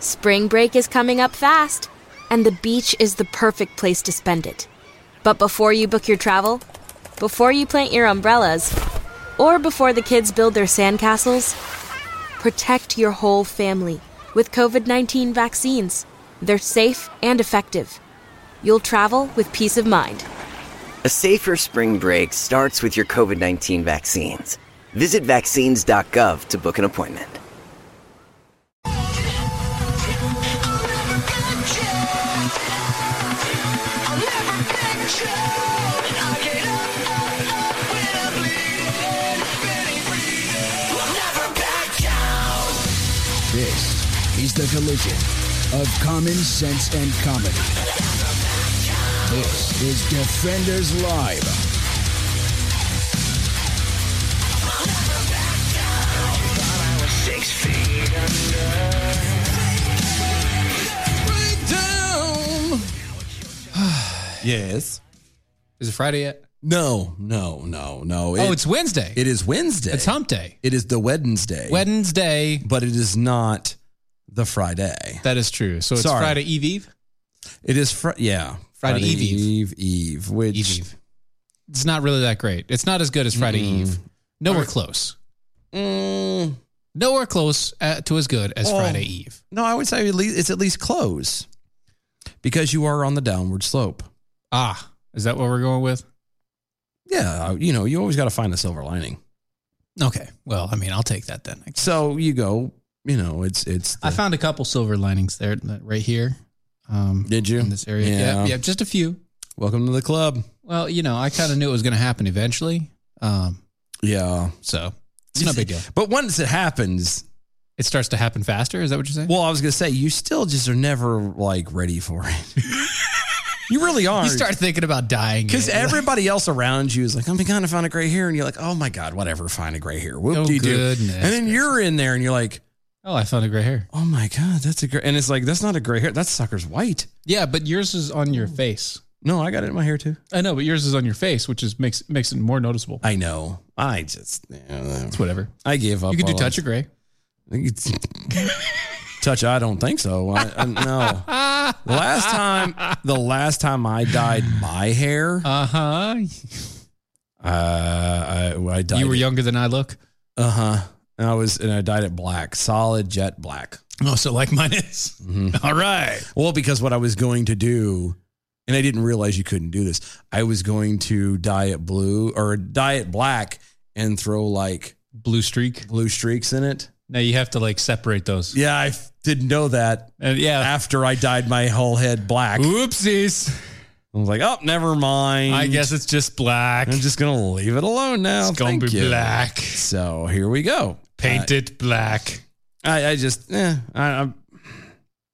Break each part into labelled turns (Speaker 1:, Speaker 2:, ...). Speaker 1: Spring break is coming up fast, and the beach is the perfect place to spend it. But before you book your travel, before you plant your umbrellas, or before the kids build their sandcastles, protect your whole family with COVID 19 vaccines. They're safe and effective. You'll travel with peace of mind.
Speaker 2: A safer spring break starts with your COVID 19 vaccines. Visit vaccines.gov to book an appointment.
Speaker 3: This is the collision of common sense and comedy. This is Defenders Live.
Speaker 4: Yes.
Speaker 5: Is it Friday yet?
Speaker 4: No, no, no, no.
Speaker 5: oh, it's Wednesday.
Speaker 4: it is Wednesday.
Speaker 5: It's hump day.
Speaker 4: It is the Wednesday.
Speaker 5: Wednesday.
Speaker 4: but it is not the Friday.
Speaker 5: That is true. So it's
Speaker 4: Sorry.
Speaker 5: Friday Eve Eve.
Speaker 4: It is fr- yeah
Speaker 5: Friday Eve
Speaker 4: Eve Eve, which
Speaker 5: Eve Eve. It's not really that great. It's not as good as Friday
Speaker 4: Mm-mm.
Speaker 5: Eve. Nowhere close.
Speaker 4: Mm,
Speaker 5: Nowhere close uh to as good as
Speaker 4: Oh.
Speaker 5: Friday Eve.
Speaker 4: no, I would say at least, it's at least close because you are on the downward slope.
Speaker 5: Ah, is that what we're going with?
Speaker 4: Yeah, you know you always got to find a silver lining.
Speaker 5: Okay. Well, I mean, I'll take that then.
Speaker 4: So you go, you know, it's it's.
Speaker 5: I
Speaker 4: the-
Speaker 5: found a couple silver linings there, that- right here. Um,
Speaker 4: Did you?
Speaker 5: in this area? Yeah.
Speaker 4: Yeah.
Speaker 5: yeah, just a few.
Speaker 4: welcome to the club.
Speaker 5: Well, you know, I kind of knew it was going to happen eventually. Um,
Speaker 4: Yeah,
Speaker 5: so it's no big deal.
Speaker 4: But once it happens,
Speaker 5: It starts to happen faster. Is that what you're saying?
Speaker 4: well, I was gonna say you still just are never like ready for it. you really are.
Speaker 5: you start thinking about dying
Speaker 4: Because
Speaker 5: You're like,
Speaker 4: everybody else around you is like, oh my God, I found a gray hair. And you're like, oh my God, whatever, find a gray hair. Whoop de doo. and
Speaker 5: Oh, goodness
Speaker 4: then you're in there and you're like,
Speaker 5: oh, I found a gray hair.
Speaker 4: oh my God, that's a gray. And it's like, that's not a gray hair. That sucker's white.
Speaker 5: Yeah, but yours is on your face.
Speaker 4: No, I got it in my hair too.
Speaker 5: I know, but yours is on your face, which is makes makes it more noticeable.
Speaker 4: I know. I just, yeah,
Speaker 5: It's whatever.
Speaker 4: I give up.
Speaker 5: You could do
Speaker 4: on
Speaker 5: touch
Speaker 4: it.
Speaker 5: of gray.
Speaker 4: touch, I don't think so. I, I, no. The last time, the last time I dyed my hair,
Speaker 5: Uh huh.
Speaker 4: uh, I, I dyed
Speaker 5: You were
Speaker 4: it-
Speaker 5: younger than I look.
Speaker 4: Uh huh. And I was, and I dyed it black, solid jet black.
Speaker 5: Oh, so like mine is.
Speaker 4: Mm-hmm.
Speaker 5: All right.
Speaker 4: Well, because what I was going to do, and I didn't realize you couldn't do this, I was going to dye it blue or dye it black and throw like
Speaker 5: Blue streak.
Speaker 4: blue streaks in it.
Speaker 5: Now you have to like separate those.
Speaker 4: Yeah, I f- didn't know that
Speaker 5: And yeah.
Speaker 4: after I dyed my whole head black. I
Speaker 5: Oopsies.
Speaker 4: was like, oh, never mind.
Speaker 5: I guess it's just black.
Speaker 4: I'm just going to leave it alone now.
Speaker 5: it's gonna
Speaker 4: Thank
Speaker 5: be
Speaker 4: you.
Speaker 5: black.
Speaker 4: So here we go.
Speaker 5: Paint it black.
Speaker 4: I, I just, eh, I, I'm,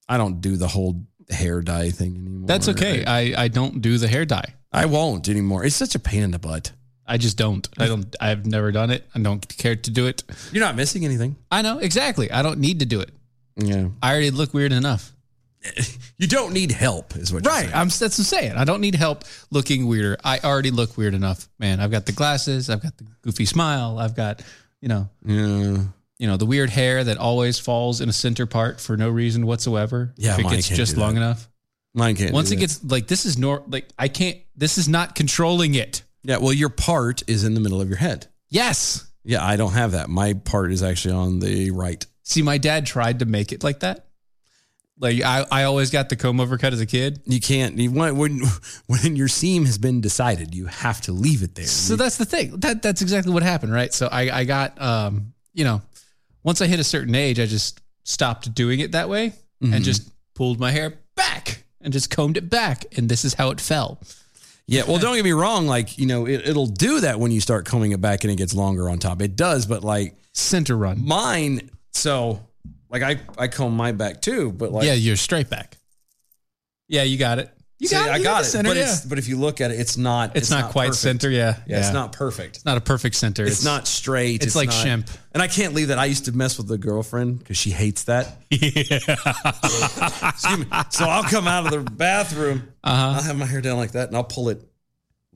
Speaker 4: I don't do the whole hair dye thing anymore.
Speaker 5: That's okay. I, I don't do the hair dye.
Speaker 4: I won't anymore. It's such a pain in the butt.
Speaker 5: I just don't. I don't. I've never done it. I don't care to do it.
Speaker 4: You're not missing anything.
Speaker 5: I know exactly. I don't need to do it.
Speaker 4: Yeah.
Speaker 5: I already look weird enough.
Speaker 4: You don't need help, is what
Speaker 5: Right. I'm that's what I'm saying. I don't need help looking weirder. I already look weird enough, man. I've got the glasses. I've got the goofy smile. I've got, you know,
Speaker 4: You're saying.
Speaker 5: you know, the weird hair that always falls in a center part for no reason whatsoever.
Speaker 4: Yeah,
Speaker 5: If it
Speaker 4: mine
Speaker 5: gets
Speaker 4: can't
Speaker 5: just
Speaker 4: do
Speaker 5: long
Speaker 4: that.
Speaker 5: enough.
Speaker 4: Mine can't.
Speaker 5: Once
Speaker 4: do
Speaker 5: it
Speaker 4: that.
Speaker 5: gets like this is nor like I can't. This is not controlling it.
Speaker 4: yeah, well, your part is in the middle of your head.
Speaker 5: Yes.
Speaker 4: Yeah, I don't have that. My part is actually on the right.
Speaker 5: See, my dad tried to make it like that. Like I, I always got the comb over cut as a kid.
Speaker 4: You can't. You want when when your seam has been decided, you have to leave it there.
Speaker 5: So that's the thing. That that's exactly what happened, right? So I I got um, you know, once I hit a certain age, I just stopped doing it that way
Speaker 4: Mm-hmm.
Speaker 5: and just pulled my hair back and just combed it back and this is how it fell.
Speaker 4: yeah. Well, don't get me wrong. Like you know, it, it'll do that when you start combing it back and it gets longer on top. It does, but like
Speaker 5: Center run.
Speaker 4: mine. So like I I comb my back too, but like
Speaker 5: yeah, you're straight back. Yeah, you got it. You
Speaker 4: See, I
Speaker 5: you
Speaker 4: got
Speaker 5: the
Speaker 4: it.
Speaker 5: Center,
Speaker 4: but
Speaker 5: yeah.
Speaker 4: it's but if you look at it, it's not.
Speaker 5: It's not quite
Speaker 4: perfect.
Speaker 5: center, yeah.
Speaker 4: Yeah, it's
Speaker 5: Yeah.
Speaker 4: not perfect.
Speaker 5: It's not a perfect center.
Speaker 4: It's, not straight.
Speaker 5: it's like
Speaker 4: not-
Speaker 5: shimp.
Speaker 4: And I can't leave that. I used to mess with the girlfriend because she hates that. Excuse me. So I'll come out of the bathroom.
Speaker 5: Uh-huh.
Speaker 4: I'll have my hair down like that, and I'll pull it.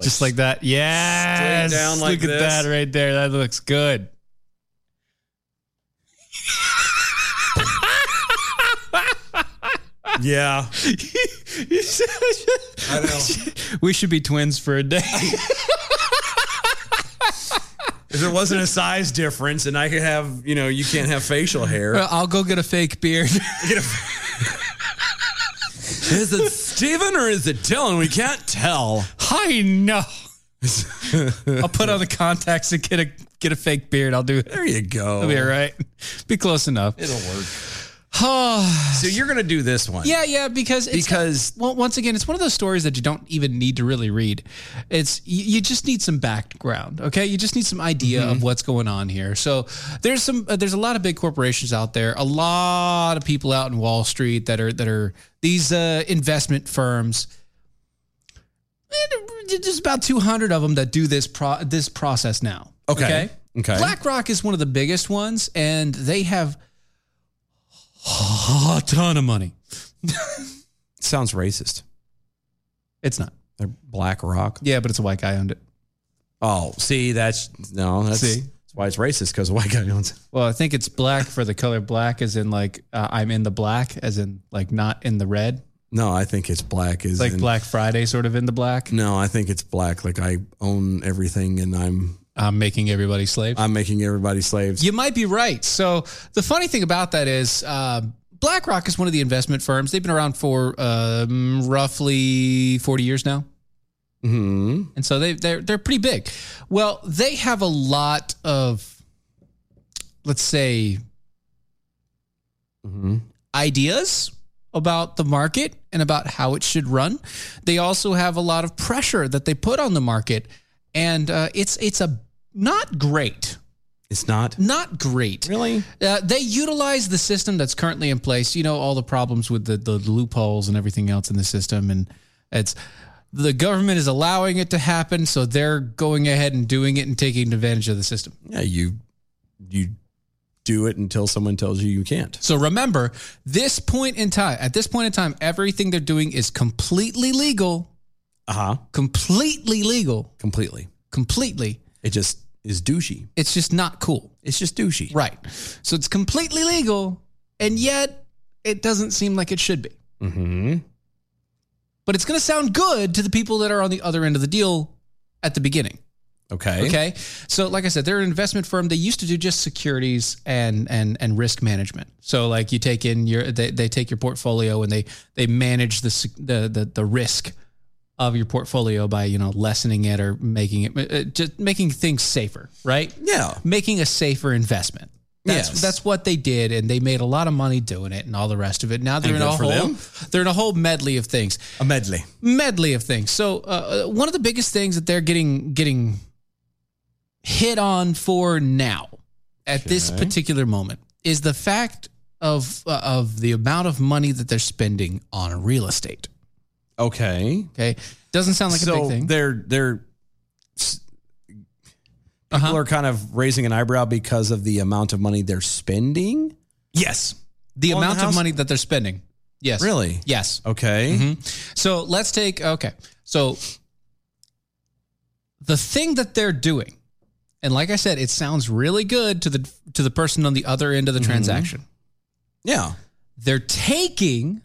Speaker 5: just like that. Yes.
Speaker 4: down like
Speaker 5: Look
Speaker 4: this.
Speaker 5: at that right there. That looks good.
Speaker 4: Yeah. I know.
Speaker 5: we should be twins for a day.
Speaker 4: If there wasn't a size difference and I could have, you know, you can't have facial hair.
Speaker 5: Uh, I'll go get a fake beard.
Speaker 4: Is it Steven or is it Dylan? We can't tell.
Speaker 5: I know. I'll put on the contacts and get a get a fake beard. I'll do it.
Speaker 4: There you go.
Speaker 5: I'll be all right. Be close enough. Ah.
Speaker 4: It'll work. So you're going to do this one.
Speaker 5: yeah, yeah, because it's
Speaker 4: Because-
Speaker 5: well, once again, it's one of those stories that you don't even need to really read. It's you, you just need some background, okay? You just need some idea of
Speaker 4: Mm-hmm.
Speaker 5: what's going on here. So there's some uh, there's a lot of big corporations out there, a lot of people out in Wall Street that are that are these uh, investment firms. And There's about 200 of them that do this pro- this process now.
Speaker 4: Okay. Okay.
Speaker 5: BlackRock is one of the biggest ones, and they have a ton of money.
Speaker 4: Sounds racist.
Speaker 5: It's not.
Speaker 4: They're Black Rock.
Speaker 5: Yeah, but it's a white guy owned it.
Speaker 4: Oh, see, that's no, that's,
Speaker 5: See?
Speaker 4: that's why it's racist because white guy owns it.
Speaker 5: Well, I think it's black for the color black, as in like uh, I'm in the black, as in like not in the red,
Speaker 4: No, I think it's black. Is
Speaker 5: like Black Friday, sort of in the black.
Speaker 4: No, I think it's black. Like I own everything and I'm
Speaker 5: I'm making everybody slaves.
Speaker 4: I'm making everybody slaves.
Speaker 5: You might be right. So the funny thing about that is uh, BlackRock is one of the investment firms. They've been around for um, roughly 40 years now.
Speaker 4: hmm
Speaker 5: and so they they're they're pretty big. Well, they have a lot of let's say
Speaker 4: Mm-hmm.
Speaker 5: ideas about the market and about how it should run. They also have a lot of pressure that they put on the market, and uh, it's it's a not great,
Speaker 4: It's not
Speaker 5: not great.
Speaker 4: really.
Speaker 5: Uh, they utilize the system that's currently in place. You know all the problems with the, the loopholes and everything else in the system, and it's the government is allowing it to happen, so they're going ahead and doing it and taking advantage of the system.
Speaker 4: Yeah, you you do it until someone tells you you can't.
Speaker 5: So remember, this point in time, at this point in time, everything they're doing is completely legal,
Speaker 4: Uh
Speaker 5: Uh-huh.
Speaker 4: huh.
Speaker 5: completely legal,
Speaker 4: Completely.
Speaker 5: completely.
Speaker 4: It just is douchey.
Speaker 5: It's just not cool.
Speaker 4: It's just douchey.
Speaker 5: Right. So it's completely legal, and yet it doesn't seem like it should be.
Speaker 4: Mm-hmm.
Speaker 5: but it's going to sound good to the people that are on the other end of the deal at the beginning.
Speaker 4: Okay.
Speaker 5: Okay. So, like I said, they're an investment firm. They used to do just securities and and and risk management. So, like you take in your they, they take your portfolio and they they manage the sec- the the, the risk of your portfolio by you know lessening it or making it uh, just making things safer, right?
Speaker 4: Yeah.
Speaker 5: making a safer investment. That's
Speaker 4: Yes.
Speaker 5: that's what they did, and they made a lot of money doing it, and all the rest of it. Now they're in
Speaker 4: And
Speaker 5: a
Speaker 4: good for
Speaker 5: whole
Speaker 4: them.
Speaker 5: they're in a whole medley of things,
Speaker 4: A medley.
Speaker 5: medley of things. So uh, uh, one of the biggest things that they're getting getting hit on for now at this particular moment is the fact of uh, of the amount of money that they're spending on real estate.
Speaker 4: Okay.
Speaker 5: Okay, doesn't sound like a
Speaker 4: so
Speaker 5: big thing.
Speaker 4: they're they're s- people
Speaker 5: Uh-huh.
Speaker 4: are kind of raising an eyebrow because of the amount of money they're spending.
Speaker 5: Yes, the
Speaker 4: On the
Speaker 5: amount
Speaker 4: house-
Speaker 5: of money that they're spending. Yes, Mm-hmm.
Speaker 4: Really?
Speaker 5: Yes.
Speaker 4: Okay.
Speaker 5: So let's take okay. So the thing that they're doing, and like I said, it sounds really good to the to the person on the other end of the transaction.
Speaker 4: Yeah.
Speaker 5: They're taking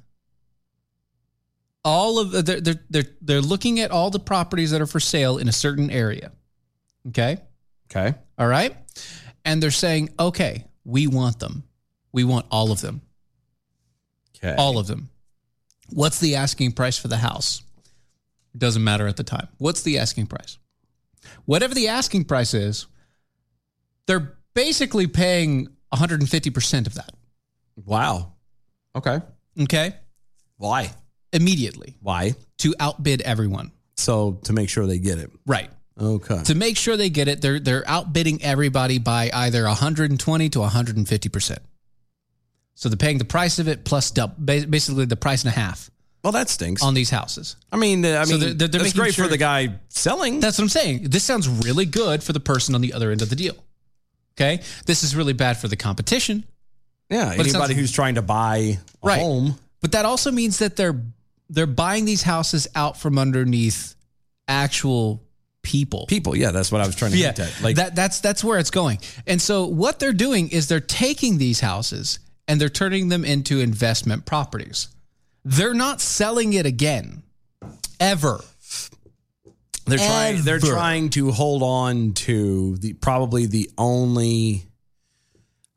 Speaker 5: all of they're, they're they're they're looking at all the properties that are for sale in a certain area. Okay.
Speaker 4: Okay.
Speaker 5: All right. And they're saying, okay, we want them. We want all of them.
Speaker 4: Okay.
Speaker 5: All of them. What's the asking price for the house? It doesn't matter at the time. What's the asking price? Whatever the asking price is, they're basically paying 150% of that.
Speaker 4: wow. Okay.
Speaker 5: Okay.
Speaker 4: Why?
Speaker 5: Immediately
Speaker 4: Why?
Speaker 5: to outbid everyone.
Speaker 4: So to make sure they get it.
Speaker 5: Right.
Speaker 4: Okay.
Speaker 5: To make sure they get it, they're they're outbidding everybody by either 120 to 150 percent. So they're paying the price of it plus double, basically the price and a half
Speaker 4: Well, that stinks.
Speaker 5: on these houses.
Speaker 4: I mean, uh, I
Speaker 5: So
Speaker 4: mean,
Speaker 5: they're- they're- they're
Speaker 4: that's
Speaker 5: making
Speaker 4: great
Speaker 5: sure-
Speaker 4: for the guy selling.
Speaker 5: That's what I'm saying. This sounds really good for the person on the other end of the deal. Okay. This is really bad for the competition,
Speaker 4: yeah,
Speaker 5: it sounds-
Speaker 4: anybody who's trying to buy a
Speaker 5: Right.
Speaker 4: home.
Speaker 5: but that also means that they're they're buying these houses out from underneath actual people.
Speaker 4: People, yeah, that's what I was trying to
Speaker 5: Yeah.
Speaker 4: hint at. Like,
Speaker 5: that that's that's where it's going. And so what they're doing is they're taking these houses and they're turning them into investment properties. They're not selling it again, ever.
Speaker 4: They're trying. They're
Speaker 5: Ever.
Speaker 4: trying to hold on to the probably the only.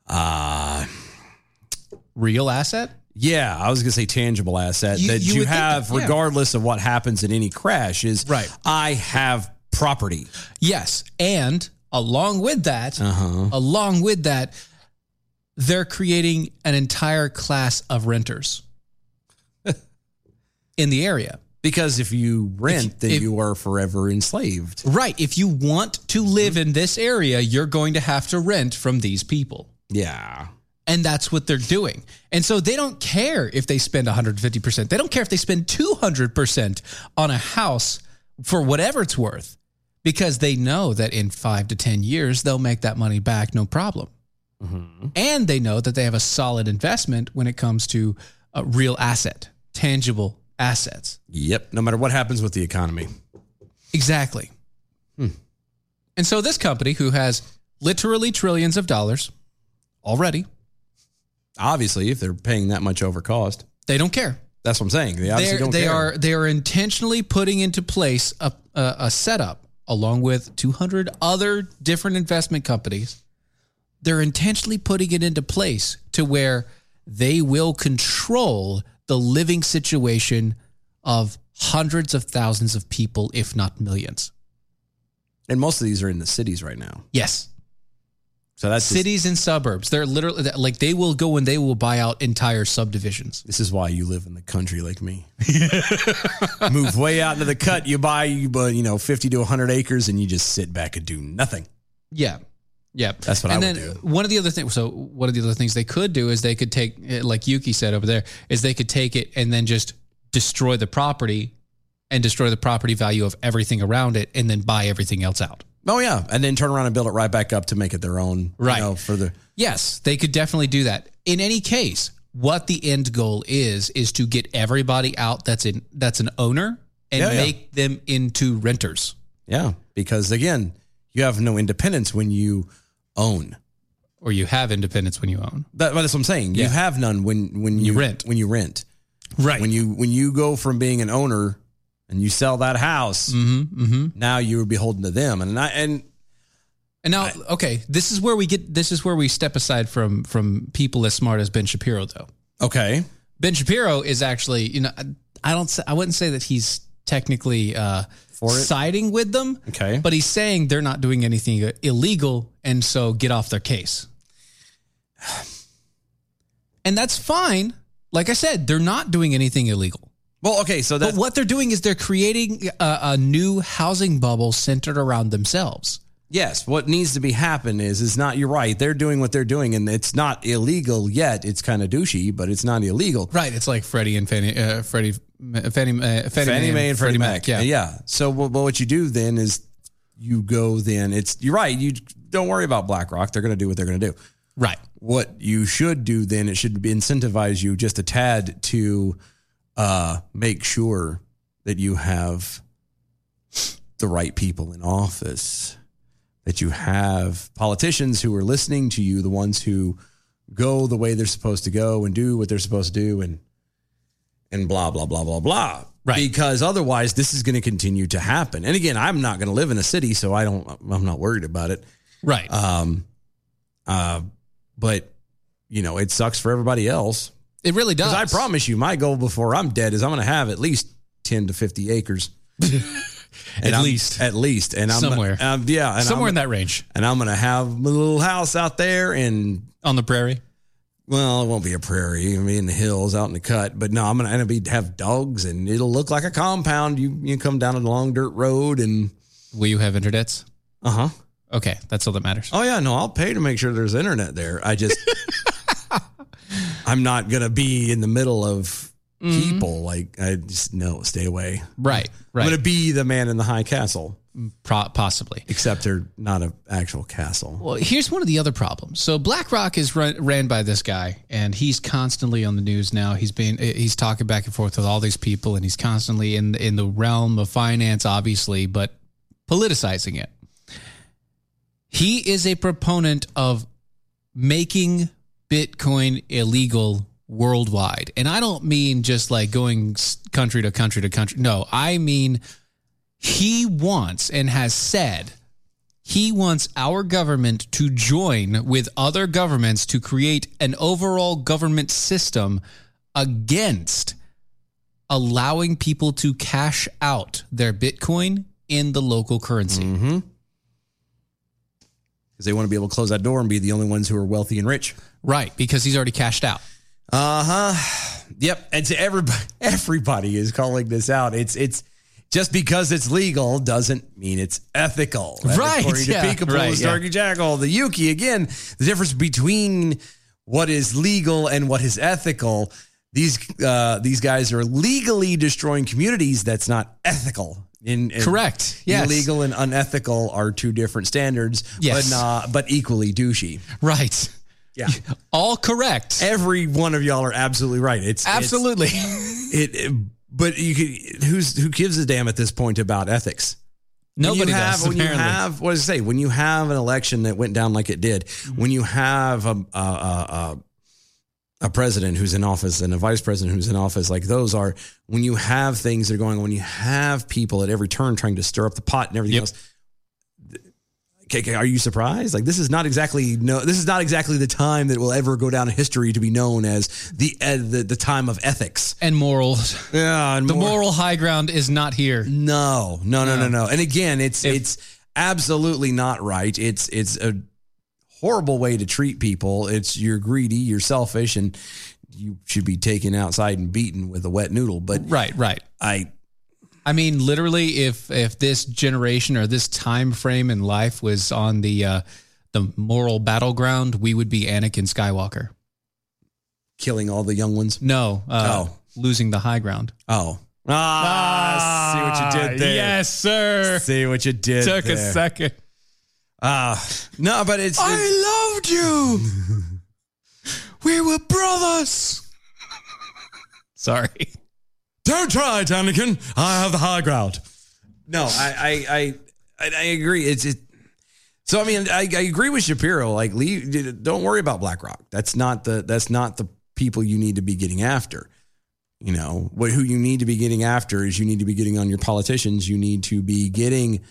Speaker 4: Uh,
Speaker 5: Real asset?
Speaker 4: yeah, I was gonna say tangible asset
Speaker 5: You-
Speaker 4: that
Speaker 5: you
Speaker 4: you,
Speaker 5: would think
Speaker 4: have,
Speaker 5: that, yeah.
Speaker 4: regardless of what happens in any crash, is
Speaker 5: Right.
Speaker 4: I have property.
Speaker 5: Yes. And along with that,
Speaker 4: huh.
Speaker 5: along with that, they're creating an entire class of renters in the area.
Speaker 4: Because if you rent, then
Speaker 5: if-
Speaker 4: you are forever enslaved.
Speaker 5: Right. If you want to live
Speaker 4: Mm-hmm.
Speaker 5: in this area, you're going to have to rent from these people.
Speaker 4: Yeah.
Speaker 5: And that's what they're doing. And so they don't care if they spend 150%. They don't care if they spend 200% on a house for whatever it's worth because they know that in five to 10 years, they'll make that money back no problem. And they know that they have a solid investment when it comes to a real asset, tangible assets.
Speaker 4: Yep. No matter what happens with the economy.
Speaker 5: Exactly. And so this company, who has literally trillions of dollars already,
Speaker 4: Obviously, if they're paying that much over cost,
Speaker 5: they don't care.
Speaker 4: that's what I'm saying. They
Speaker 5: They're,
Speaker 4: obviously don't
Speaker 5: they
Speaker 4: care.
Speaker 5: are they are intentionally putting into place a, a, a setup along with 200 other different investment companies. They're intentionally putting it into place to where they will control the living situation of hundreds of thousands of people, if not millions.
Speaker 4: and most of these are in the cities right now.
Speaker 5: Yes.
Speaker 4: So that's just-
Speaker 5: cities and suburbs. They're literally like they will go and they will buy out entire subdivisions.
Speaker 4: This is why you live in the country like me. Move way out into the cut. You buy you bu- you know fifty to hundred acres, and you just sit back and do nothing.
Speaker 5: Yeah. Yeah.
Speaker 4: That's what
Speaker 5: and
Speaker 4: I would
Speaker 5: then
Speaker 4: do.
Speaker 5: one of the other things so one of the other things they could do is they could take eh, like Yuki said over there is they could take it and then just destroy the property and destroy the property value of everything around it and then buy everything else out.
Speaker 4: Oh yeah, and then turn around and build it right back up to make it their own.
Speaker 5: Right.
Speaker 4: You know, for the
Speaker 5: Yes, they could definitely do that. In any case, what the end goal is is to get everybody out that's in that's an owner and
Speaker 4: Yeah, yeah.
Speaker 5: make them into renters.
Speaker 4: yeah, because again, you have no independence when you own.
Speaker 5: Or you have independence when you own.
Speaker 4: That, that's what I'm saying.
Speaker 5: Yeah.
Speaker 4: You have none when when you,
Speaker 5: rent.
Speaker 4: When you rent.
Speaker 5: Right.
Speaker 4: When you when you go from being an owner and you sell that house,
Speaker 5: mm-hmm, mm-hmm.
Speaker 4: now you are beholden to them. And I and
Speaker 5: And now, okay, this is where we get. This is where we step aside from from people as smart as Ben Shapiro, though.
Speaker 4: okay,
Speaker 5: Ben Shapiro is actually, you know, I- I don't. s- I wouldn't say that he's technically uh,
Speaker 4: For it?
Speaker 5: siding with them.
Speaker 4: Okay.
Speaker 5: but he's saying they're not doing anything illegal, and so get off their case. And that's fine. Like I said, they're not doing anything illegal.
Speaker 4: well, okay, so
Speaker 5: But
Speaker 4: that's
Speaker 5: what they're doing is they're creating a, a new housing bubble centered around themselves.
Speaker 4: Yes, what needs to be happen is is not you're right. They're doing what they're doing, and it's not illegal yet. It's kind of douchey, but it's not illegal.
Speaker 5: Right. It's like Freddie and Fanny, uh, Freddie, uh, Fannie, uh, Fannie,
Speaker 4: Fannie Mae and Freddie Mac,
Speaker 5: Yeah.
Speaker 4: yeah. So, well, but what you do then is you go then. It's you're right. You don't worry about BlackRock. They're going to do what they're going to do.
Speaker 5: Right.
Speaker 4: What you should do then, it should incentivize you just a tad to uh, make sure that you have the right people in office, that you have politicians who are listening to you, the ones who go the way they're supposed to go and do what they're supposed to do and and blah blah blah blah blah.
Speaker 5: Right.
Speaker 4: Because otherwise this is going to continue to happen. And again, I'm not going to live in a city, so I don't I'm not worried about it.
Speaker 5: Right.
Speaker 4: Um uh but you know, it sucks for everybody else.
Speaker 5: it really does.
Speaker 4: Because I promise you, my goal before I'm dead is I'm going to have at least 10 to 50 acres.
Speaker 5: At
Speaker 4: I'm-
Speaker 5: least.
Speaker 4: At least. And I'm
Speaker 5: Somewhere.
Speaker 4: um, yeah. And
Speaker 5: Somewhere
Speaker 4: I'm,
Speaker 5: in that range
Speaker 4: And I'm going to have a little house out there and,
Speaker 5: on the prairie.
Speaker 4: well, it won't be a prairie. I mean, in the hills out in the cut. But no, I'm going to be have dogs and it'll look like a compound. You, you come down a long dirt road and,
Speaker 5: Will you have internets?
Speaker 4: uh huh.
Speaker 5: Okay. That's all that matters.
Speaker 4: Oh, yeah. No, I'll pay to make sure there's internet there. I just, I'm not going to be in the middle of people. Like, I just, no, stay away.
Speaker 5: Right.
Speaker 4: I'm
Speaker 5: Right.
Speaker 4: going to be the man in the high castle,
Speaker 5: Pro- possibly.
Speaker 4: except they're not an actual castle.
Speaker 5: Well, here's one of the other problems. So BlackRock is run, ran by this guy, and he's constantly on the news now. He's been he's talking back and forth with all these people, and he's constantly in in the realm of finance, obviously, but politicizing it. He is a proponent of making Bitcoin illegal worldwide. And I don't mean just like going s- country to country to country. No, I mean he wants and has said he wants our government to join with other governments to create an overall government system against allowing people to cash out their Bitcoin in the local currency.
Speaker 4: Mm. because Mm-hmm. they want to be able to close that door and be the only ones who are wealthy and rich.
Speaker 5: Right, because he's already cashed out.
Speaker 4: Uh huh. Yep. And to everybody, everybody is calling this out. It's it's just because it's legal doesn't mean it's ethical. That is
Speaker 5: Right,
Speaker 4: According to
Speaker 5: yeah,
Speaker 4: Peekaboo,
Speaker 5: right,
Speaker 4: the
Speaker 5: yeah.
Speaker 4: Darky Jackal, the Yuki. Again, the difference between what is legal and what is ethical. These uh, these guys are legally destroying communities. That's not ethical. In, in
Speaker 5: Correct. Yes.
Speaker 4: Illegal and unethical are two different standards.
Speaker 5: Yes.
Speaker 4: But not, but equally douchey.
Speaker 5: Right.
Speaker 4: Yeah.
Speaker 5: All correct.
Speaker 4: Every one of y'all are absolutely right. It's it's-
Speaker 5: Absolutely.
Speaker 4: it, it- but you could who's who gives a damn at this point about ethics When you
Speaker 5: Nobody
Speaker 4: have,
Speaker 5: does,
Speaker 4: when
Speaker 5: apparently.
Speaker 4: you have what does it say when you have an election that went down like it did
Speaker 5: Mm-hmm.
Speaker 4: when you have a a, a, a a president who's in office and a vice president who's in office like those are when you have things that are going on when you have people at every turn trying to stir up the pot and everything
Speaker 5: Yep.
Speaker 4: else KK, are you surprised? Like this is not exactly no, this is not exactly the time that will ever go down in history to be known as the uh, the, the time of ethics.
Speaker 5: and morals.
Speaker 4: Yeah, and
Speaker 5: The moral high ground is not here.
Speaker 4: No, no, no, no, no. And again, it's
Speaker 5: If-
Speaker 4: it's absolutely not right. It's it's a horrible way to treat people. It's you're greedy, you're selfish, and you should be taken outside and beaten with a wet noodle. But
Speaker 5: Right, right.
Speaker 4: I
Speaker 5: I mean, literally, if if this generation or this time frame in life was on the uh, the moral battleground, we would be Anakin Skywalker.
Speaker 4: killing all the young ones.
Speaker 5: No, uh,
Speaker 4: Oh.
Speaker 5: losing the high ground.
Speaker 4: Oh, ah, see what you did there.
Speaker 5: Yes, sir.
Speaker 4: See what you did.
Speaker 5: Took
Speaker 4: there.
Speaker 5: a second.
Speaker 4: Ah, no, but it's, it's
Speaker 5: loved you. we were brothers. Sorry.
Speaker 4: Don't try it, Anakin. I have the high ground. No, I I I, I, I agree. It's it. So I mean, I, I agree with Shapiro. Like, leave. Don't worry about BlackRock. That's not the that's not the people you need to be getting after. You know what? Who you need to be getting after is you need to be getting on your politicians. You need to be getting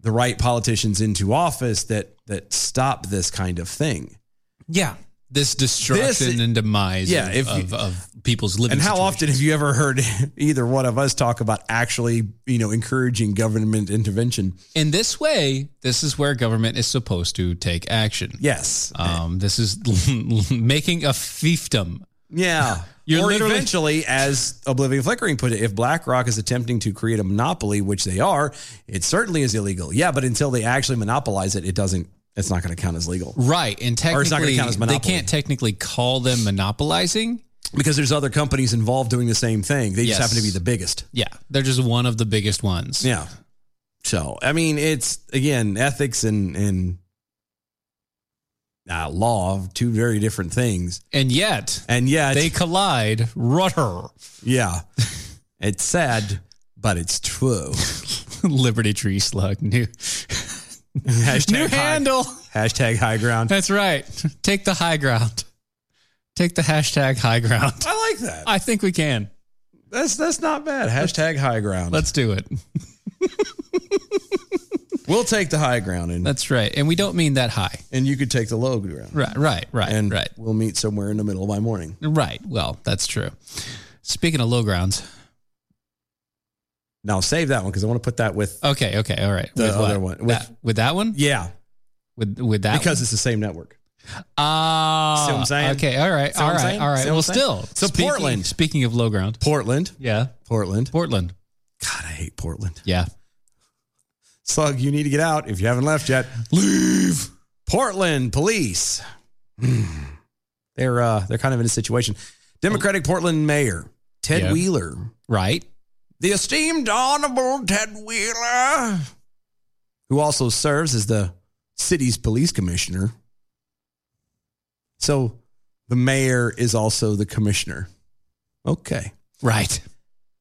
Speaker 4: the right politicians into office that that stop this kind of thing.
Speaker 5: Yeah. This destruction and demise
Speaker 4: Yeah,
Speaker 5: of,
Speaker 4: if you-
Speaker 5: of, of people's living
Speaker 4: And how
Speaker 5: situation.
Speaker 4: often have you ever heard either one of us talk about actually, you know, encouraging government intervention?
Speaker 5: In this way, this is where government is supposed to take action.
Speaker 4: Yes.
Speaker 5: Um, this is making a fiefdom.
Speaker 4: Yeah.
Speaker 5: You're
Speaker 4: or
Speaker 5: literally-
Speaker 4: eventually, as Oblivion Flickering put it, if BlackRock is attempting to create a monopoly, which they are, it certainly is illegal. Yeah, but until they actually monopolize it, it doesn't. It's not going to count as legal
Speaker 5: Right. And
Speaker 4: Or it's not gonna
Speaker 5: technically,
Speaker 4: count as
Speaker 5: they
Speaker 4: monopoly.
Speaker 5: can't technically call them monopolizing.
Speaker 4: because there's other companies involved doing the same thing. They
Speaker 5: Yes.
Speaker 4: just happen to be the biggest.
Speaker 5: Yeah. They're just one of the biggest ones.
Speaker 4: Yeah. So I mean, it's again ethics and and uh, law, two very different things.
Speaker 5: And yet,
Speaker 4: And yeah,
Speaker 5: they collide. Rudder.
Speaker 4: yeah, it's sad, but it's true.
Speaker 5: Liberty Tree Slug. New,
Speaker 4: Hashtag
Speaker 5: new
Speaker 4: high-
Speaker 5: handle.
Speaker 4: Hashtag high ground.
Speaker 5: That's right. Take the high ground. Take the hashtag high ground.
Speaker 4: I like that.
Speaker 5: I think we can.
Speaker 4: That's that's not bad. Hashtag high ground.
Speaker 5: Let's do it.
Speaker 4: we'll take the high ground, and
Speaker 5: That's right. And we don't mean that high.
Speaker 4: and you could take the low ground.
Speaker 5: Right, right, right,
Speaker 4: And
Speaker 5: right.
Speaker 4: we'll meet somewhere in the middle by morning.
Speaker 5: Right. Well, that's true. Speaking of low grounds.
Speaker 4: Now save that one because I want to put that with
Speaker 5: Okay, okay, all right.
Speaker 4: The
Speaker 5: what?
Speaker 4: other one.
Speaker 5: That- With
Speaker 4: With-
Speaker 5: that, one?
Speaker 4: yeah
Speaker 5: With with that
Speaker 4: because it's the same network.
Speaker 5: Ah,
Speaker 4: See what I'm saying?
Speaker 5: Okay, all right,
Speaker 4: See what
Speaker 5: all
Speaker 4: I'm
Speaker 5: right,
Speaker 4: saying?
Speaker 5: all
Speaker 4: See
Speaker 5: right.
Speaker 4: what
Speaker 5: Well,
Speaker 4: I'm saying?
Speaker 5: still.
Speaker 4: So
Speaker 5: speaking-
Speaker 4: Portland.
Speaker 5: Speaking of low ground.
Speaker 4: Portland,
Speaker 5: Yeah.
Speaker 4: Portland.
Speaker 5: Portland.
Speaker 4: God, I hate Portland.
Speaker 5: Yeah.
Speaker 4: Slug, you need to get out if you haven't left yet. Leave Portland police. Hmm. they're uh they're kind of in a situation. Democratic Portland Mayor Ted
Speaker 5: Yeah.
Speaker 4: Wheeler
Speaker 5: Right?
Speaker 4: the esteemed Honorable Ted Wheeler, who also serves as the city's police commissioner. So the mayor is also the commissioner. Okay.
Speaker 5: Right.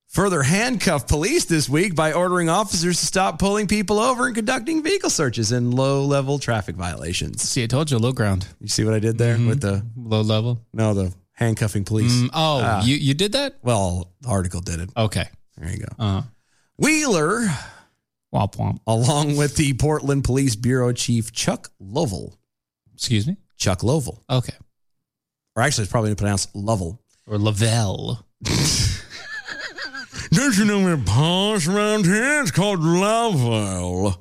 Speaker 4: Further handcuffed police this week by ordering officers to stop pulling people over and conducting vehicle searches in low level traffic violations.
Speaker 5: See, I told you low ground.
Speaker 4: You see what I did there with the
Speaker 5: Low level.
Speaker 4: no the handcuffing police.
Speaker 5: Mm, oh,
Speaker 4: Ah.
Speaker 5: you, you did that?
Speaker 4: Well, the article did it.
Speaker 5: Okay.
Speaker 4: There you go.
Speaker 5: Uh,
Speaker 4: Wheeler,
Speaker 5: womp womp.
Speaker 4: along with the Portland Police Bureau Chief Chuck Lovell,
Speaker 5: Excuse me?
Speaker 4: Chuck Lovell,
Speaker 5: Okay.
Speaker 4: or actually it's probably pronounced Lovell.
Speaker 5: Or Lavelle.
Speaker 4: Don't you know we're posh around here? It's called Lovell.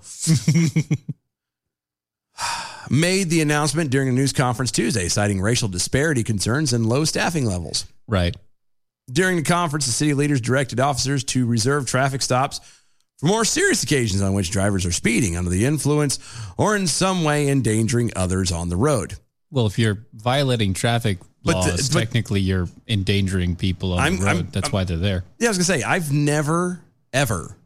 Speaker 4: Made the announcement during a news conference Tuesday, citing racial disparity concerns and low staffing levels.
Speaker 5: Right.
Speaker 4: During the conference, the city leaders directed officers to reserve traffic stops for more serious occasions on which drivers are speeding under the influence or in some way endangering others on the road.
Speaker 5: Well, if you're violating traffic
Speaker 4: But the-
Speaker 5: laws,
Speaker 4: but-
Speaker 5: technically you're endangering people on
Speaker 4: I'm-
Speaker 5: the
Speaker 4: I'm-
Speaker 5: road. That's
Speaker 4: I'm-
Speaker 5: why they're there.
Speaker 4: Yeah, I was gonna say I've never, ever,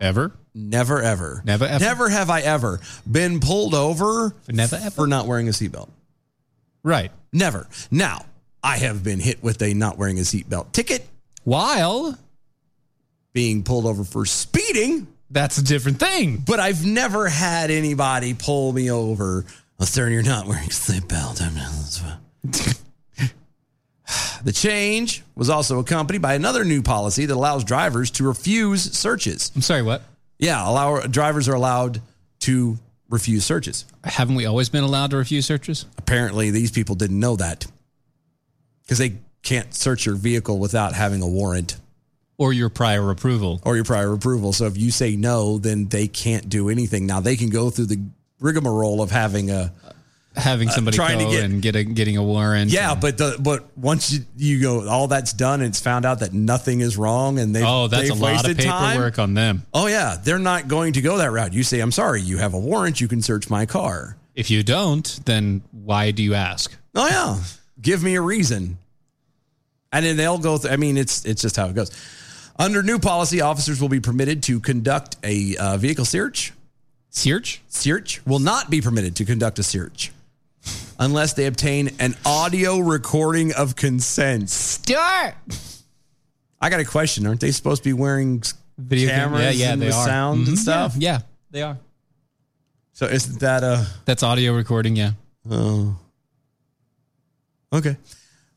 Speaker 5: Ever?
Speaker 4: never, ever,
Speaker 5: Never, ever.
Speaker 4: never have I ever been pulled over
Speaker 5: Never, ever.
Speaker 4: for not wearing a seatbelt.
Speaker 5: Right.
Speaker 4: Never. Now I have been hit with a not wearing a seatbelt ticket,
Speaker 5: While
Speaker 4: being pulled over for speeding.
Speaker 5: that's a different thing.
Speaker 4: but I've never had anybody pull me over. Well, sir, you're not wearing a seatbelt. I'm not- that's fine. the change was also accompanied by another new policy that allows drivers to refuse searches.
Speaker 5: I'm sorry, what?
Speaker 4: Yeah, allow drivers are allowed to refuse searches.
Speaker 5: Haven't we always been allowed to refuse searches?
Speaker 4: Apparently, these people didn't know that because they can't search your vehicle without having a warrant
Speaker 5: Or your prior approval?
Speaker 4: or your prior approval. So if you say no, then they can't do anything. Now they can go through the rigmarole of having a
Speaker 5: Having somebody
Speaker 4: Uh, trying to
Speaker 5: go
Speaker 4: get-
Speaker 5: and get a, getting a warrant.
Speaker 4: Yeah, but the but once you, you go, all that's done. and It's found out that nothing is wrong, and they
Speaker 5: Oh, that's
Speaker 4: they've
Speaker 5: a lot of
Speaker 4: wasted time.
Speaker 5: paperwork on them.
Speaker 4: Oh yeah, they're not going to go that route. You say, "I'm sorry, you have a warrant. You can search my car."
Speaker 5: If you don't, then why do you ask?
Speaker 4: Oh yeah, give me a reason, and then they'll go. Th- I mean, it's it's just how it goes. Under new policy, officers will be permitted to conduct a uh, vehicle search.
Speaker 5: Search?
Speaker 4: Search will not be permitted to conduct a search unless they obtain an audio recording of consent.
Speaker 5: Start.
Speaker 4: I got a question. Aren't they supposed to be wearing
Speaker 5: Video
Speaker 4: video
Speaker 5: game-
Speaker 4: cameras
Speaker 5: yeah, yeah,
Speaker 4: and
Speaker 5: they
Speaker 4: with
Speaker 5: are. Mm-hmm.
Speaker 4: sound and stuff?
Speaker 5: Yeah, they are.
Speaker 4: So isn't that a
Speaker 5: That's audio recording, yeah.
Speaker 4: oh? Okay.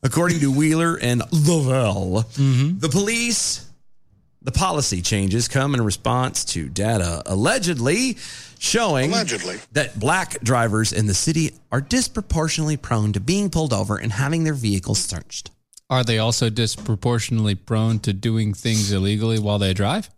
Speaker 4: According to Wheeler and Lovell, the police, the policy changes come in response to data allegedly showing
Speaker 6: Allegedly.
Speaker 4: that black drivers in the city are disproportionately prone to being pulled over and having their vehicles searched.
Speaker 5: Are they also disproportionately prone to doing things illegally while they drive?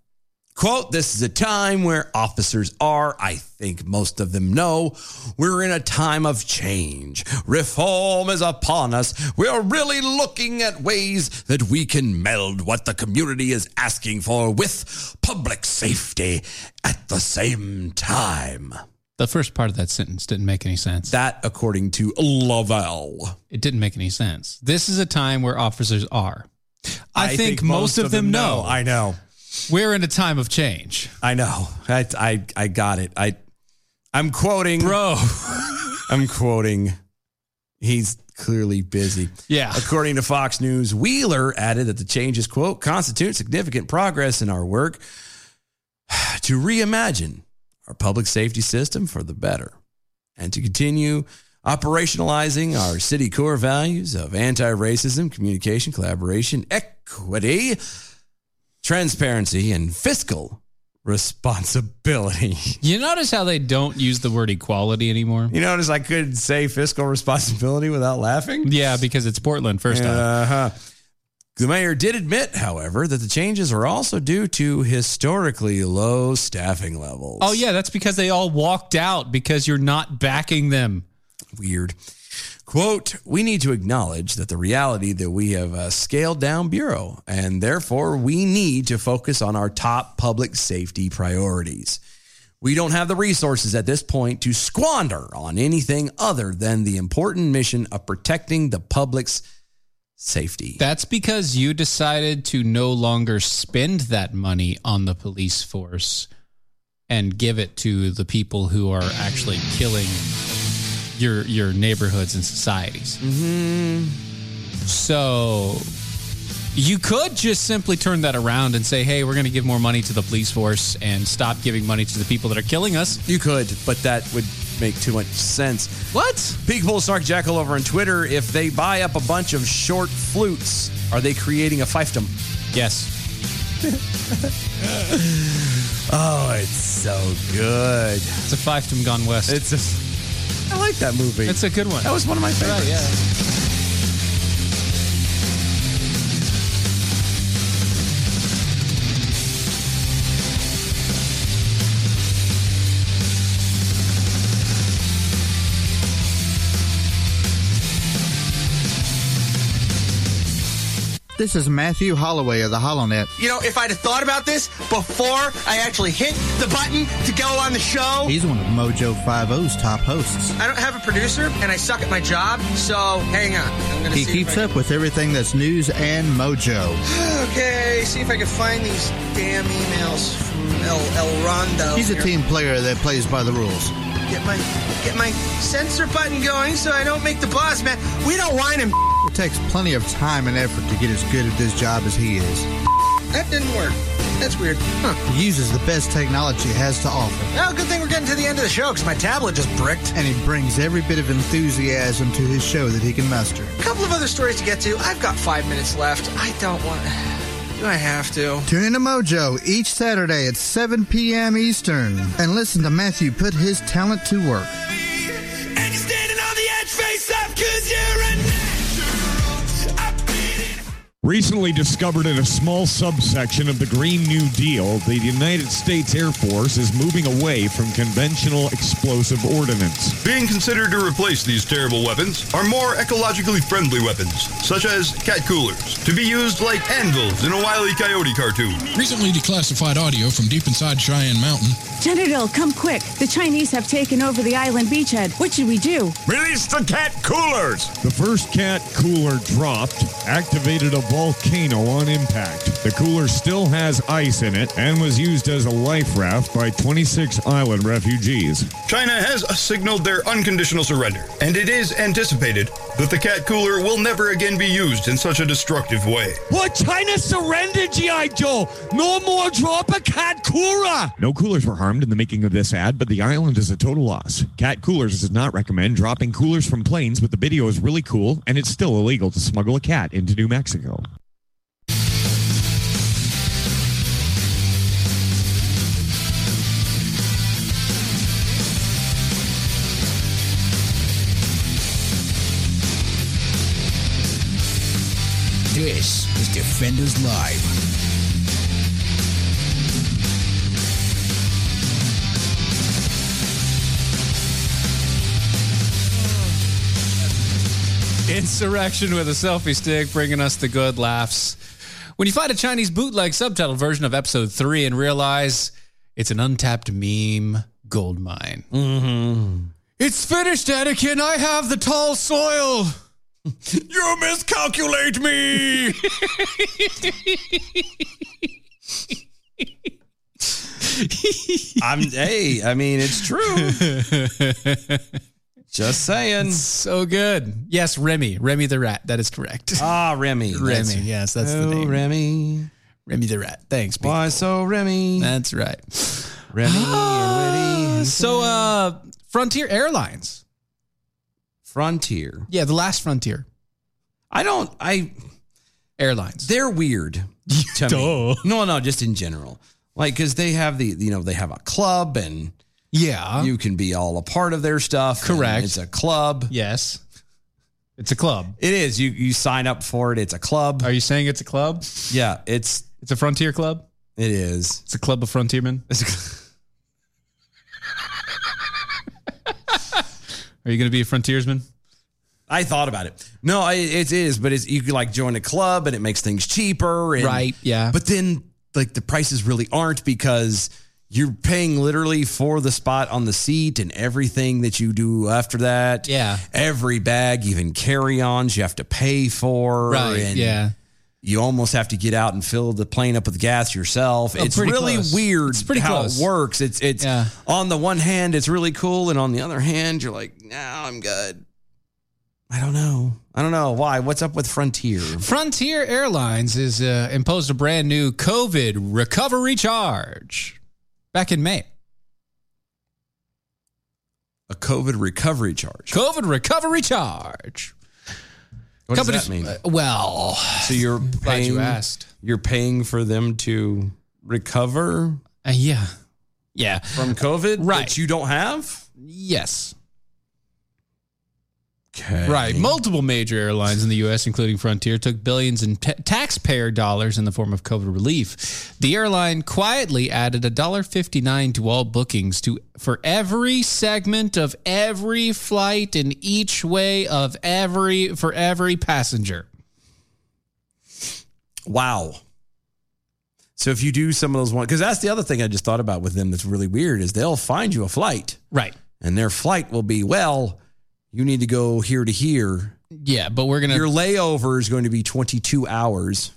Speaker 4: Quote, this is a time where officers are, I think most of them know, we're in a time of change. Reform is upon us. We are really looking at ways that we can meld what the community is asking for with public safety at the same time.
Speaker 5: The first part of that sentence didn't make any sense.
Speaker 4: That, according to Lovell.
Speaker 5: it didn't make any sense. This is a time where officers are. I, think, most, of them, know.
Speaker 4: I know.
Speaker 5: We're in a time of change.
Speaker 4: I know. I, I, I got it. I, I'm quoting.
Speaker 5: Bro.
Speaker 4: I'm quoting. He's clearly busy.
Speaker 5: Yeah.
Speaker 4: According to Fox News, Wheeler added that the changes, quote, constitute significant progress in our work to reimagine our public safety system for the better and to continue operationalizing our city core values of anti racism, communication, collaboration, equity, transparency, and fiscal responsibility.
Speaker 5: You notice how they don't use the word equality anymore?
Speaker 4: You notice I couldn't say fiscal responsibility without laughing?
Speaker 5: Yeah, because it's Portland, first off.
Speaker 4: Uh-huh. The mayor did admit, however, that the changes are also due to historically low staffing levels.
Speaker 5: Oh, yeah, that's because they all walked out because you're not backing them.
Speaker 4: Weird. Quote, we need to acknowledge that the reality that we have a scaled down bureau and therefore we need to focus on our top public safety priorities. We don't have the resources at this point to squander on anything other than the important mission of protecting the public's safety.
Speaker 5: That's because you decided to no longer spend that money on the police force and give it to the people who are actually killing your your neighborhoods and societies. Mm-hmm. So you could just simply turn that around and say, "Hey, we're going to give more money to the police force and stop giving money to the people that are killing us."
Speaker 4: you could, but that would make too much sense.
Speaker 5: What?
Speaker 4: Peak Bull Snark Jackal over on Twitter. If they buy up a bunch of short flutes, are they creating a fiefdom?
Speaker 5: Yes.
Speaker 4: Oh, it's so good.
Speaker 5: It's a fiefdom gone west.
Speaker 4: It's a, I like that movie.
Speaker 5: It's a good one.
Speaker 4: that was one of my favorites.
Speaker 5: Right, yeah.
Speaker 6: This is Matthew Holloway of the HollowNet.
Speaker 7: You know, if I'd have thought about this before I actually hit the button to go on the show,
Speaker 6: He's one of Mojo 50's top hosts.
Speaker 7: I don't have a producer and I suck at my job. So hang on, I'm gonna
Speaker 6: He
Speaker 7: see
Speaker 6: keeps
Speaker 7: if I
Speaker 6: up with everything that's news and mojo.
Speaker 7: Can, okay, see if I can find these damn emails from El El Rondo.
Speaker 6: He's a
Speaker 7: here.
Speaker 6: team player that plays by the rules.
Speaker 7: Get my get my sensor button going so I don't make the boss mad. We don't whine him.
Speaker 6: It takes plenty of time and effort to get as good at this job as he is.
Speaker 7: That didn't work. That's weird. Huh.
Speaker 6: He uses the best technology it has to offer,
Speaker 7: Well, good thing we're getting to the end of the show because my tablet just bricked.
Speaker 6: and he brings every bit of enthusiasm to his show that he can muster.
Speaker 7: A couple of other stories to get to. I've got five minutes left. I don't want. Do I have to?
Speaker 6: Tune into Mojo each Saturday at 7 p.m. Eastern and listen to Matthew put his talent to work.
Speaker 8: And you're standing on the edge, face up, cause you're a natural. I've been in
Speaker 9: Recently discovered in a small subsection of the Green New Deal, the United States Air Force is moving away from conventional explosive ordnance.
Speaker 10: Being considered to replace these terrible weapons are more ecologically friendly weapons, such as cat coolers, to be used like anvils in a wily coyote cartoon.
Speaker 9: Recently declassified audio from deep inside Cheyenne Mountain.
Speaker 11: General, come quick. The Chinese have taken over the island beachhead. What should we do?
Speaker 9: Release the cat coolers! The first cat cooler dropped activated a volcano on impact. The cooler still has ice in it and was used as a life raft by 26 island refugees.
Speaker 10: China has signaled their unconditional surrender, and it is anticipated that the cat cooler will never again be used in such a destructive way.
Speaker 9: What China surrendered, G.I. Joe! No more drop a cat cooler! No coolers were harmed in the making of this ad, but the island is a total loss. Cat Coolers does not recommend dropping coolers from planes, but the video is really cool, and it's still illegal to smuggle a cat into New Mexico.
Speaker 3: This is Defenders Live.
Speaker 5: Insurrection with a selfie stick, bringing us the good laughs. When you find a Chinese bootleg subtitle version of episode three and realize it's an untapped meme gold mine. Mm-hmm. It's finished, Anakin. I have the tall soil. you miscalculate me.
Speaker 4: I'm hey, I mean it's true. Just saying.
Speaker 5: so good. Yes, Remy. Remy the rat. That is correct.
Speaker 4: Ah, Remy.
Speaker 5: Remy. Yes, that's the
Speaker 4: oh,
Speaker 5: name.
Speaker 4: Remy.
Speaker 5: Remy the rat. Thanks. Pete.
Speaker 4: Why so Remy?
Speaker 5: That's right. Ah,
Speaker 4: Remy and Witty.
Speaker 5: So, uh, Frontier Airlines.
Speaker 4: Frontier.
Speaker 5: Yeah, the last Frontier
Speaker 4: I don't I
Speaker 5: Airlines.
Speaker 4: they're weird to me.
Speaker 5: Duh.
Speaker 4: No, no, just in general. Like cuz they have the you know, they have a club and
Speaker 5: yeah.
Speaker 4: you can be all a part of their stuff. and
Speaker 5: Correct.
Speaker 4: It's a club.
Speaker 5: yes. It's a club.
Speaker 4: It is. You you sign up for it. It's a club.
Speaker 5: Are you saying it's a club?
Speaker 4: yeah, it's
Speaker 5: It's a Frontier club?
Speaker 4: it is.
Speaker 5: It's a club of frontiermen? Are you going to be a frontiersman?
Speaker 4: I thought about it. No, I, it is, but it's you can like join a club and it makes things cheaper. And,
Speaker 5: Right, yeah.
Speaker 4: But then like the prices really aren't because you're paying literally for the spot on the seat and everything that you do after that.
Speaker 5: Yeah.
Speaker 4: Every bag, even carry-ons, you have to pay for. And
Speaker 5: yeah.
Speaker 4: You almost have to get out and fill the plane up with gas yourself.
Speaker 5: Oh,
Speaker 4: it's
Speaker 5: pretty
Speaker 4: really
Speaker 5: close.
Speaker 4: weird
Speaker 5: It's pretty
Speaker 4: how
Speaker 5: close.
Speaker 4: it works. It's it's
Speaker 5: Yeah.
Speaker 4: on the one hand it's really cool and on the other hand you're like, "No, I'm good." I don't know. I don't know why. What's up with Frontier?
Speaker 5: Frontier Airlines is uh, imposed a brand new COVID recovery charge back in May.
Speaker 4: A COVID recovery charge.
Speaker 5: COVID recovery charge.
Speaker 4: What
Speaker 5: Companies-
Speaker 4: does that mean?
Speaker 5: uh, well,
Speaker 4: so you're
Speaker 5: glad
Speaker 4: paying.
Speaker 5: you asked.
Speaker 4: You're paying for them to recover.
Speaker 5: uh, yeah, yeah,
Speaker 4: from COVID, right? That you don't have.
Speaker 5: Yes.
Speaker 4: Okay.
Speaker 5: Right. Multiple major airlines in the U.S., including Frontier, took billions in ta taxpayer dollars in the form of COVID relief. The airline quietly added $1.59 to all bookings to for every segment of every flight and each way of every for every passenger.
Speaker 4: Wow. So if you do some of those one, because that's the other thing I just thought about with them that's really weird is they'll find you a flight,
Speaker 5: right?
Speaker 4: And their flight will be well, you need to go here to here.
Speaker 5: Yeah, but we're gonna
Speaker 4: Your layover is going to be twenty two hours,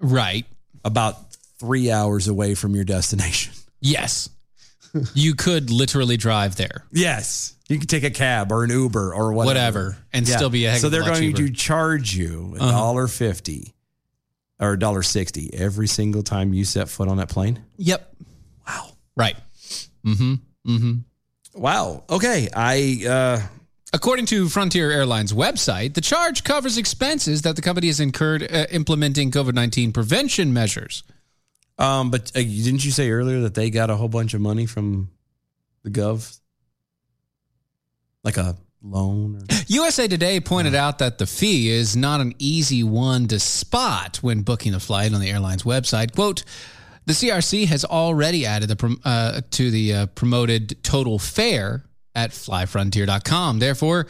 Speaker 5: right?
Speaker 4: About three hours away from your destination.
Speaker 5: Yes. you could literally drive there.
Speaker 4: Yes, you can take a cab or an Uber or whatever,
Speaker 5: Whatever, and still be a heck
Speaker 4: so
Speaker 5: of a
Speaker 4: they're
Speaker 5: lot
Speaker 4: going
Speaker 5: cheaper.
Speaker 4: to charge you a
Speaker 5: Uh-huh.
Speaker 4: dollar fifty or a dollar sixty every single time you set foot on that plane.
Speaker 5: Yep. Wow. Right. Mm-hmm. Mm-hmm.
Speaker 4: Wow. Okay. I uh
Speaker 5: According to Frontier Airlines website, the charge covers expenses that the company has incurred uh, implementing COVID-19 prevention measures.
Speaker 4: Um, but uh, didn't you say earlier that they got a whole bunch of money from the gov, like a loan? Or-
Speaker 5: USA Today pointed out that the fee is not an easy one to spot when booking a flight on the airline's website. Quote, the CRC has already added the prom- uh, to the uh, promoted total fare at flyfrontier.com. Therefore,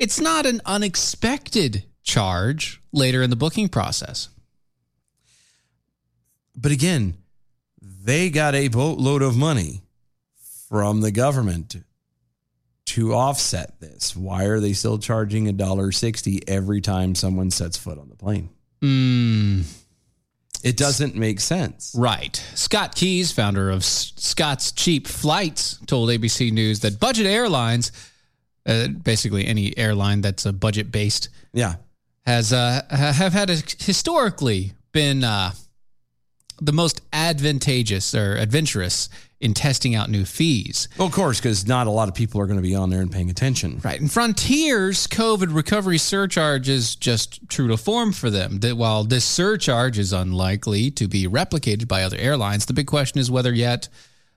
Speaker 5: it's not an unexpected charge later in the booking process.
Speaker 4: but again, they got a boatload of money from the government to offset this. Why are they still charging a dollar sixty every time someone sets foot on the plane?
Speaker 5: Mm.
Speaker 4: It doesn't make sense.
Speaker 5: Right. Scott Keys, founder of S- Scott's Cheap Flights, told ABC News that budget airlines, uh, basically any airline that's a budget based,
Speaker 4: yeah,
Speaker 5: has uh, ha- have had a, historically been uh, the most advantageous or adventurous in testing out new fees.
Speaker 4: Well, of course, because not a lot of people are going to be on there and paying attention.
Speaker 5: Right. And Frontier's COVID recovery surcharge is just true to form for them. That while this surcharge is unlikely to be replicated by other airlines, the big question is whether yet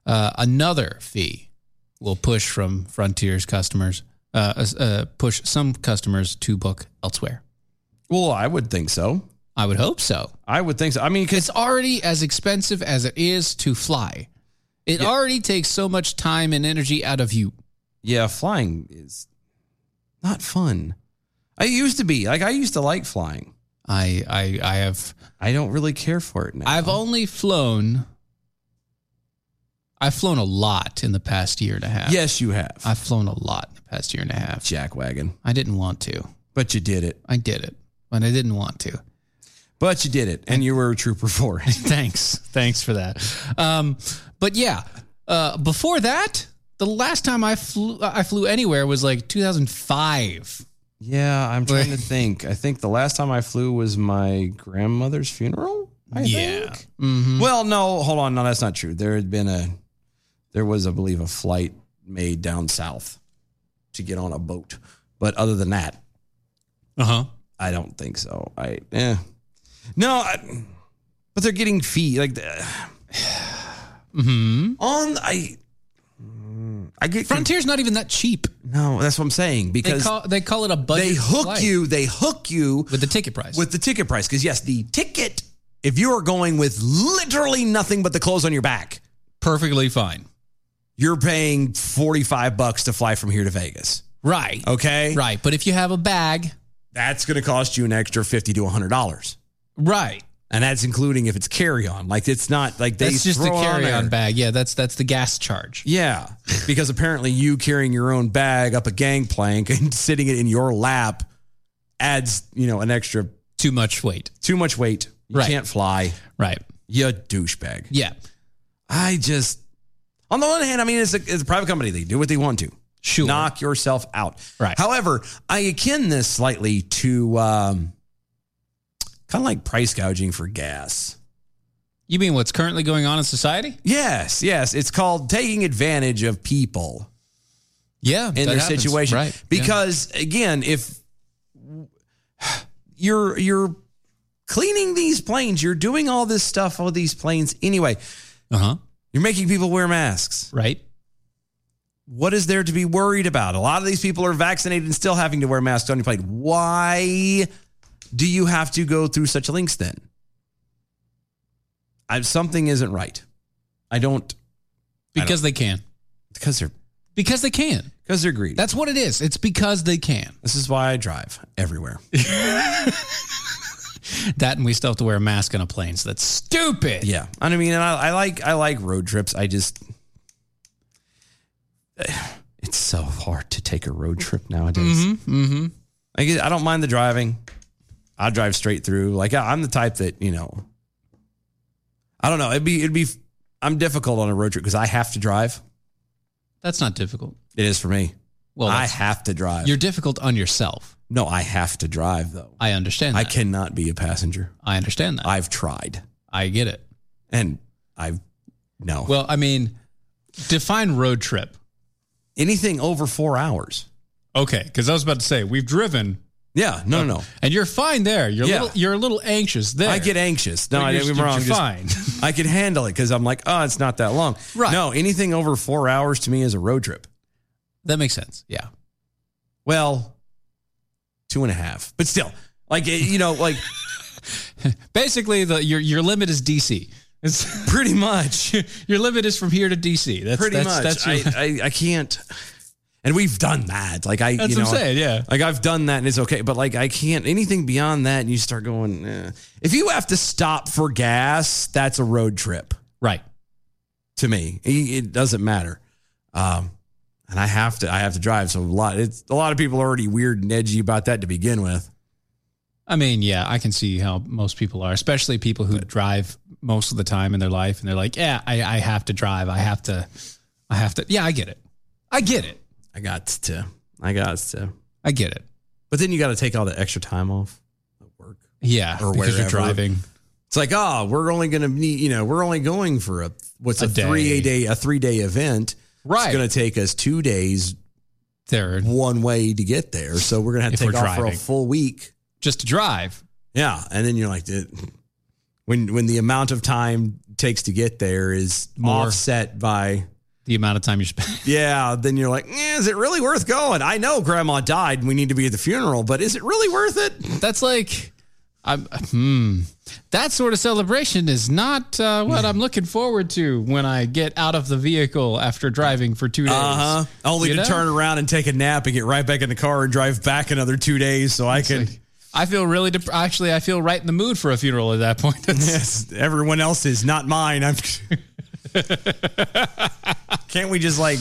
Speaker 5: uh, another fee will push from Frontier's customers, uh, uh, push some customers to book elsewhere.
Speaker 4: Well, I would think so.
Speaker 5: I would hope so.
Speaker 4: I would think so. I mean,
Speaker 5: it's already as expensive as it is to fly. It already takes so much time and energy out of you.
Speaker 4: Yeah, flying is not fun. I used to be like I used to like flying.
Speaker 5: I I I have
Speaker 4: I don't really care for it now.
Speaker 5: I've only flown. I've flown a lot in the past year and a half.
Speaker 4: Yes, you have.
Speaker 5: I've flown a lot in the past year and a half.
Speaker 4: Jack wagon.
Speaker 5: I didn't want to.
Speaker 4: But you did it.
Speaker 5: I did it, but I didn't want to.
Speaker 4: But you did it, and you were a trooper for it.
Speaker 5: Thanks, thanks for that. Um, but yeah, uh, before that, the last time I flew, I flew anywhere was like 2005.
Speaker 4: Yeah, I'm trying to think. I think the last time I flew was my grandmother's funeral. I
Speaker 5: Yeah.
Speaker 4: think. Well, no, hold on. No, that's not true. There had been a, there was, I believe, a flight made down south to get on a boat. But other than that,
Speaker 5: uh
Speaker 4: Uh-huh.
Speaker 5: huh.
Speaker 4: I don't think so. I, eh. No, I, but they're getting fee like, the,
Speaker 5: hmm
Speaker 4: on I. I get
Speaker 5: Frontier's not even that cheap.
Speaker 4: No, that's what I'm saying because
Speaker 5: they call, they call it a budget.
Speaker 4: they hook
Speaker 5: flight.
Speaker 4: you they hook you
Speaker 5: with the ticket price
Speaker 4: with the ticket price because yes the ticket if you are going with literally nothing but the clothes on your back
Speaker 5: perfectly fine
Speaker 4: you're paying 45 bucks to fly from here to vegas
Speaker 5: right
Speaker 4: okay
Speaker 5: right but if you have a bag
Speaker 4: that's going to cost you an extra 50 to 100 dollars
Speaker 5: right
Speaker 4: and that's including if it's carry-on like it's not like they
Speaker 5: that's just the
Speaker 4: throw it
Speaker 5: carry on
Speaker 4: there.
Speaker 5: bag. Yeah, that's that's the gas charge.
Speaker 4: yeah because apparently you carrying your own bag up a gangplank and sitting it in your lap adds you know an extra
Speaker 5: too much weight
Speaker 4: too much weight you
Speaker 5: Right.
Speaker 4: can't fly
Speaker 5: right
Speaker 4: you douchebag
Speaker 5: Yeah.
Speaker 4: I just, on the one hand, I mean, it's a, it's a private company. They do what they want to.
Speaker 5: Sure.
Speaker 4: Knock yourself out.
Speaker 5: Right.
Speaker 4: However, I akin this slightly to um, kind of like price gouging for gas.
Speaker 5: You mean what's currently going on in society?
Speaker 4: Yes, yes. It's called taking advantage of people.
Speaker 5: Yeah,
Speaker 4: in
Speaker 5: that
Speaker 4: their
Speaker 5: happens.
Speaker 4: situation.
Speaker 5: Right, yeah.
Speaker 4: Because again, if you're you're cleaning these planes, you're doing all this stuff on these planes anyway.
Speaker 5: Uh huh.
Speaker 4: You're making people wear masks,
Speaker 5: right?
Speaker 4: What is there to be worried about? A lot of these people are vaccinated and still having to wear masks on your plane. Why do you have to go through such links then? I, something isn't right. I don't
Speaker 5: Because they can.
Speaker 4: Because they're
Speaker 5: because they can.
Speaker 4: Because they're greedy.
Speaker 5: That's what it is. It's because they can.
Speaker 4: This is why I drive everywhere.
Speaker 5: that and we still have to wear a mask on a plane, so that's stupid.
Speaker 4: Yeah, and I mean, and I, I like I like road trips. I just it's so hard to take a road trip nowadays.
Speaker 5: Mm-hmm.
Speaker 4: I get, I don't mind the driving. I drive straight through. Like I, I'm the type that you know. I don't know. It'd be it'd be. I'm difficult on a road trip because I have to drive.
Speaker 5: That's not difficult.
Speaker 4: It is for me.
Speaker 5: Well,
Speaker 4: I
Speaker 5: that's-
Speaker 4: have to drive.
Speaker 5: You're difficult on yourself.
Speaker 4: No, I have to drive though.
Speaker 5: I understand.
Speaker 4: I cannot be a passenger.
Speaker 5: I understand that.
Speaker 4: I've tried.
Speaker 5: I get it.
Speaker 4: And I've no.
Speaker 5: Well, I mean, define road trip.
Speaker 4: Anything over four hours.
Speaker 5: Okay, because I was about to say we've driven.
Speaker 4: Yeah, no, no, no.
Speaker 5: And you're fine there. You're
Speaker 4: Yeah.
Speaker 5: little, you're a little anxious there.
Speaker 4: I get anxious. No,
Speaker 5: But
Speaker 4: I
Speaker 5: you're-
Speaker 4: didn't get me wrong.
Speaker 5: You're
Speaker 4: Just-
Speaker 5: fine.
Speaker 4: I can handle it because I'm like, oh, it's not that long. Right. No, anything over four hours to me is a road trip.
Speaker 5: That makes sense. Yeah.
Speaker 4: Well, two and a half, but still, like it- you know, like
Speaker 5: basically the your your limit is DC. It's
Speaker 4: pretty much
Speaker 5: your limit is from here to DC. That's
Speaker 4: pretty
Speaker 5: that's,
Speaker 4: much.
Speaker 5: That's your,
Speaker 4: I, I I can't. And we've done that. Like I,
Speaker 5: That's
Speaker 4: you
Speaker 5: what I'm
Speaker 4: know,
Speaker 5: saying, yeah.
Speaker 4: Like I've done that, and it's okay. But like I can't anything beyond that, and you start going. eh. If you have to stop for gas, that's a road trip,
Speaker 5: right?
Speaker 4: To me, it, it doesn't matter. Um, and I have to, I have to drive. So a lot, it's a lot of people are already weird and edgy about that to begin with.
Speaker 5: I mean, yeah, I can see how most people are, especially people who drive most of the time in their life, and they're like, "Yeah, I, I have to drive. I have to, I have to." Yeah, I get it. I get it.
Speaker 4: I got to. I got to.
Speaker 5: I get it.
Speaker 4: But then you got to take all the extra time off at work.
Speaker 5: Yeah,
Speaker 4: Or
Speaker 5: because
Speaker 4: wherever.
Speaker 5: you're driving.
Speaker 4: It's like, oh, we're only going to need, you know, we're only going for a, what's
Speaker 5: A
Speaker 4: a,
Speaker 5: day.
Speaker 4: three a day, a three day event.
Speaker 5: Right.
Speaker 4: It's going to take us two days
Speaker 5: there
Speaker 4: one way to get there. So we're going to have to
Speaker 5: If
Speaker 4: take
Speaker 5: we're
Speaker 4: off for a
Speaker 5: driving.
Speaker 4: full week.
Speaker 5: Just to drive.
Speaker 4: Yeah. And then you're like, "Dude," when, when the amount of time takes to get there is
Speaker 5: More.
Speaker 4: offset by
Speaker 5: the amount of time you spend.
Speaker 4: Yeah, then you're like, eh, is it really worth going? I know grandma died and we need to be at the funeral, but is it really worth it?
Speaker 5: That's like, I'm, hmm, that sort of celebration is not uh, what I'm looking forward to when I get out of the vehicle after driving for two days.
Speaker 4: Uh huh. Only
Speaker 5: You
Speaker 4: to
Speaker 5: know?
Speaker 4: turn around and take a nap and get right back in the car and drive back another two days so I can.
Speaker 5: I feel really, dep- actually, I feel right in the mood for a funeral at that point.
Speaker 4: yes, everyone else is not mine. I'm. Can't we just like,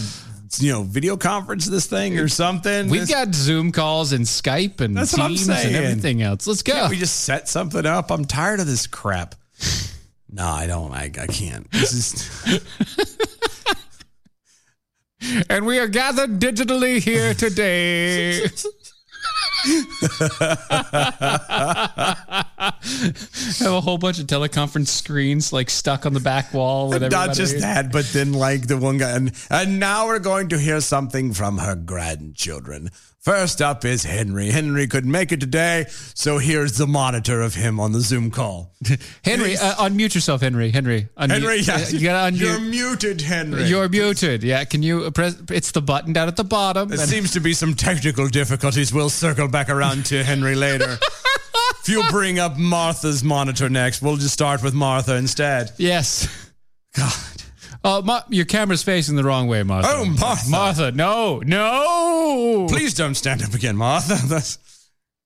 Speaker 4: you know, video conference this thing or something?
Speaker 5: We've
Speaker 4: This-
Speaker 5: got Zoom calls and Skype and
Speaker 4: That's what I'm
Speaker 5: Teams and
Speaker 4: saying.
Speaker 5: everything else. Let's go.
Speaker 4: Can't we just set something up. I'm tired of this crap. No, I don't. I, I can't. This is.
Speaker 5: and we are gathered digitally here today. Have a whole bunch of teleconference screens like stuck on the back wall. With
Speaker 4: Not
Speaker 5: everybody.
Speaker 4: just that, but then like the one guy, and, and now we're going to hear something from her grandchildren. First up is Henry. Henry could make it today, so here's the monitor of him on the Zoom call.
Speaker 5: Henry, uh, unmute yourself, Henry. Henry, unmute.
Speaker 4: Henry,
Speaker 5: Uh,
Speaker 4: yes.
Speaker 5: you gotta
Speaker 4: You're
Speaker 5: unmute.
Speaker 4: muted, Henry.
Speaker 5: You're muted. Yeah, can you uh, press? It's the button down at the bottom.
Speaker 4: there
Speaker 5: And-
Speaker 4: seems to be some technical difficulties. We'll circle back around to Henry later. if you bring up Martha's monitor next, we'll just start with Martha instead.
Speaker 5: Yes. God. Uh, Ma- your camera's facing the wrong way, Martha.
Speaker 4: Oh, Martha.
Speaker 5: Martha, no, no.
Speaker 4: Please don't stand up again, Martha. That's,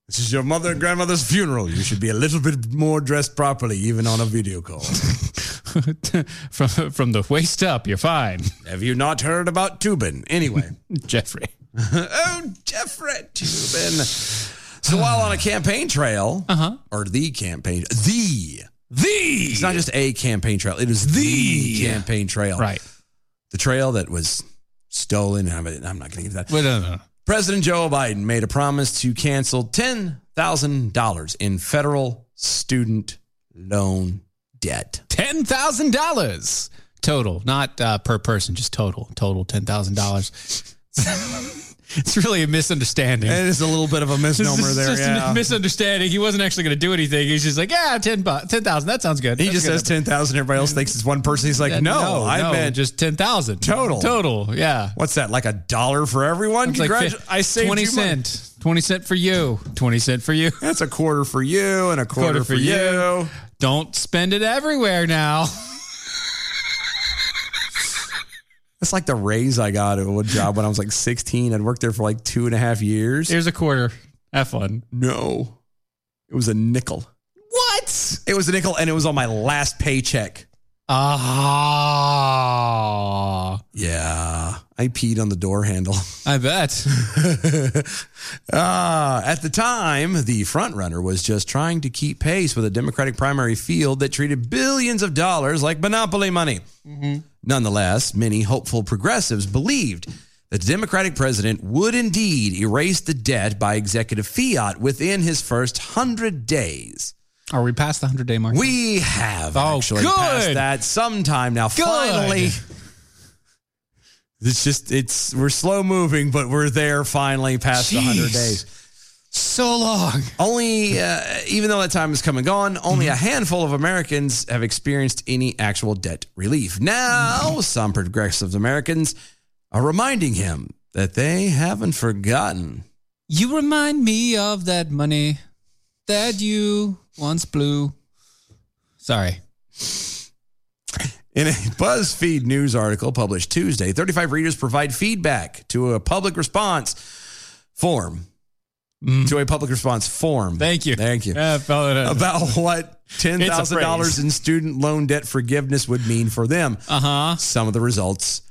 Speaker 4: this is your mother and grandmother's funeral. You should be a little bit more dressed properly, even on a video call.
Speaker 5: from from the waist up, you're fine.
Speaker 4: Have you not heard about Tubin? Anyway,
Speaker 5: Jeffrey.
Speaker 4: oh, Jeffrey Tubin. So while on a campaign trail, uh-huh. or the campaign, the the it's not just a campaign trail; it is the campaign trail,
Speaker 5: Right.
Speaker 4: The trail that was stolen. I'm, I'm not going to get that.
Speaker 5: Wait, no, no, no.
Speaker 4: President Joe Biden made a promise to cancel ten thousand dollars in federal student loan debt.
Speaker 5: Ten thousand dollars total, not uh, per person, just total. Total ten thousand dollars. It's really a misunderstanding.
Speaker 4: It is a little bit of a misnomer
Speaker 5: It's
Speaker 4: there.
Speaker 5: just
Speaker 4: yeah.
Speaker 5: a misunderstanding. He wasn't actually going to do anything. He's just like, yeah, 10 bucks, 10,000. That sounds good.
Speaker 4: he
Speaker 5: That's
Speaker 4: just
Speaker 5: a good
Speaker 4: says ten thousand. Everybody else thinks it's one person. He's like,
Speaker 5: Yeah,
Speaker 4: no,
Speaker 5: no,
Speaker 4: I
Speaker 5: no,
Speaker 4: meant
Speaker 5: just ten thousand
Speaker 4: total.
Speaker 5: Total, yeah.
Speaker 4: What's that? Like a dollar for everyone?
Speaker 5: It's like
Speaker 4: Congratu-
Speaker 5: fif-
Speaker 4: I saved
Speaker 5: 20
Speaker 4: you money.
Speaker 5: cent. 20 cent for you. 20 cent for you.
Speaker 4: That's a quarter for you and a quarter for you.
Speaker 5: Don't spend it everywhere now.
Speaker 4: That's like the raise I got at a wood job when I was like 16. I'd worked there for like two and a half years.
Speaker 5: Here's a quarter. Have fun.
Speaker 4: No, it was a nickel.
Speaker 5: What?
Speaker 4: It was a nickel and it was on my last paycheck.
Speaker 5: Ah.
Speaker 4: Yeah. I peed on the door handle.
Speaker 5: I bet.
Speaker 4: Ah, at the time, the front runner was just trying to keep pace with a Democratic primary field that treated billions of dollars like monopoly money. Mm-hmm. Nonetheless, many hopeful progressives believed that the Democratic president would indeed erase the debt by executive fiat within his first 100 days.
Speaker 5: Are we past the 100 day mark?
Speaker 4: We have
Speaker 5: Oh,
Speaker 4: actually
Speaker 5: good.
Speaker 4: passed that sometime now.
Speaker 5: Good.
Speaker 4: Finally. It's just it's we're slow moving, but we're there finally past the hundred
Speaker 5: Jeez.
Speaker 4: days.
Speaker 5: So long.
Speaker 4: Only uh, even though that time has come and gone, only
Speaker 5: Mm-hmm.
Speaker 4: a handful of Americans have experienced any actual debt relief.
Speaker 5: Mm-hmm.
Speaker 4: Now, some progressive Americans are reminding him that they haven't forgotten.
Speaker 5: You remind me of that money that you once blew. Sorry.
Speaker 4: In a BuzzFeed news article published Tuesday, 35 readers provide feedback to a public response form.
Speaker 5: Mm.
Speaker 4: To a public response form. Thank you. Thank you.
Speaker 5: Yeah, I followed it.
Speaker 4: About what
Speaker 5: Uh, It's a
Speaker 4: $10,000
Speaker 5: phrase.
Speaker 4: in student loan debt forgiveness would mean for them. Uh
Speaker 5: Uh-huh.
Speaker 4: huh. Some of the results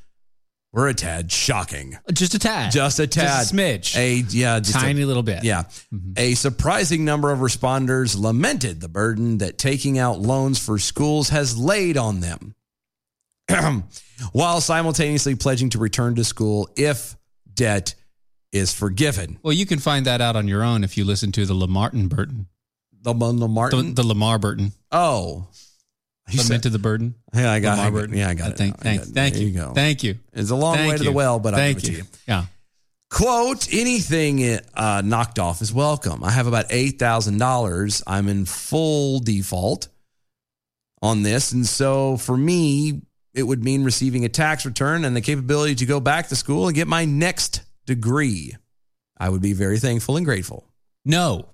Speaker 4: were a tad shocking.
Speaker 5: Just a tad.
Speaker 4: Just a tad.
Speaker 5: Just a smidge.
Speaker 4: A yeah, just
Speaker 5: Tiny
Speaker 4: a,
Speaker 5: little bit.
Speaker 4: Yeah.
Speaker 5: Mm-hmm.
Speaker 4: A surprising number of responders lamented the burden that taking out loans for schools has laid on them. while simultaneously pledging to return to school if debt is forgiven.
Speaker 5: Well, you can find that out on your own if you listen to the Lamartin Burton.
Speaker 4: The Lamartin?
Speaker 5: The, Lamar Burton.
Speaker 4: Oh. He said-
Speaker 5: Lamented the burden.
Speaker 4: Yeah, I got
Speaker 5: Lamar
Speaker 4: it.
Speaker 5: Burton.
Speaker 4: Yeah, I got it.
Speaker 5: Thank,
Speaker 4: I
Speaker 5: thank,
Speaker 4: got it.
Speaker 5: thank
Speaker 4: There
Speaker 5: you.
Speaker 4: you go.
Speaker 5: Thank you.
Speaker 4: It's a long
Speaker 5: Thank
Speaker 4: way to the
Speaker 5: you.
Speaker 4: well, but I'll
Speaker 5: thank
Speaker 4: give it to you.
Speaker 5: Yeah.
Speaker 4: quote anything uh, knocked off is welcome i have about $8000 i'm in full default on this and so for me it would mean receiving a tax return and the capability to go back to school and get my next degree i would be very thankful and grateful
Speaker 5: No.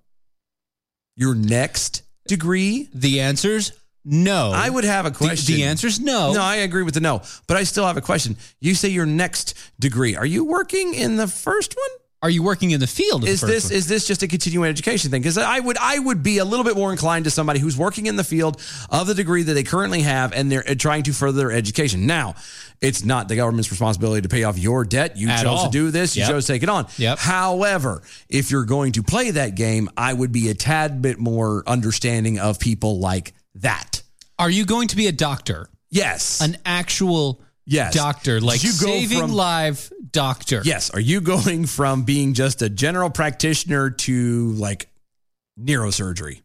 Speaker 4: your next degree
Speaker 5: the answers no
Speaker 4: i would have a
Speaker 5: The- the
Speaker 4: question
Speaker 5: answer's no.
Speaker 4: no i agree with the no but i still have a question you say your next degree are you working in the first one
Speaker 5: Are you working in the field? of
Speaker 4: is
Speaker 5: the first
Speaker 4: this
Speaker 5: one?
Speaker 4: is this just a continuing education thing? Because I would I would be a little bit more inclined to somebody who's working in the field of the degree that they currently have and they're uh, trying to further their education. Now, it's not the government's responsibility to pay off your debt. You
Speaker 5: At
Speaker 4: chose
Speaker 5: all.
Speaker 4: to do this. You
Speaker 5: Yep.
Speaker 4: chose to take it on.
Speaker 5: Yep.
Speaker 4: However, if you're going to play that game, I would be a tad bit more understanding of people like that.
Speaker 5: Are you going to be a doctor?
Speaker 4: Yes.
Speaker 5: An actual
Speaker 4: Yes.
Speaker 5: doctor, like
Speaker 4: You go
Speaker 5: saving
Speaker 4: from-
Speaker 5: live doctor.
Speaker 4: Yes. Are you going from being just a general practitioner to like neurosurgery?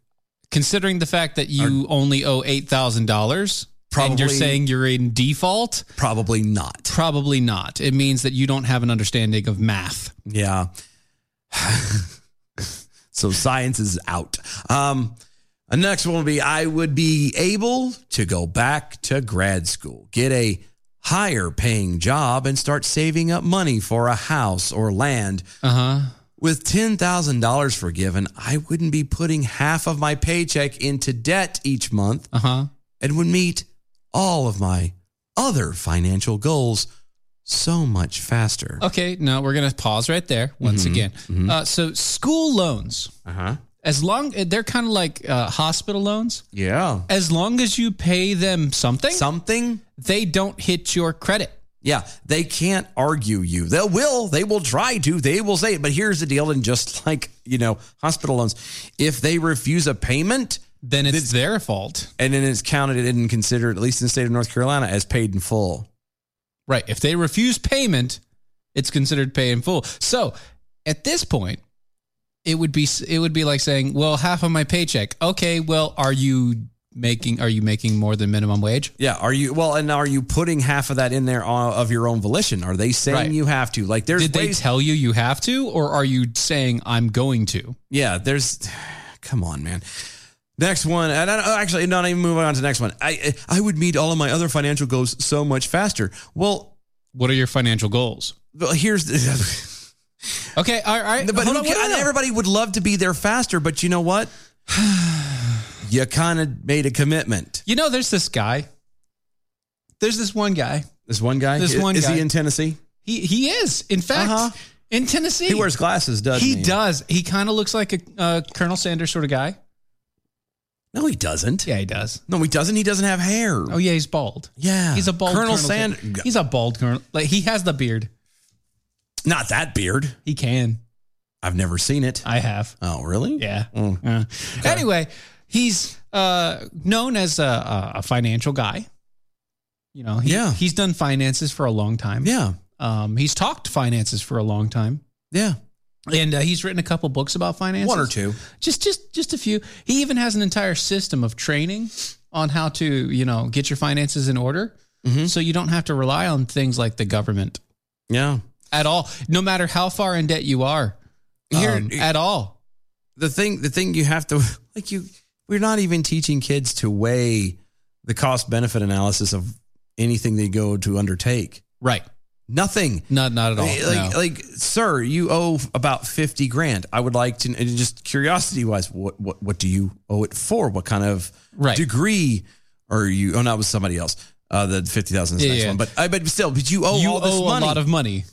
Speaker 5: Considering the fact that you only owe eight thousand dollars, and
Speaker 4: Probably-
Speaker 5: you're saying you're in default,
Speaker 4: Probably not.
Speaker 5: probably not. It means that you don't have an understanding of math.
Speaker 4: Yeah. so science is out. Um, the next one will be I would be able to go back to grad school, get a higher paying job, and start saving up money for a house or land.
Speaker 5: Uh huh.
Speaker 4: With $10,000 forgiven, I wouldn't be putting half of my paycheck into debt each month
Speaker 5: Uh huh.
Speaker 4: and would meet all of my other financial goals so much faster.
Speaker 5: Okay, now we're gonna pause right there once
Speaker 4: Mm-hmm.
Speaker 5: again. Uh, so school loans,
Speaker 4: Uh huh.
Speaker 5: as long they're kind of like uh, hospital loans,
Speaker 4: Yeah.
Speaker 5: as long as you pay them something,
Speaker 4: Something
Speaker 5: they don't hit your credit.
Speaker 4: Yeah, they can't argue you. They will. They will try to. They will say it. But here's the deal. And just like, you know, hospital loans, if they refuse a payment
Speaker 5: Then it's their fault,
Speaker 4: and then it's counted and considered, at least in the state of North Carolina, as paid in full.
Speaker 5: right? If they refuse payment, it's considered pay in full. So at this point, it would be it would be like saying, "Well, half of my paycheck." Okay, well, are you making? Are you making more than minimum wage?
Speaker 4: Yeah. Are you well? And are you putting half of that in there on, of your own volition? Are they saying
Speaker 5: Right.
Speaker 4: you have to? Like, there's
Speaker 5: Did they
Speaker 4: ways-
Speaker 5: tell you you have to, or are you saying I'm going to?
Speaker 4: yeah. There's. Come on, man. Next one, and I don't, oh, actually, not even moving on to the next one. I I would meet all of my other financial goals so much faster. Well,
Speaker 5: what are your financial goals?
Speaker 4: Well, here's the.
Speaker 5: Okay, all right.
Speaker 4: But
Speaker 5: Hold
Speaker 4: who
Speaker 5: on, hold
Speaker 4: ca-
Speaker 5: on, hold on.
Speaker 4: everybody would love to be there faster, but you know what? you kind of made a commitment.
Speaker 5: You know, there's this guy. There's this one guy.
Speaker 4: This one guy.
Speaker 5: This
Speaker 4: Is-
Speaker 5: one
Speaker 4: is
Speaker 5: guy.
Speaker 4: he in Tennessee?
Speaker 5: He he is in fact in Tennessee.
Speaker 4: Uh-huh. He wears glasses, doesn't he?
Speaker 5: He does. He kind of looks like a uh, Colonel Sanders sort of guy.
Speaker 4: No, he doesn't.
Speaker 5: Yeah, he does.
Speaker 4: No, he doesn't. He doesn't have hair.
Speaker 5: Oh yeah, he's bald.
Speaker 4: Yeah,
Speaker 5: he's a bald
Speaker 4: Colonel
Speaker 5: Colonel,
Speaker 4: Sand-
Speaker 5: Sanders. He's a bald Colonel. Like he has the beard.
Speaker 4: Not that beard.
Speaker 5: He can.
Speaker 4: I've never seen it.
Speaker 5: I have.
Speaker 4: Oh, really?
Speaker 5: Yeah.
Speaker 4: Mm.
Speaker 5: Uh, Anyway, he's uh, known as a- a, a financial guy. You know, he,
Speaker 4: Yeah.
Speaker 5: he's done finances for a long time.
Speaker 4: Yeah.
Speaker 5: Um, he's talked finances for a long time.
Speaker 4: Yeah.
Speaker 5: And uh, he's written a couple books about finances.
Speaker 4: One or two.
Speaker 5: Just just just a few. He even has an entire system of training on how to, you know, get your finances in order
Speaker 4: Mm-hmm.
Speaker 5: so you don't have to rely on things like the government
Speaker 4: Yeah.
Speaker 5: at all, no matter how far in debt you are.
Speaker 4: Here-
Speaker 5: um, at all.
Speaker 4: The thing, the thing you have to like you. We're not even teaching kids to weigh the cost benefit analysis of anything they go to undertake.
Speaker 5: Right.
Speaker 4: Nothing.
Speaker 5: Not not at all.
Speaker 4: Like, like,
Speaker 5: no.
Speaker 4: like, sir, you owe about fifty grand. I would like to and just curiosity wise, what, what, what do you owe it for? What kind of
Speaker 5: Right.
Speaker 4: degree are you? Oh, no, it was somebody else. Uh, the fifty thousand is the
Speaker 5: Yeah,
Speaker 4: next
Speaker 5: yeah.
Speaker 4: one, but I, but still, but you owe
Speaker 5: you
Speaker 4: all this
Speaker 5: owe
Speaker 4: money.
Speaker 5: a lot of money.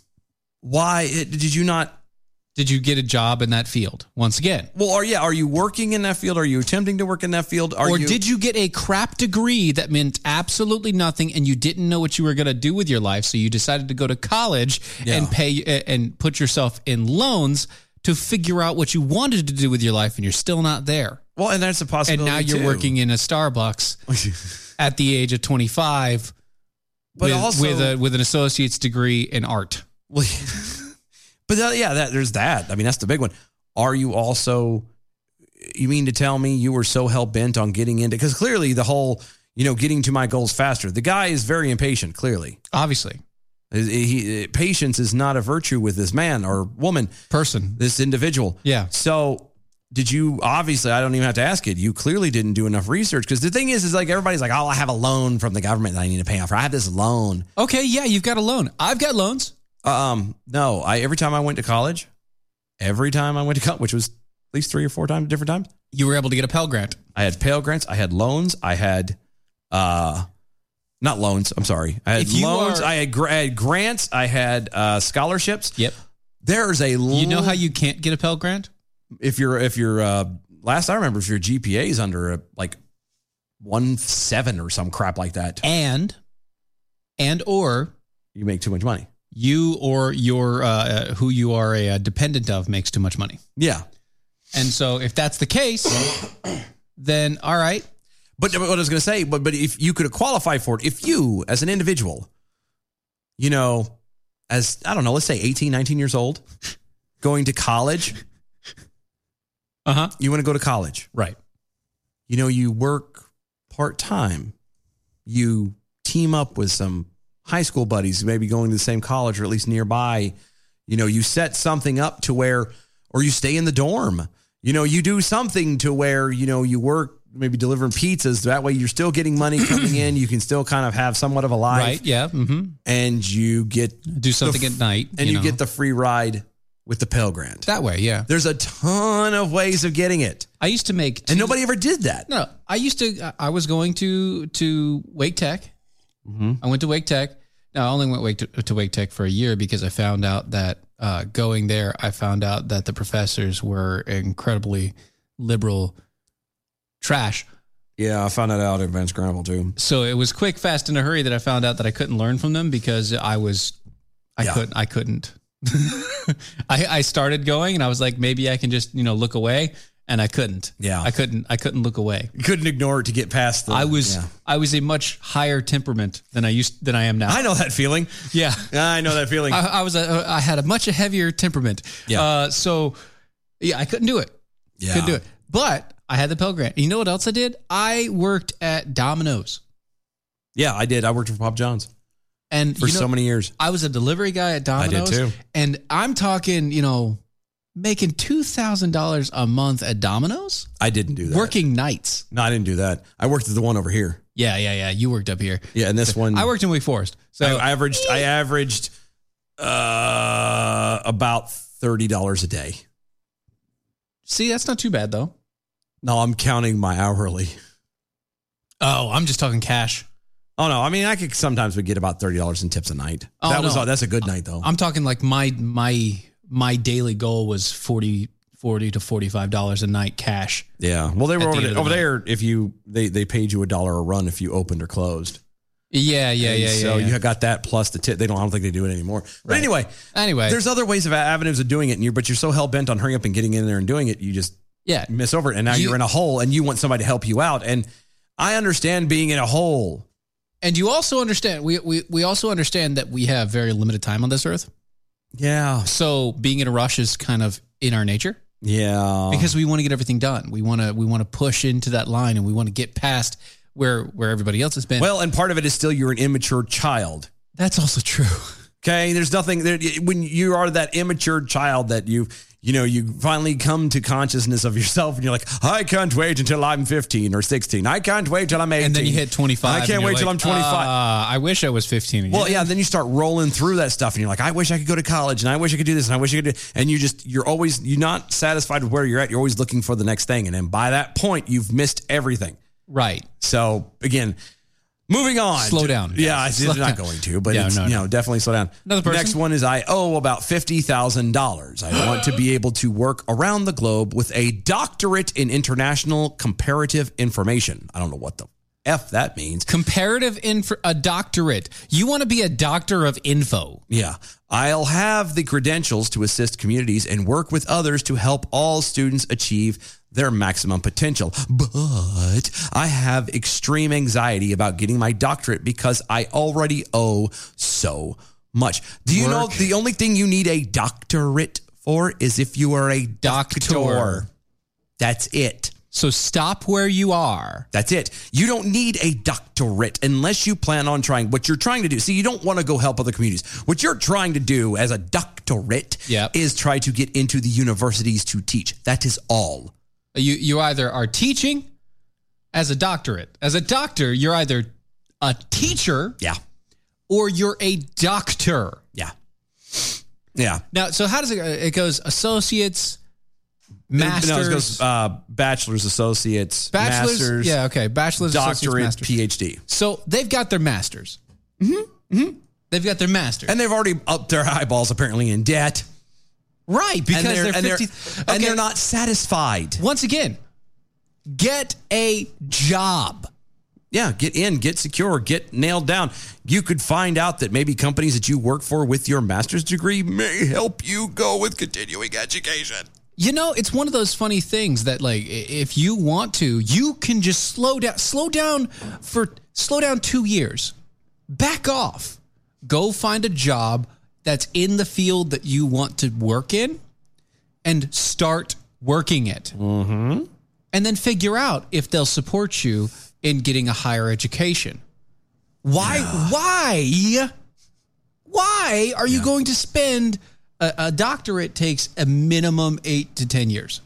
Speaker 4: Why it, did you not?
Speaker 5: Did you get a job in that field once again?
Speaker 4: Well, are yeah, are you working in that field? Are you attempting to work in that field? Are
Speaker 5: or
Speaker 4: you,
Speaker 5: did you get a crap degree that meant absolutely nothing and you didn't know what you were going to do with your life so you decided to go to college and pay eh, and put yourself in loans to figure out what you wanted to do with your life and you're still not there
Speaker 4: Well, and that's a possibility.
Speaker 5: and now you're
Speaker 4: too.
Speaker 5: working in a Starbucks at the age of 25
Speaker 4: But
Speaker 5: with,
Speaker 4: also-
Speaker 5: with a with an associate's degree in art
Speaker 4: Well, but that, yeah, that, there's that. I mean, that's the big one. Are you also? You mean to tell me you were so hell bent on getting into? Because clearly, the whole you know getting to my goals faster. The guy is very impatient. Clearly,
Speaker 5: obviously
Speaker 4: He- he- uh, patience is not a virtue with this man or woman,
Speaker 5: person,
Speaker 4: this individual.
Speaker 5: Yeah.
Speaker 4: So. Did you obviously? I don't even have to ask it. You clearly didn't do enough research because the thing is, is like everybody's like, "Oh, I have a loan from the government that I need to pay off. Or I have this loan."
Speaker 5: okay yeah you've got a loan i've got loans
Speaker 4: Um, no, I every time I went to college, every time I went to college, which was at least three or four times, different times,
Speaker 5: you were able to get a pell grant
Speaker 4: I had Pell Grants, I had loans, I had, uh, not loans. I'm sorry, I had
Speaker 5: If you
Speaker 4: loans,
Speaker 5: are-
Speaker 4: I, had, gra- I had grants, I had uh, scholarships.
Speaker 5: yep
Speaker 4: There's a
Speaker 5: you know how you can't get a pell grant
Speaker 4: if you're if you're uh, last I remember if your GPA is under a, like one seven or some crap like that,
Speaker 5: and and or
Speaker 4: you make too much money.
Speaker 5: you or your uh, uh, who you are a, uh dependent of makes too much money
Speaker 4: Yeah,
Speaker 5: and so if that's the case then all right
Speaker 4: But but what I was going to say, but but if you could qualify for it, if you as an individual, you know, as I don't know, let's say 18, 19 years old, going to college,
Speaker 5: uh-huh
Speaker 4: you want to go to college.
Speaker 5: right
Speaker 4: You know, you work part time. You team up with some high school buddies, maybe going to the same college or at least nearby. You know, you set something up to where, or you stay in the dorm. You know, you do something to where, you know, you work maybe delivering pizzas. That way you're still getting money coming in. You can still kind of have somewhat of a life.
Speaker 5: right yeah mm-hmm.
Speaker 4: And you get,
Speaker 5: do something
Speaker 4: The f-
Speaker 5: at night
Speaker 4: and you,
Speaker 5: know.
Speaker 4: get the free ride with the Pell Grant.
Speaker 5: that way yeah
Speaker 4: There's a ton of ways of getting it.
Speaker 5: i used to make
Speaker 4: And
Speaker 5: two-
Speaker 4: nobody ever did that.
Speaker 5: No, I used to. I- I was going to to Wake Tech.
Speaker 4: Mm-hmm.
Speaker 5: I went to Wake Tech. No, I only went Wake to, to Wake Tech for a year because I found out that uh, going there, I found out that the professors were incredibly liberal trash.
Speaker 4: Yeah, I found that out at Van Scramble too.
Speaker 5: So it was quick, fast, in a hurry that I found out that I couldn't learn from them because I was, I
Speaker 4: Yeah.
Speaker 5: couldn't, I couldn't. I, I started going and I was like, maybe I can just you know look away, and I couldn't.
Speaker 4: Yeah.
Speaker 5: I couldn't. I couldn't look away.
Speaker 4: You couldn't ignore it to get past the.
Speaker 5: I was
Speaker 4: Yeah.
Speaker 5: I was a much higher temperament than I used than I am now.
Speaker 4: I know that feeling.
Speaker 5: Yeah.
Speaker 4: I know that feeling.
Speaker 5: I, I was a, I had a much heavier temperament.
Speaker 4: Yeah.
Speaker 5: Uh, so yeah, I couldn't do it.
Speaker 4: yeah.
Speaker 5: Couldn't do it. But I had the Pell Grant. You know what else I did? I worked at Domino's.
Speaker 4: Yeah, I did. I worked for Pop John's.
Speaker 5: And
Speaker 4: for
Speaker 5: you know-
Speaker 4: so many years.
Speaker 5: I was a delivery guy at Domino's.
Speaker 4: too.
Speaker 5: And I'm talking, you know, making $2,000 a month at Domino's.
Speaker 4: I didn't do that.
Speaker 5: Working nights.
Speaker 4: No, I didn't do that. I worked at the one over here.
Speaker 5: Yeah, yeah, yeah. You worked up here.
Speaker 4: Yeah, and this one
Speaker 5: I worked in Wake Forest. So
Speaker 4: I averaged I averaged uh about thirty dollars a day.
Speaker 5: See, that's not too bad though.
Speaker 4: No, I'm counting my hourly.
Speaker 5: Oh, I'm just talking cash.
Speaker 4: Oh no, I mean I could sometimes would get about thirty dollars in tips a night.
Speaker 5: Oh,
Speaker 4: that was
Speaker 5: no.
Speaker 4: all that's a good night though.
Speaker 5: I'm talking like my my my daily goal was 40 40 to $45 a night cash.
Speaker 4: yeah. Well they were
Speaker 5: At the
Speaker 4: over,
Speaker 5: end
Speaker 4: there
Speaker 5: of the
Speaker 4: over
Speaker 5: night.
Speaker 4: there if you they they paid you a dollar a run if you opened or closed.
Speaker 5: Yeah, yeah,
Speaker 4: And
Speaker 5: yeah, yeah.
Speaker 4: So
Speaker 5: yeah.
Speaker 4: you got that plus the tip. They don't I don't think they do it anymore. But
Speaker 5: Right.
Speaker 4: anyway,
Speaker 5: Anyway.
Speaker 4: there's other ways of avenues of doing it and you but you're so hell bent on hurrying up and getting in there and doing it, you just
Speaker 5: yeah.
Speaker 4: miss over it and now you, are in a hole and you want somebody to help you out and i understand being in a hole
Speaker 5: And you also understand we, we we also understand that we have very limited time on this earth.
Speaker 4: Yeah.
Speaker 5: So being in a rush is kind of in our nature
Speaker 4: yeah
Speaker 5: because we want to get everything done. We want to we want to push into that line and we want to get past where where everybody else has been.
Speaker 4: well and part of it is still you're an immature child
Speaker 5: that's also true
Speaker 4: okay there's nothing there when you are that immature child that you you know you finally come to consciousness of yourself and you're like i can't wait until i'm 15 or 16 i can't wait till i'm 18
Speaker 5: and then you hit 25.
Speaker 4: i
Speaker 5: and
Speaker 4: can't
Speaker 5: you're
Speaker 4: wait till i'm
Speaker 5: like,
Speaker 4: 25
Speaker 5: "Ah, I wish I was 15. again."
Speaker 4: Well, yeah, then you start rolling through that stuff and you're like, I wish I could go to college and I wish I could do this and I wish I could do and you just you're always you're not satisfied with where you're at. You're always looking for the next thing. And then by that point, you've missed everything.
Speaker 5: Right.
Speaker 4: So again, moving on.
Speaker 5: Slow down,
Speaker 4: Yeah,
Speaker 5: guys.
Speaker 4: I,
Speaker 5: Slow
Speaker 4: am not
Speaker 5: down.
Speaker 4: going to, but
Speaker 5: Yeah,
Speaker 4: it's,
Speaker 5: no,
Speaker 4: you
Speaker 5: no.
Speaker 4: know, definitely slow down.
Speaker 5: Another person?
Speaker 4: Next one is I owe about fifty thousand dollars. I want to be able to work around the globe with a doctorate in international comparative information. I don't know what the F that means.
Speaker 5: Comparative info, a doctorate. You want to be a doctor of info.
Speaker 4: Yeah. I'll have the credentials to assist communities and work with others to help all students achieve their maximum potential. But I have extreme anxiety about getting my doctorate because I already owe so much. Do you know
Speaker 5: Work.
Speaker 4: the only thing you need a doctorate for is if you are a doctor. That's it.
Speaker 5: So stop where you are.
Speaker 4: That's it. You don't need a doctorate unless you plan on trying what you're trying to do. See, you don't want to go help other communities. What you're trying to do as a doctorate
Speaker 5: Yep.
Speaker 4: is try to get into the universities to teach. That is all.
Speaker 5: You you either are teaching as a doctorate. As a doctor, you're either a teacher.
Speaker 4: Yeah.
Speaker 5: Or you're a doctor.
Speaker 4: Yeah. Yeah.
Speaker 5: Now, so how does it? It goes associates, masters,
Speaker 4: No, it goes uh, bachelor's, associates,
Speaker 5: bachelor's.
Speaker 4: masters,
Speaker 5: yeah, okay, bachelor's,
Speaker 4: doctorate,
Speaker 5: associates, masters.
Speaker 4: PhD.
Speaker 5: So they've got their masters. They've got their masters,
Speaker 4: Mm-hmm, And they've already upped their eyeballs apparently in debt.
Speaker 5: right? Because
Speaker 4: and they're,
Speaker 5: they're,
Speaker 4: and they're-
Speaker 5: 50,
Speaker 4: and
Speaker 5: okay,
Speaker 4: they're not satisfied.
Speaker 5: Once again, get a job.
Speaker 4: Yeah, get in, get secure, get nailed down. You could find out that maybe companies that you work for with your master's degree may help you go with continuing education.
Speaker 5: You know, it's one of those funny things that like i- if you want to, you can just slow down slow down for slow down 2 years. Back off. Go find a job that's in the field that you want to work in and start working it. Mhm. And then figure out if they'll support you in getting a higher education. Why why why are you going to spend a, a doctorate takes a minimum eight to ten years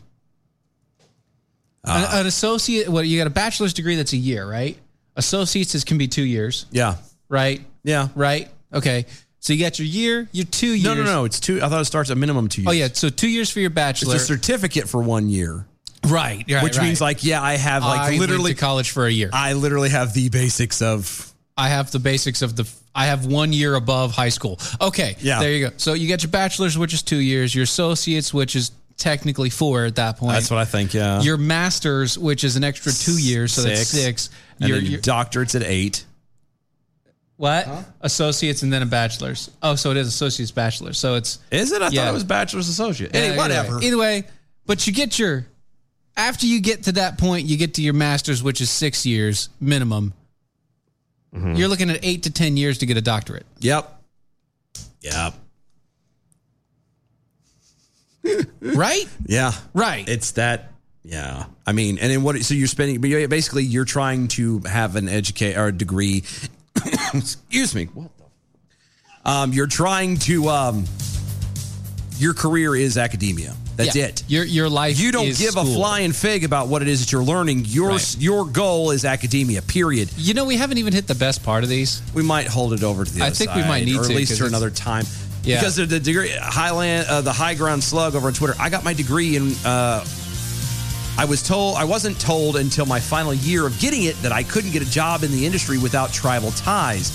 Speaker 4: Ah.
Speaker 5: an, an associate well you got a bachelor's degree that's a year right associates is, can be two years
Speaker 4: Yeah.
Speaker 5: right
Speaker 4: Yeah.
Speaker 5: right okay so you got your year your two years
Speaker 4: No, no, no. It's two. I thought it starts at minimum two years.
Speaker 5: oh yeah so two years for your
Speaker 4: It's
Speaker 5: bachelor
Speaker 4: a certificate for one year,
Speaker 5: right, right
Speaker 4: which means like, yeah, I have like
Speaker 5: I went
Speaker 4: literally,
Speaker 5: to college for a year
Speaker 4: I literally have the basics of.
Speaker 5: I have the basics of the. I have one year above high school. Okay.
Speaker 4: Yeah.
Speaker 5: There you go. So you got your bachelor's, which is two years. Your associates, which is technically four at that point.
Speaker 4: That's what I think. Yeah.
Speaker 5: Your master's, which is an extra two years, so that's six.
Speaker 4: And
Speaker 5: Your,
Speaker 4: then your
Speaker 5: your
Speaker 4: doctorate's at eight.
Speaker 5: what? Associates and then a bachelor's. Oh, so it is associates, bachelor's. So it's
Speaker 4: Is it? I
Speaker 5: Yeah.
Speaker 4: thought it was bachelor's associate.
Speaker 5: Yeah,
Speaker 4: Hey,
Speaker 5: either
Speaker 4: whatever.
Speaker 5: Way. Either way, but you get your after you get to that point, you get to your master's, which is six years minimum.
Speaker 4: Mm-hmm.
Speaker 5: You're looking at eight to ten years to get a doctorate.
Speaker 4: Yep. Yep.
Speaker 5: Right?
Speaker 4: Yeah.
Speaker 5: Right.
Speaker 4: It's that Yeah, I mean, and then what? So you're spending, but you're- basically, you're trying to have an educate or a degree. excuse me. What the? Um, you're trying to. Um, your career is academia. That's
Speaker 5: Yeah.
Speaker 4: it.
Speaker 5: Your your life.
Speaker 4: You don't
Speaker 5: is
Speaker 4: give a
Speaker 5: school.
Speaker 4: flying fig about what it is that you're learning. Your your goal is academia. Period.
Speaker 5: You know, we haven't even hit the best part of these.
Speaker 4: We might hold it over to the.
Speaker 5: I
Speaker 4: other
Speaker 5: think we
Speaker 4: side,
Speaker 5: might need
Speaker 4: or at
Speaker 5: to,
Speaker 4: least
Speaker 5: 'cause
Speaker 4: for
Speaker 5: it's-
Speaker 4: another time.
Speaker 5: Yeah.
Speaker 4: Because of the degree, Highland, uh, the high ground slug over on Twitter. I got my degree in. Uh, I was told I wasn't told until my final year of getting it that I couldn't get a job in the industry without tribal ties.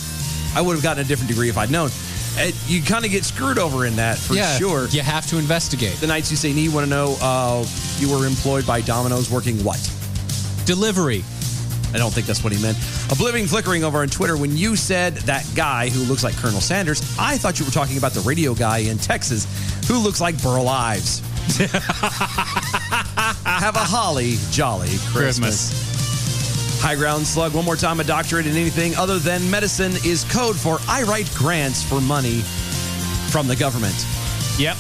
Speaker 4: I would have gotten a different degree if I'd known. It, you kind of get screwed over in that for
Speaker 5: Yeah,
Speaker 4: sure.
Speaker 5: You have to investigate.
Speaker 4: The nights you say, "Nee, want to know uh, you were employed by Domino's working what?"
Speaker 5: Delivery.
Speaker 4: I don't think that's what he meant. Oblivion flickering over on Twitter when you said that guy who looks like Colonel Sanders. I thought you were talking about the radio guy in Texas who looks like Burl Ives. Have a holly jolly Christmas. High ground slug. One more time. A doctorate in anything other than medicine is code for I write grants for money from the government.
Speaker 5: Yep.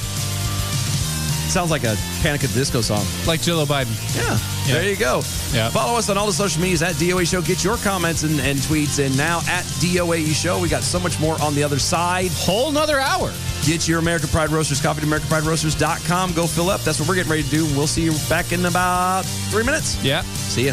Speaker 4: Sounds like a Panic at the Disco song.
Speaker 5: Like Jill Biden.
Speaker 4: Yeah. There you go.
Speaker 5: Yeah.
Speaker 4: Follow us on all the social medias at DOA Show. Get your comments and, and tweets in now at DOA E Show. We got so much more on the other side.
Speaker 5: Whole nother hour.
Speaker 4: Get your American Pride Roasters coffee to AmericanPrideRoasters.com. Go fill up. That's what we're getting ready to do. And we'll see you back in about three minutes.
Speaker 5: Yeah.
Speaker 4: See ya.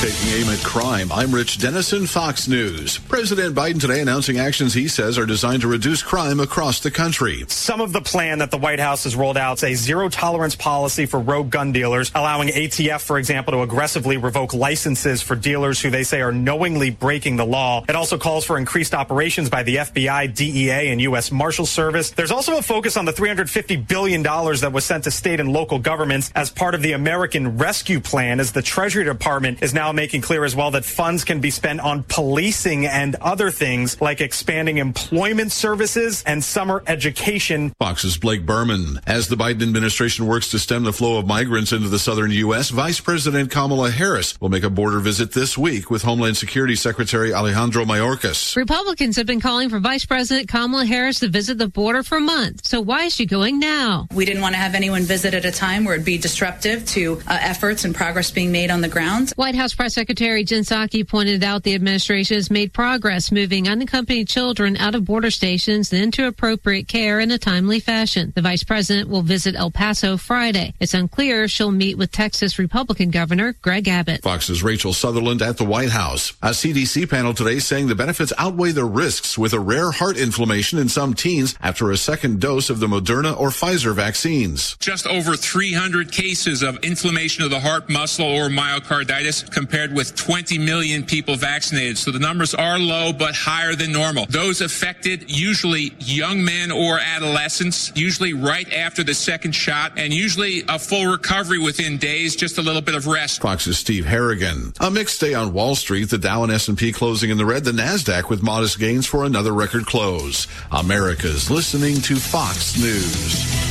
Speaker 12: Taking aim at crime, I'm Rich Dennison, Fox News. President Biden today announcing actions he says are designed to reduce crime across the country.
Speaker 13: Some of the plan that the White House has rolled out is a zero tolerance policy for rogue gun dealers, allowing ATF, for example, to aggressively revoke licenses for dealers who they say are knowingly breaking the law. It also calls for increased operations by the FBI, DEA, E and U.S. Marshal Service. There's also a focus on the $350 billion that was sent to state and local governments as part of the American Rescue Plan, as the Treasury Department is now making clear as well that funds can be spent on policing and other things like expanding employment services and summer education
Speaker 12: Fox's Blake Berman. As the Biden administration works to stem the flow of migrants into the southern U.S., Vice President Kamala Harris will make a border visit this week with Homeland Security Secretary Alejandro Mayorkas.
Speaker 14: Republicans have been calling for Vice President Kamala Harris to visit the border for months. So why is she going now?
Speaker 15: We didn't want to have anyone visit at a time where it'd be disruptive to uh, efforts and progress being made on the ground.
Speaker 14: White House Press Secretary Jen Psaki pointed out the administration has made progress moving unaccompanied children out of border stations and into appropriate care in a timely fashion. The vice president will visit El Paso Friday. It's unclear if she'll meet with Texas Republican Governor Greg Abbott.
Speaker 12: Fox's Rachel Sutherland at the White House. A CDC panel today saying the benefits outweigh the risks with a rare heart inflammation in some teens after a second dose of the Moderna or Pfizer vaccines.
Speaker 16: Just over 300 cases of inflammation of the heart muscle or myocarditis compared with 20 million people vaccinated. So the numbers are low, but higher than normal. Those affected, usually young men or adolescents, usually right after the second shot, and usually a full recovery within days, just a little bit of rest.
Speaker 12: Fox's Steve Harrigan. A mixed day on Wall Street, the Dow and S&P closing in the red, the Nasdaq with modest gains for another record close. America's listening to Fox News.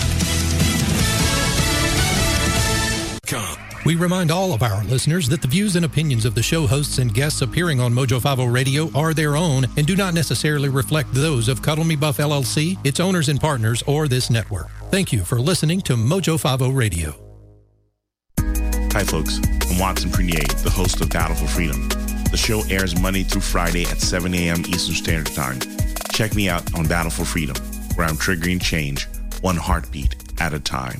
Speaker 17: We remind all of our listeners that the views and opinions of the show hosts and guests appearing on Mojo 50 Radio are their own and do not necessarily reflect those of Cuddle Me Buff LLC, its owners and partners, or this network. Thank you for listening to Mojo 50 Radio.
Speaker 18: Hi, folks. I'm Watson Prenier, the host of Battle for Freedom. The show airs Monday through Friday at 7 a.m. Eastern Standard Time. Check me out on Battle for Freedom, where I'm triggering change one heartbeat at a time.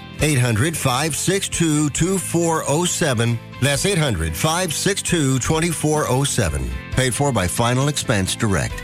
Speaker 19: 800 562 2407. That's 800 562 2407. Paid for by Final Expense Direct.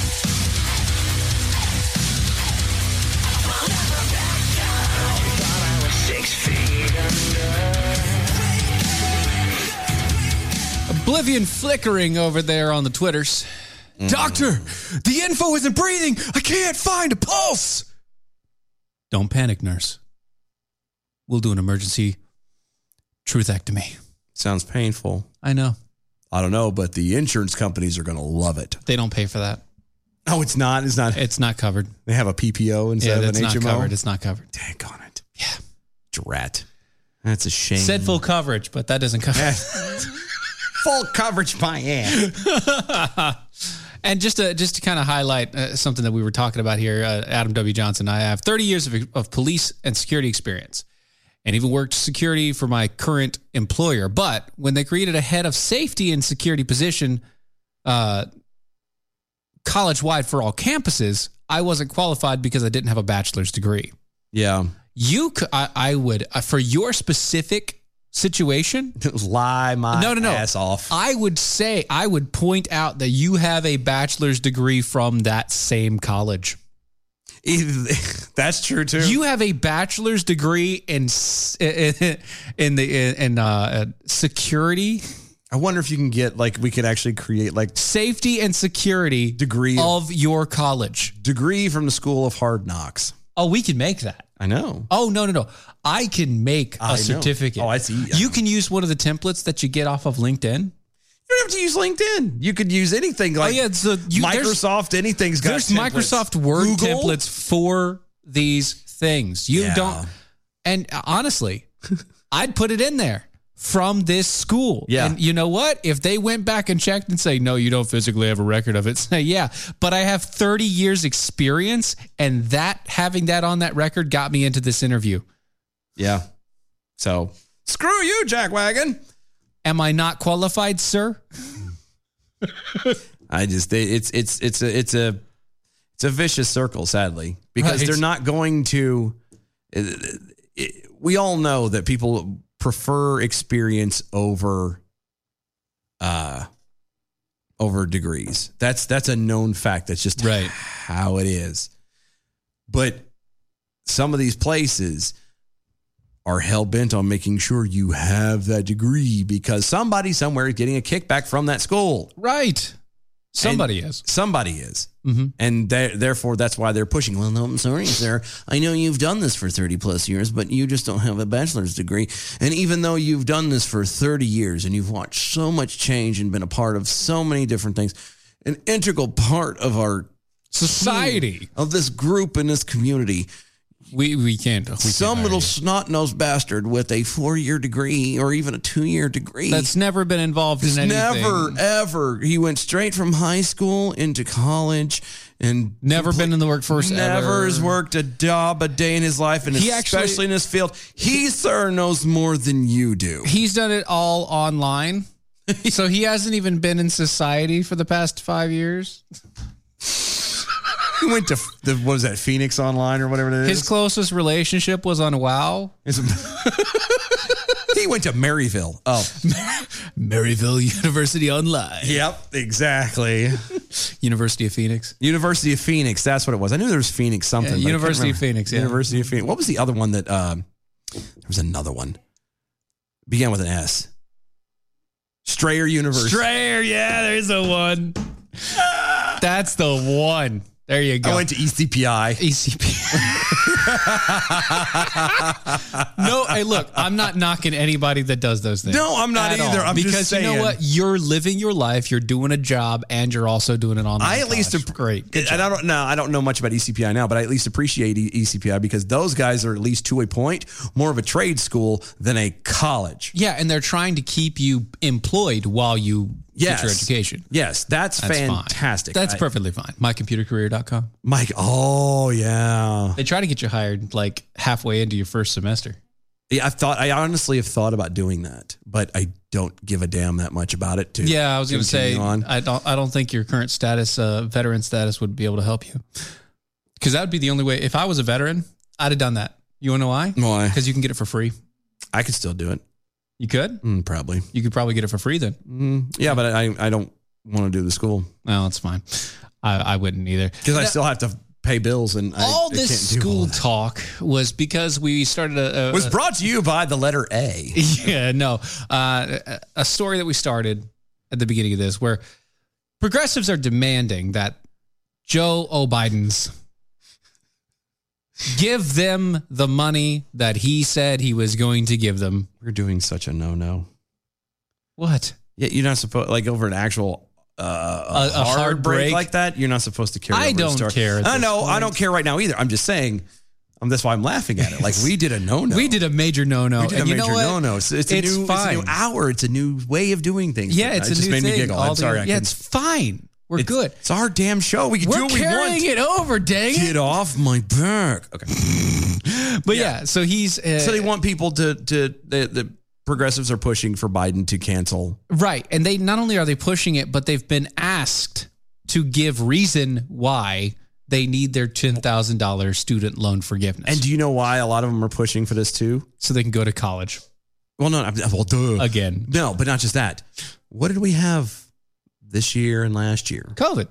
Speaker 5: Oblivion flickering over there on the Twitters.
Speaker 20: Doctor, the info isn't breathing. I can't find a pulse.
Speaker 5: Don't panic, nurse. We'll do an emergency truthectomy.
Speaker 4: Sounds painful.
Speaker 5: I know.
Speaker 4: I don't know, but the insurance companies are going to love it.
Speaker 5: They don't pay for that.
Speaker 4: No, it's not. It's not.
Speaker 5: It's not covered.
Speaker 4: They have a PPO instead of
Speaker 5: yeah,
Speaker 4: an
Speaker 5: it's not
Speaker 4: HMO.
Speaker 5: covered. It's not covered.
Speaker 4: Drat. That's a shame.
Speaker 5: Said full coverage, but that doesn't cover it.
Speaker 4: full coverage, my
Speaker 5: ass. and just to just to kind of highlight uh, something that we were talking about here, uh, Adam W. Johnson. I have 30 years of, of police and security experience, and even worked security for my current employer. But when they created a head of safety and security position, uh, college wide for all campuses, I wasn't qualified because I didn't have a bachelor's degree.
Speaker 4: Yeah.
Speaker 5: You, could, I, I would, uh, for your specific situation,
Speaker 4: lie my
Speaker 5: no, Uh, no, no.
Speaker 4: ass off.
Speaker 5: I would say, I would point out that you have a bachelor's degree from that same college.
Speaker 4: That's true too.
Speaker 5: You have a bachelor's degree in s- in, in the in, in uh, security.
Speaker 4: I wonder if you can get like we could actually create like
Speaker 5: safety and security
Speaker 4: degree
Speaker 5: of your college
Speaker 4: degree from the school of hard knocks.
Speaker 5: Oh, we can make that.
Speaker 4: I know.
Speaker 5: Oh no no no! I can make a
Speaker 4: I know.
Speaker 5: certificate.
Speaker 4: Oh, I see.
Speaker 5: You can use one of the templates that you get off of LinkedIn.
Speaker 4: You don't have to use LinkedIn. You could use anything like
Speaker 5: oh yeah, so you, there's-
Speaker 4: Microsoft. Anything's got
Speaker 5: there's
Speaker 4: templates.
Speaker 5: Microsoft Word
Speaker 4: Google?
Speaker 5: templates for these things. You
Speaker 4: Yeah.
Speaker 5: don't. And honestly, I'd put it in there from this school.
Speaker 4: Yeah.
Speaker 5: And you know what? If they went back and checked and say, no, you don't physically have a record of it, say, yeah, but I have 30 years experience, and that having that on that record got me into this interview.
Speaker 4: Yeah. So screw you, Jack Wagon.
Speaker 5: Am I not qualified, sir?
Speaker 4: I just they, it's it's it's a it's a it's a vicious circle, sadly, because
Speaker 5: Right.
Speaker 4: they're not going to. it- it- we all know that people prefer experience over, uh, over degrees. That's that's a known fact. That's just right. how it is. But some of these places are hell bent on making sure you have that degree because somebody somewhere is getting a kickback from that school.
Speaker 5: Right. Somebody is.
Speaker 4: Somebody is.
Speaker 5: Mhm.
Speaker 4: And they- therefore, that's why they're pushing. Well, no, I'm sorry, sir. I know you've done this for 30 plus years, but you just don't have a bachelor's degree. And even though you've done this for 30 years and you've watched so much change and been a part of so many different things, an integral part of our
Speaker 5: society,
Speaker 4: of this group and this community,
Speaker 5: we we can't. we can't
Speaker 4: some
Speaker 5: hire
Speaker 4: little
Speaker 5: you.
Speaker 4: snot nosed bastard with a four year degree or even a two year degree
Speaker 5: That's never been involved
Speaker 4: He's
Speaker 5: in anything.
Speaker 4: never ever. He went straight from high school into college and
Speaker 5: never been in the workforce.
Speaker 4: Never
Speaker 5: ever.
Speaker 4: has worked a job a day in his life, and
Speaker 5: He actually-
Speaker 4: especially in this field, he sir knows more than you do.
Speaker 5: He's done it all online. so he hasn't even been in society for the past five years.
Speaker 4: He went to the, what was that Phoenix Online or whatever it is.
Speaker 5: His closest relationship was on WoW.
Speaker 4: he went to Maryville. Oh,
Speaker 5: Maryville University Online.
Speaker 4: Yep, exactly.
Speaker 5: University of Phoenix.
Speaker 4: University of Phoenix. That's what it was. I knew there was Phoenix something.
Speaker 5: Yeah,
Speaker 4: but I can't
Speaker 5: University of
Speaker 4: remember.
Speaker 5: Phoenix, yeah.
Speaker 4: University of Phoenix. What was the other one that? Um, there was another one. Began with an S. Strayer University.
Speaker 5: Strayer, yeah, there's the one. That's the one. There you go.
Speaker 4: I went to ECPI.
Speaker 5: ECPI. no, hey, look, I'm not knocking anybody that does those things.
Speaker 4: No, I'm not
Speaker 5: at
Speaker 4: either.
Speaker 5: all.
Speaker 4: I'm just
Speaker 5: because you
Speaker 4: saying.
Speaker 5: know what? You're living your life. You're doing a job, and you're also doing it online.
Speaker 4: I at least
Speaker 5: college. great.
Speaker 4: and I don't know. I don't know much about ECPI now, but I at least appreciate E- ECPI because those guys are at least to a point more of a trade school than a college.
Speaker 5: Yeah, and they're trying to keep you employed while you
Speaker 4: Yes.
Speaker 5: get your education.
Speaker 4: Yes, that's,
Speaker 5: fine.
Speaker 4: fantastic.
Speaker 5: That's
Speaker 4: I-
Speaker 5: perfectly fine. MyComputerCareer.com.
Speaker 4: Mike. Oh yeah.
Speaker 5: They try to get you hired like halfway into your first semester.
Speaker 4: Yeah, I've thought. I honestly have thought about doing that, but I don't give a damn that much about it. To
Speaker 5: yeah, I was going to say
Speaker 4: continue on.
Speaker 5: I don't I don't think your current status, uh, veteran status, would be able to help you because that would be the only way. If I was a veteran, I'd have done that. You want to know why?
Speaker 4: Why?
Speaker 5: Because you can get it for free.
Speaker 4: I could still do it.
Speaker 5: You could.
Speaker 4: Mm, probably.
Speaker 5: You could probably get it for free then.
Speaker 4: Mm, yeah, but I I don't want to do the school
Speaker 5: No, it's fine. I, I wouldn't either
Speaker 4: because I still have to pay bills and I,
Speaker 5: all
Speaker 4: I
Speaker 5: this
Speaker 4: can't do all
Speaker 5: school
Speaker 4: that.
Speaker 5: talk was because we started a, a
Speaker 4: was
Speaker 5: a-
Speaker 4: brought to you by the letter A.
Speaker 5: yeah, no. Uh, a- a story that we started at the beginning of this where progressives are demanding that Joe O'Biden's give them the money that he said he was going to give them.
Speaker 4: We're doing such a no no.
Speaker 5: What?
Speaker 4: Yeah, you're not supposed like over an actual uh,
Speaker 5: A- a hard break?
Speaker 4: like that. You're not supposed to care.
Speaker 5: I
Speaker 4: over a
Speaker 5: don't
Speaker 4: story.
Speaker 5: care at
Speaker 4: I
Speaker 5: this
Speaker 4: know. I
Speaker 5: point.
Speaker 4: don't care right now either. I'm just saying. Um, that's why I'm laughing at it. Like we did a no no.
Speaker 5: We did a major no no.
Speaker 4: We did a major no-no. It's, it's, a new, it's a new hour. It's a new way of doing things.
Speaker 5: Yeah,
Speaker 4: It
Speaker 5: it's a
Speaker 4: just
Speaker 5: new
Speaker 4: made me
Speaker 5: thing
Speaker 4: giggle. I'm sorry.
Speaker 5: altogether.
Speaker 4: I
Speaker 5: Yeah,
Speaker 4: couldn't-
Speaker 5: it's fine. We're good.
Speaker 4: It's our damn show. We can
Speaker 5: We're
Speaker 4: do what we want.
Speaker 5: carrying it over, dang it.
Speaker 4: Get off my back. Okay.
Speaker 5: But yeah, so he's uh,
Speaker 4: so they want people to to the, the progressives are pushing for Biden to cancel.
Speaker 5: Right. And they not only are they pushing it, but they've been asked to give reason why they need their $10,000 student loan forgiveness.
Speaker 4: And do you know why a lot of them are pushing for this too?
Speaker 5: so they can go to college.
Speaker 4: Well, no, I'm- well, duh.
Speaker 5: Again.
Speaker 4: No, but not just that. What did we have this year and last year?
Speaker 5: COVID.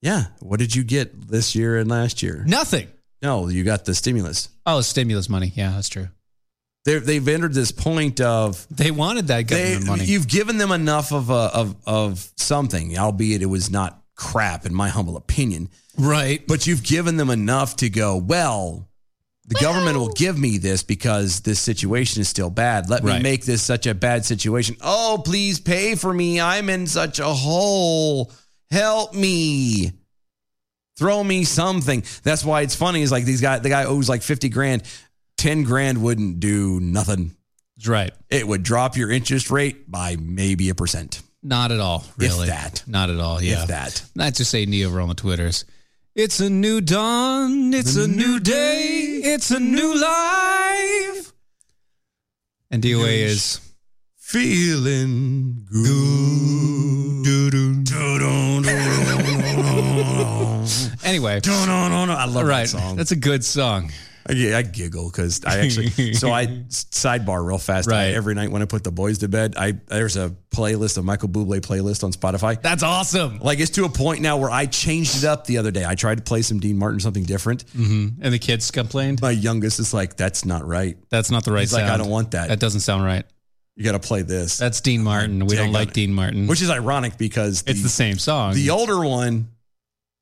Speaker 4: Yeah. What did you get this year and last year?
Speaker 5: Nothing.
Speaker 4: No, you got the stimulus.
Speaker 5: Oh, stimulus money. Yeah, that's true.
Speaker 4: They're, they've entered this point of
Speaker 5: They wanted that
Speaker 4: they,
Speaker 5: government money.
Speaker 4: you've given them enough of a, of of something, albeit it was not crap in my humble opinion.
Speaker 5: Right.
Speaker 4: But you've given them enough to go, well, the government will give me this because this situation is still bad. Let me
Speaker 5: Right.
Speaker 4: make this such a bad situation. Oh, please pay for me. I'm in such a hole. Help me. Throw me something. That's why it's funny. Is like these guy, the guy owes like 50 grand. 10 grand wouldn't do nothing.
Speaker 5: That's right.
Speaker 4: It would drop your interest rate by maybe a percent.
Speaker 5: Not at all, really.
Speaker 4: that.
Speaker 5: Not at all, yeah.
Speaker 4: If that.
Speaker 5: Not to say Neo over on the Twitters. It's a new dawn. It's a new day. It's a new life. And DOA is
Speaker 4: Feeling good.
Speaker 5: anyway.
Speaker 4: No, no, no, no. I love
Speaker 5: right.
Speaker 4: that song.
Speaker 5: That's a good song.
Speaker 4: I, I giggle because I actually. so I sidebar real fast. I-
Speaker 5: Right.
Speaker 4: every night when I put the boys to bed, I there's a playlist, a Michael Bublé playlist on Spotify.
Speaker 5: That's awesome.
Speaker 4: Like it's to a point now where I changed it up the other day. I tried to play some Dean Martin, something different.
Speaker 5: Mm-hmm. And the kids complained.
Speaker 4: My youngest is like, "That's not right."
Speaker 5: That's not the right
Speaker 4: He's
Speaker 5: sound.
Speaker 4: like, "I don't want that."
Speaker 5: That doesn't sound right.
Speaker 4: You got to play this,
Speaker 5: That's Dean Martin. We
Speaker 4: Dang
Speaker 5: don't
Speaker 4: on
Speaker 5: like
Speaker 4: it.
Speaker 5: Dean Martin.
Speaker 4: which is ironic because
Speaker 5: it's the same song.
Speaker 4: The older one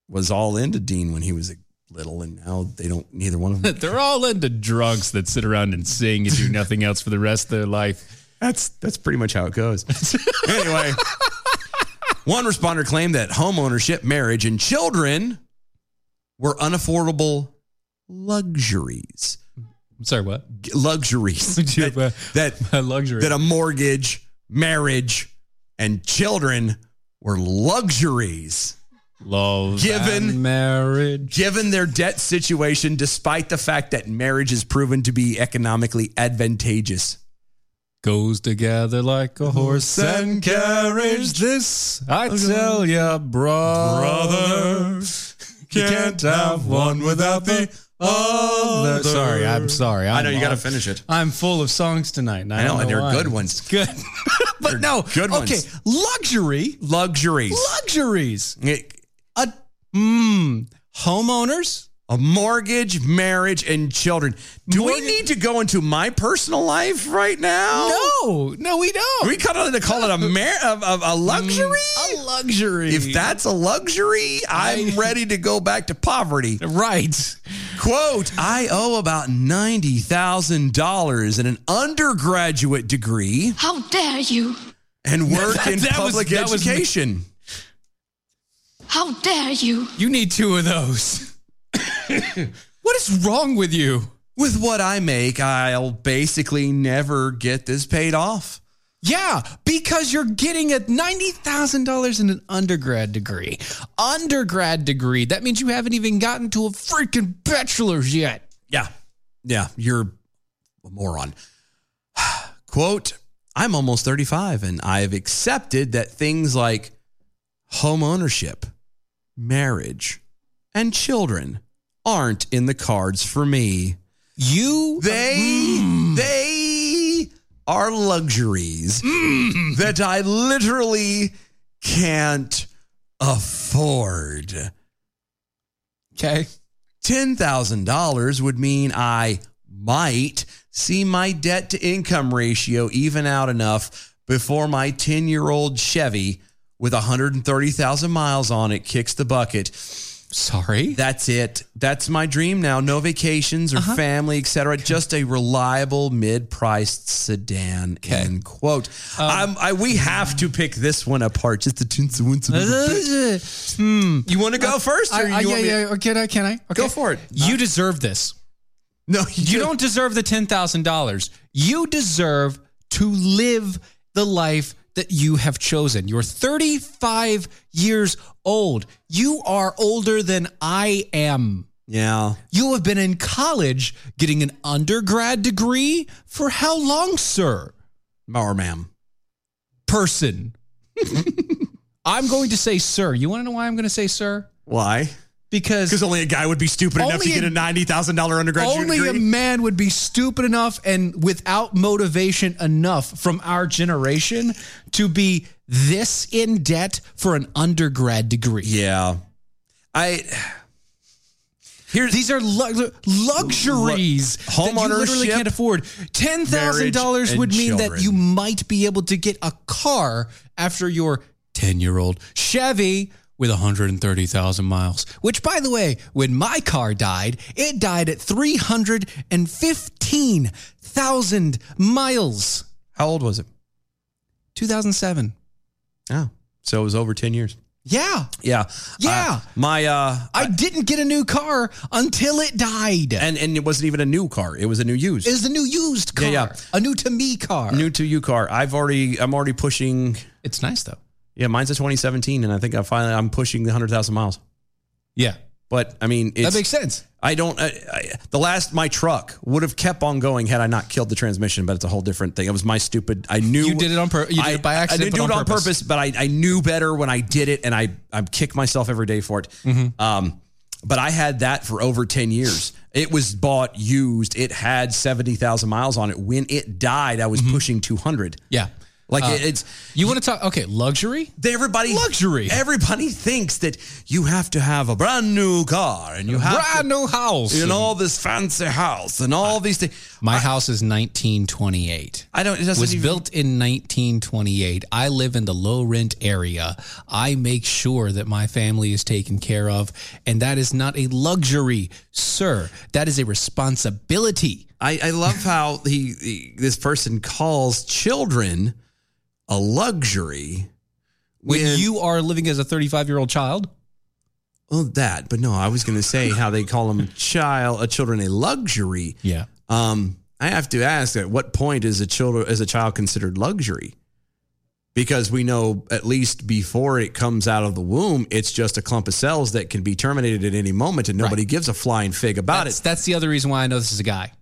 Speaker 4: was all into Dean when he was little, and now they don't. Neither one of them.
Speaker 5: They're all into drunks that sit around and sing and do nothing else for the rest of their life.
Speaker 4: That's that's pretty much how it goes. anyway, one responder claimed that homeownership, marriage, and children were unaffordable luxuries.
Speaker 5: I'm sorry, what?
Speaker 4: G- Luxuries that that,
Speaker 5: A luxury.
Speaker 4: that a mortgage, marriage, and children were luxuries.
Speaker 5: Love
Speaker 4: Given-
Speaker 5: and marriage.
Speaker 4: Given their debt situation, despite the fact that marriage is proven to be economically advantageous.
Speaker 5: goes together like a horse and carriage. This
Speaker 4: Uh,
Speaker 5: I tell ya, brother,
Speaker 4: Brother,
Speaker 5: you can't have one without the Oh,
Speaker 4: Other.
Speaker 5: sorry. I'm sorry.
Speaker 4: I
Speaker 5: I'm
Speaker 4: know, you gotta
Speaker 5: off.
Speaker 4: finish it.
Speaker 5: I'm full of songs tonight. and I,
Speaker 4: I know,
Speaker 5: don't
Speaker 4: and they're
Speaker 5: why.
Speaker 4: good ones.
Speaker 5: It's good. but no.
Speaker 4: good ones.
Speaker 5: Okay. Luxury.
Speaker 4: Luxuries.
Speaker 5: Luxuries.
Speaker 4: A mm, homeowners, a mortgage, marriage, and children. Do we need to go into my personal life right now?
Speaker 5: No, no, we don't.
Speaker 4: We kind of call it a mar- a, a, a luxury.
Speaker 5: Mm, A luxury.
Speaker 4: If that's a luxury, I'm ready to go back to poverty.
Speaker 5: Right.
Speaker 4: Quote, I owe about $90,000 in an undergraduate degree
Speaker 1: How dare you?
Speaker 4: and work in
Speaker 1: That was-
Speaker 4: public
Speaker 1: that was-
Speaker 4: education.
Speaker 1: How dare you?
Speaker 5: You need two of those. what is wrong with you?
Speaker 4: With what I make, I'll basically never get this paid off.
Speaker 5: Yeah, because you're getting a $90,000 in an undergrad degree. Undergrad degree. That means you haven't even gotten to a freaking bachelor's yet.
Speaker 4: Yeah. Yeah. You're a moron. Quote, I'm almost 35 and I've accepted that things like home ownership, marriage, and children aren't in the cards for me.
Speaker 5: You
Speaker 4: they they are luxuries that I literally can't afford.
Speaker 5: Okay.
Speaker 4: $10,000 would mean I might see my debt to income ratio even out enough before my 10 year old Chevy with 130,000 miles on it kicks the bucket.
Speaker 5: Sorry.
Speaker 4: That's it. That's my dream now. No vacations or
Speaker 5: Uh-huh.
Speaker 4: family, etc. Just a reliable mid-priced sedan. End quote.
Speaker 5: Um,
Speaker 4: I'm, I we have to pick this one apart. Just the tints
Speaker 5: Uh, hmm.
Speaker 4: You want to go first? Or
Speaker 5: I, I,
Speaker 4: you
Speaker 5: yeah,
Speaker 4: want me-
Speaker 5: yeah. Can I? Can I? Go
Speaker 4: for it.
Speaker 5: You deserve this.
Speaker 4: No,
Speaker 5: you don't deserve the $10,000. You deserve to live the life that you have chosen. You're 35 years old. You are older than I am.
Speaker 4: Yeah.
Speaker 5: You have been in college getting an undergrad degree for how long, sir?
Speaker 4: Or ma'am.
Speaker 5: Person. I'm going to say sir. You want to know why I'm going to say sir?
Speaker 4: Why?
Speaker 5: Because
Speaker 4: because only a guy would be stupid enough to
Speaker 5: Only
Speaker 4: get a
Speaker 5: a-
Speaker 4: ninety thousand dollar undergraduate
Speaker 5: Only
Speaker 4: degree.
Speaker 5: a man would be stupid enough and without motivation enough from our generation to be this in debt for an undergrad degree.
Speaker 4: Yeah. I here
Speaker 5: these are lu- luxuries
Speaker 4: Home
Speaker 5: that you literally
Speaker 4: ownership,
Speaker 5: can't afford. Ten thousand
Speaker 4: marriage,
Speaker 5: dollars
Speaker 4: and
Speaker 5: would mean
Speaker 4: children.
Speaker 5: that you might be able to get a car after your ten-year-old Chevy with 130,000 miles. Which, by the way, when my car died, it died at 315,000 miles.
Speaker 4: How old was it?
Speaker 5: 2007.
Speaker 4: Oh, so it was over ten years.
Speaker 5: Yeah.
Speaker 4: Yeah.
Speaker 5: Yeah.
Speaker 4: Uh, my uh
Speaker 5: I didn't get a new car until it died.
Speaker 4: and and it wasn't even a new car. It was a new used.
Speaker 5: It was a new used car.
Speaker 4: Yeah, yeah.
Speaker 5: A new to me car.
Speaker 4: new to you car. I've already I'm already pushing
Speaker 5: It's nice though.
Speaker 4: Yeah, mine's a 2017 and I think I finally I'm pushing the 100,000 miles.
Speaker 5: Yeah.
Speaker 4: But I mean, it's,
Speaker 5: makes sense.
Speaker 4: I don't I, I, the last my truck would have kept on going had I not killed the transmission, but it's a whole different thing. It was my stupid I knew
Speaker 5: You did it on pur- you did
Speaker 4: I-
Speaker 5: it by
Speaker 4: I
Speaker 5: accident,
Speaker 4: didn't do
Speaker 5: but
Speaker 4: it
Speaker 5: on
Speaker 4: on purpose,
Speaker 5: purpose.
Speaker 4: but I, I knew better when I did it and I I kick myself every day for it.
Speaker 5: Mm-hmm.
Speaker 4: Um, but I had that for over 10 years. It was bought used. It had 70,000 miles on it. When it died, I was pushing 200.
Speaker 5: Mm-hmm. Yeah.
Speaker 4: Like
Speaker 5: Uh,
Speaker 4: it, it's
Speaker 5: You want to talk? Okay, luxury.
Speaker 4: they- everybody
Speaker 5: Luxury.
Speaker 4: Everybody thinks that you have to have a brand new car and you have
Speaker 5: Brand
Speaker 4: to,
Speaker 5: new house.
Speaker 4: and all this fancy house and all these things.
Speaker 5: My house is 1928.
Speaker 4: I don't. It doesn't
Speaker 5: was
Speaker 4: even-
Speaker 5: built in 1928. I live in the low rent area. I make sure that my family is taken care of, and that is not a luxury, sir. That is a responsibility.
Speaker 4: I, I love how he, he this person calls children a luxury.
Speaker 5: When
Speaker 4: When-
Speaker 5: you are living as a 35 year old child,
Speaker 4: Well, that, but no, I was going to say how they call them child, a children a luxury.
Speaker 5: yeah,
Speaker 4: Um, I have to ask at what point is a child is a child considered luxury? Because we know at least before it comes out of the womb, it's just a clump of cells that can be terminated at any moment, and nobody gives a flying fig about
Speaker 5: that's,
Speaker 4: it.
Speaker 5: that's the other reason why I know this is a guy.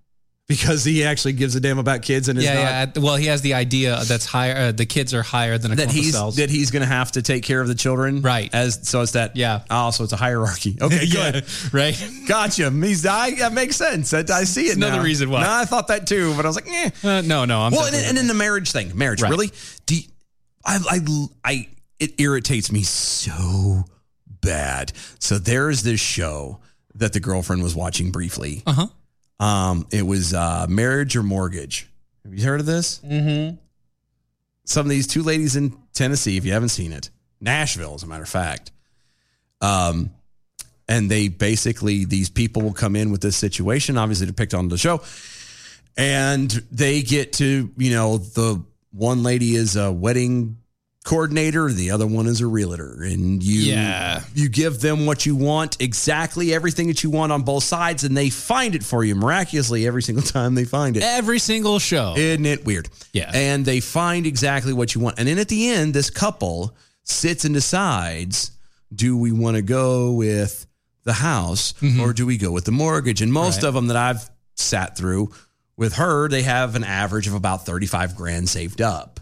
Speaker 4: because he actually gives a damn about kids and is
Speaker 5: yeah,
Speaker 4: not
Speaker 5: yeah. Well, he has the idea that's higher. Uh, the kids are higher than a
Speaker 4: that
Speaker 5: clump of
Speaker 4: he's
Speaker 5: cells.
Speaker 4: that he's going to have to take care of the children, right? As so it's that yeah. Oh, so it's a hierarchy. Okay,
Speaker 5: Yeah,
Speaker 4: good. right. Gotcha. He's I, that makes sense. I, I see it.
Speaker 5: Another
Speaker 4: now.
Speaker 5: reason why.
Speaker 4: No, I thought that too, but I was like, eh.
Speaker 5: Uh, no, no. I'm
Speaker 4: well, and,
Speaker 5: definitely-
Speaker 4: and then the marriage thing, marriage
Speaker 5: Right.
Speaker 4: really. Do you- I, I I it irritates me so bad. So there is this show that the girlfriend was watching briefly.
Speaker 5: Uh huh.
Speaker 4: Um, it was uh, Marriage or Mortgage. Have you heard of this? Mm-hmm. Some of these two ladies in Tennessee, if you haven't seen it, Nashville, as a matter of fact. Um, and they basically, these people will come in with this situation, obviously, to pick on the show. And they get to, you know, the one lady is a wedding coordinator, the other one is a realtor. And you
Speaker 5: Yeah.
Speaker 4: you give them what you want, exactly everything that you want on both sides, and they find it for you miraculously every single time they find it.
Speaker 5: Every single show.
Speaker 4: Isn't it weird? Yeah. And they find exactly what you want. And then at the end, this couple sits and decides do we want to go with the house or do we go with the mortgage? And most
Speaker 5: Right.
Speaker 4: of them that I've sat through with her, they have an average of about 35 grand saved up.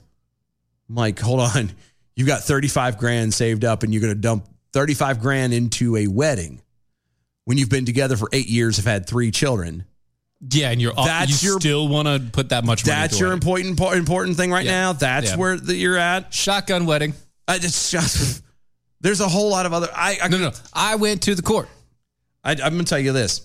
Speaker 4: I'm like, hold on. You've got 35 grand saved up and you're going to dump 35 grand into a wedding when you've been together for eight years, have had three children.
Speaker 5: Yeah, and you're
Speaker 4: That's
Speaker 5: that's you
Speaker 4: your-
Speaker 5: still want to put that much. money
Speaker 4: That's
Speaker 5: into
Speaker 4: your
Speaker 5: it.
Speaker 4: important po- important thing right
Speaker 5: Yeah.
Speaker 4: now. That's
Speaker 5: Yeah.
Speaker 4: where the, you're at.
Speaker 5: Shotgun wedding.
Speaker 4: I just there's a whole lot of other. I, I
Speaker 5: no no. I went to the court.
Speaker 4: I, I'm going to tell you this.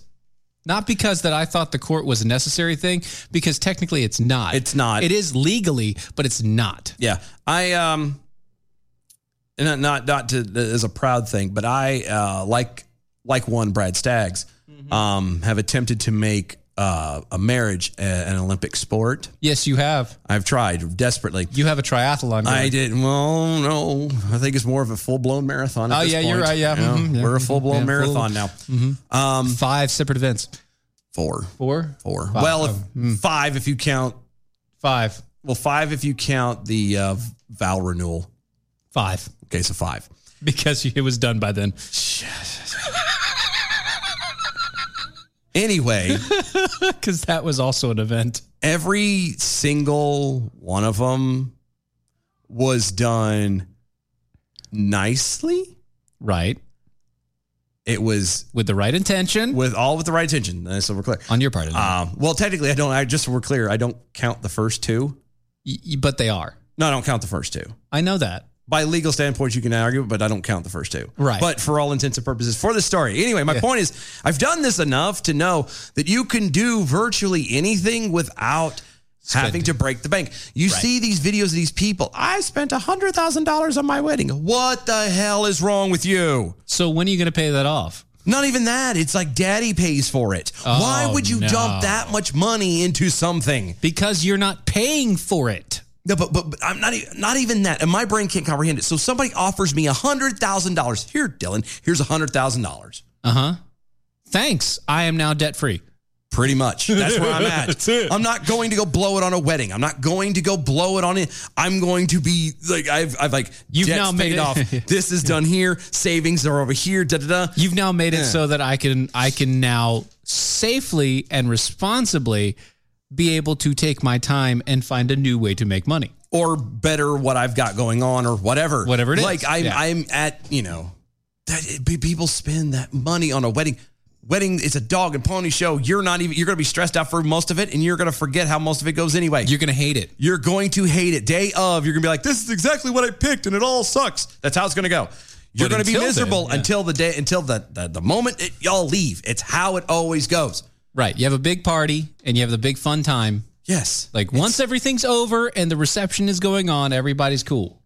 Speaker 5: Not because that I thought the court was a necessary thing, because technically it's not. It's
Speaker 4: not.
Speaker 5: It is legally, but it's not.
Speaker 4: Yeah, I um, and not not, not to as a proud thing, but I uh, like like one Brad Staggs,
Speaker 5: Mm-hmm.
Speaker 4: um, have attempted to make uh, a marriage a- an Olympic sport.
Speaker 5: Yes, you have.
Speaker 4: I've tried desperately.
Speaker 5: You have a triathlon.
Speaker 4: I
Speaker 5: did.
Speaker 4: did. Well, no, I think it's more of a full blown marathon. At
Speaker 5: Oh
Speaker 4: this
Speaker 5: yeah, you're
Speaker 4: point.
Speaker 5: right. Yeah,
Speaker 4: You know,
Speaker 5: mhm, yeah,
Speaker 4: we're a
Speaker 5: mhm,
Speaker 4: full blown
Speaker 5: yeah,
Speaker 4: marathon now.
Speaker 5: mhm.
Speaker 4: Um,
Speaker 5: five separate events.
Speaker 4: Four.
Speaker 5: Four.
Speaker 4: Four. Well, if, five if you count
Speaker 5: five.
Speaker 4: Well, five if you count the uh, vow renewal.
Speaker 5: Five.
Speaker 4: Okay, so five.
Speaker 5: because it was done by then.
Speaker 4: Anyway,
Speaker 5: because that was also an event.
Speaker 4: Every single one of them was done nicely.
Speaker 5: Right.
Speaker 4: It was
Speaker 5: with the right intention.
Speaker 4: With all with the right intention. Uh, So we're clear
Speaker 5: on your part. Of
Speaker 4: um, well, technically, I don't. I just so we're clear. I don't count the first two,
Speaker 5: but they are.
Speaker 4: No, I don't count the first two.
Speaker 5: I know that.
Speaker 4: By legal standpoint, you can argue, it, but I don't count the first two.
Speaker 5: Right.
Speaker 4: But for all intents and purposes, for the story. Anyway, my
Speaker 5: Yeah.
Speaker 4: point is, I've done this enough to know that you can do virtually anything without having to break the bank. You
Speaker 5: Right.
Speaker 4: see these videos of these people. I spent hundred thousand dollars on my wedding. What the hell is wrong with you?
Speaker 5: So when are you going to pay that off?
Speaker 4: Not even that. It's like daddy pays for it.
Speaker 5: Oh,
Speaker 4: Why would you
Speaker 5: no.
Speaker 4: dump that much money into something?
Speaker 5: Because you're not paying for it.
Speaker 4: No, but but, but I'm not e- not even that, and my brain can't comprehend it. So somebody offers me a hundred thousand dollars. Here, Dylan. Here's a hundred thousand dollars.
Speaker 5: Uh huh. Thanks. I am now debt free.
Speaker 4: Pretty much. That's where I'm at.
Speaker 5: That's it.
Speaker 4: I'm not going to go blow it on a wedding. I'm not going to go blow it on it. I'm going to be like I've I've like
Speaker 5: You've
Speaker 4: debts
Speaker 5: now made
Speaker 4: paid
Speaker 5: it-
Speaker 4: off. this is done here. Savings are over here. Da da da.
Speaker 5: You've now made it
Speaker 4: Yeah.
Speaker 5: so that I can I can now safely and responsibly be able to take my time and find a new way to make money.
Speaker 4: Or better, what I've got going on, or whatever,
Speaker 5: Whatever it is.
Speaker 4: Like I'm
Speaker 5: Yeah.
Speaker 4: I'm at you know that it- pe- people spend that money on a wedding. Wedding it's a dog and pony show. You're not even you're going to be stressed out for most of it and you're going to forget how most of it goes anyway. You're
Speaker 5: going to hate it.
Speaker 4: You're going to hate it. Day of, you're going to be like this is exactly what I picked and it all sucks. That's how it's going to go. You're
Speaker 5: But
Speaker 4: going to be
Speaker 5: until then,
Speaker 4: miserable
Speaker 5: yeah.
Speaker 4: until the day until the the, the moment it, y'all leave. It's how it always goes.
Speaker 5: Right. You have a big party and you have the big fun time.
Speaker 4: Yes.
Speaker 5: Like once everything's over and the reception is going on, everybody's cool.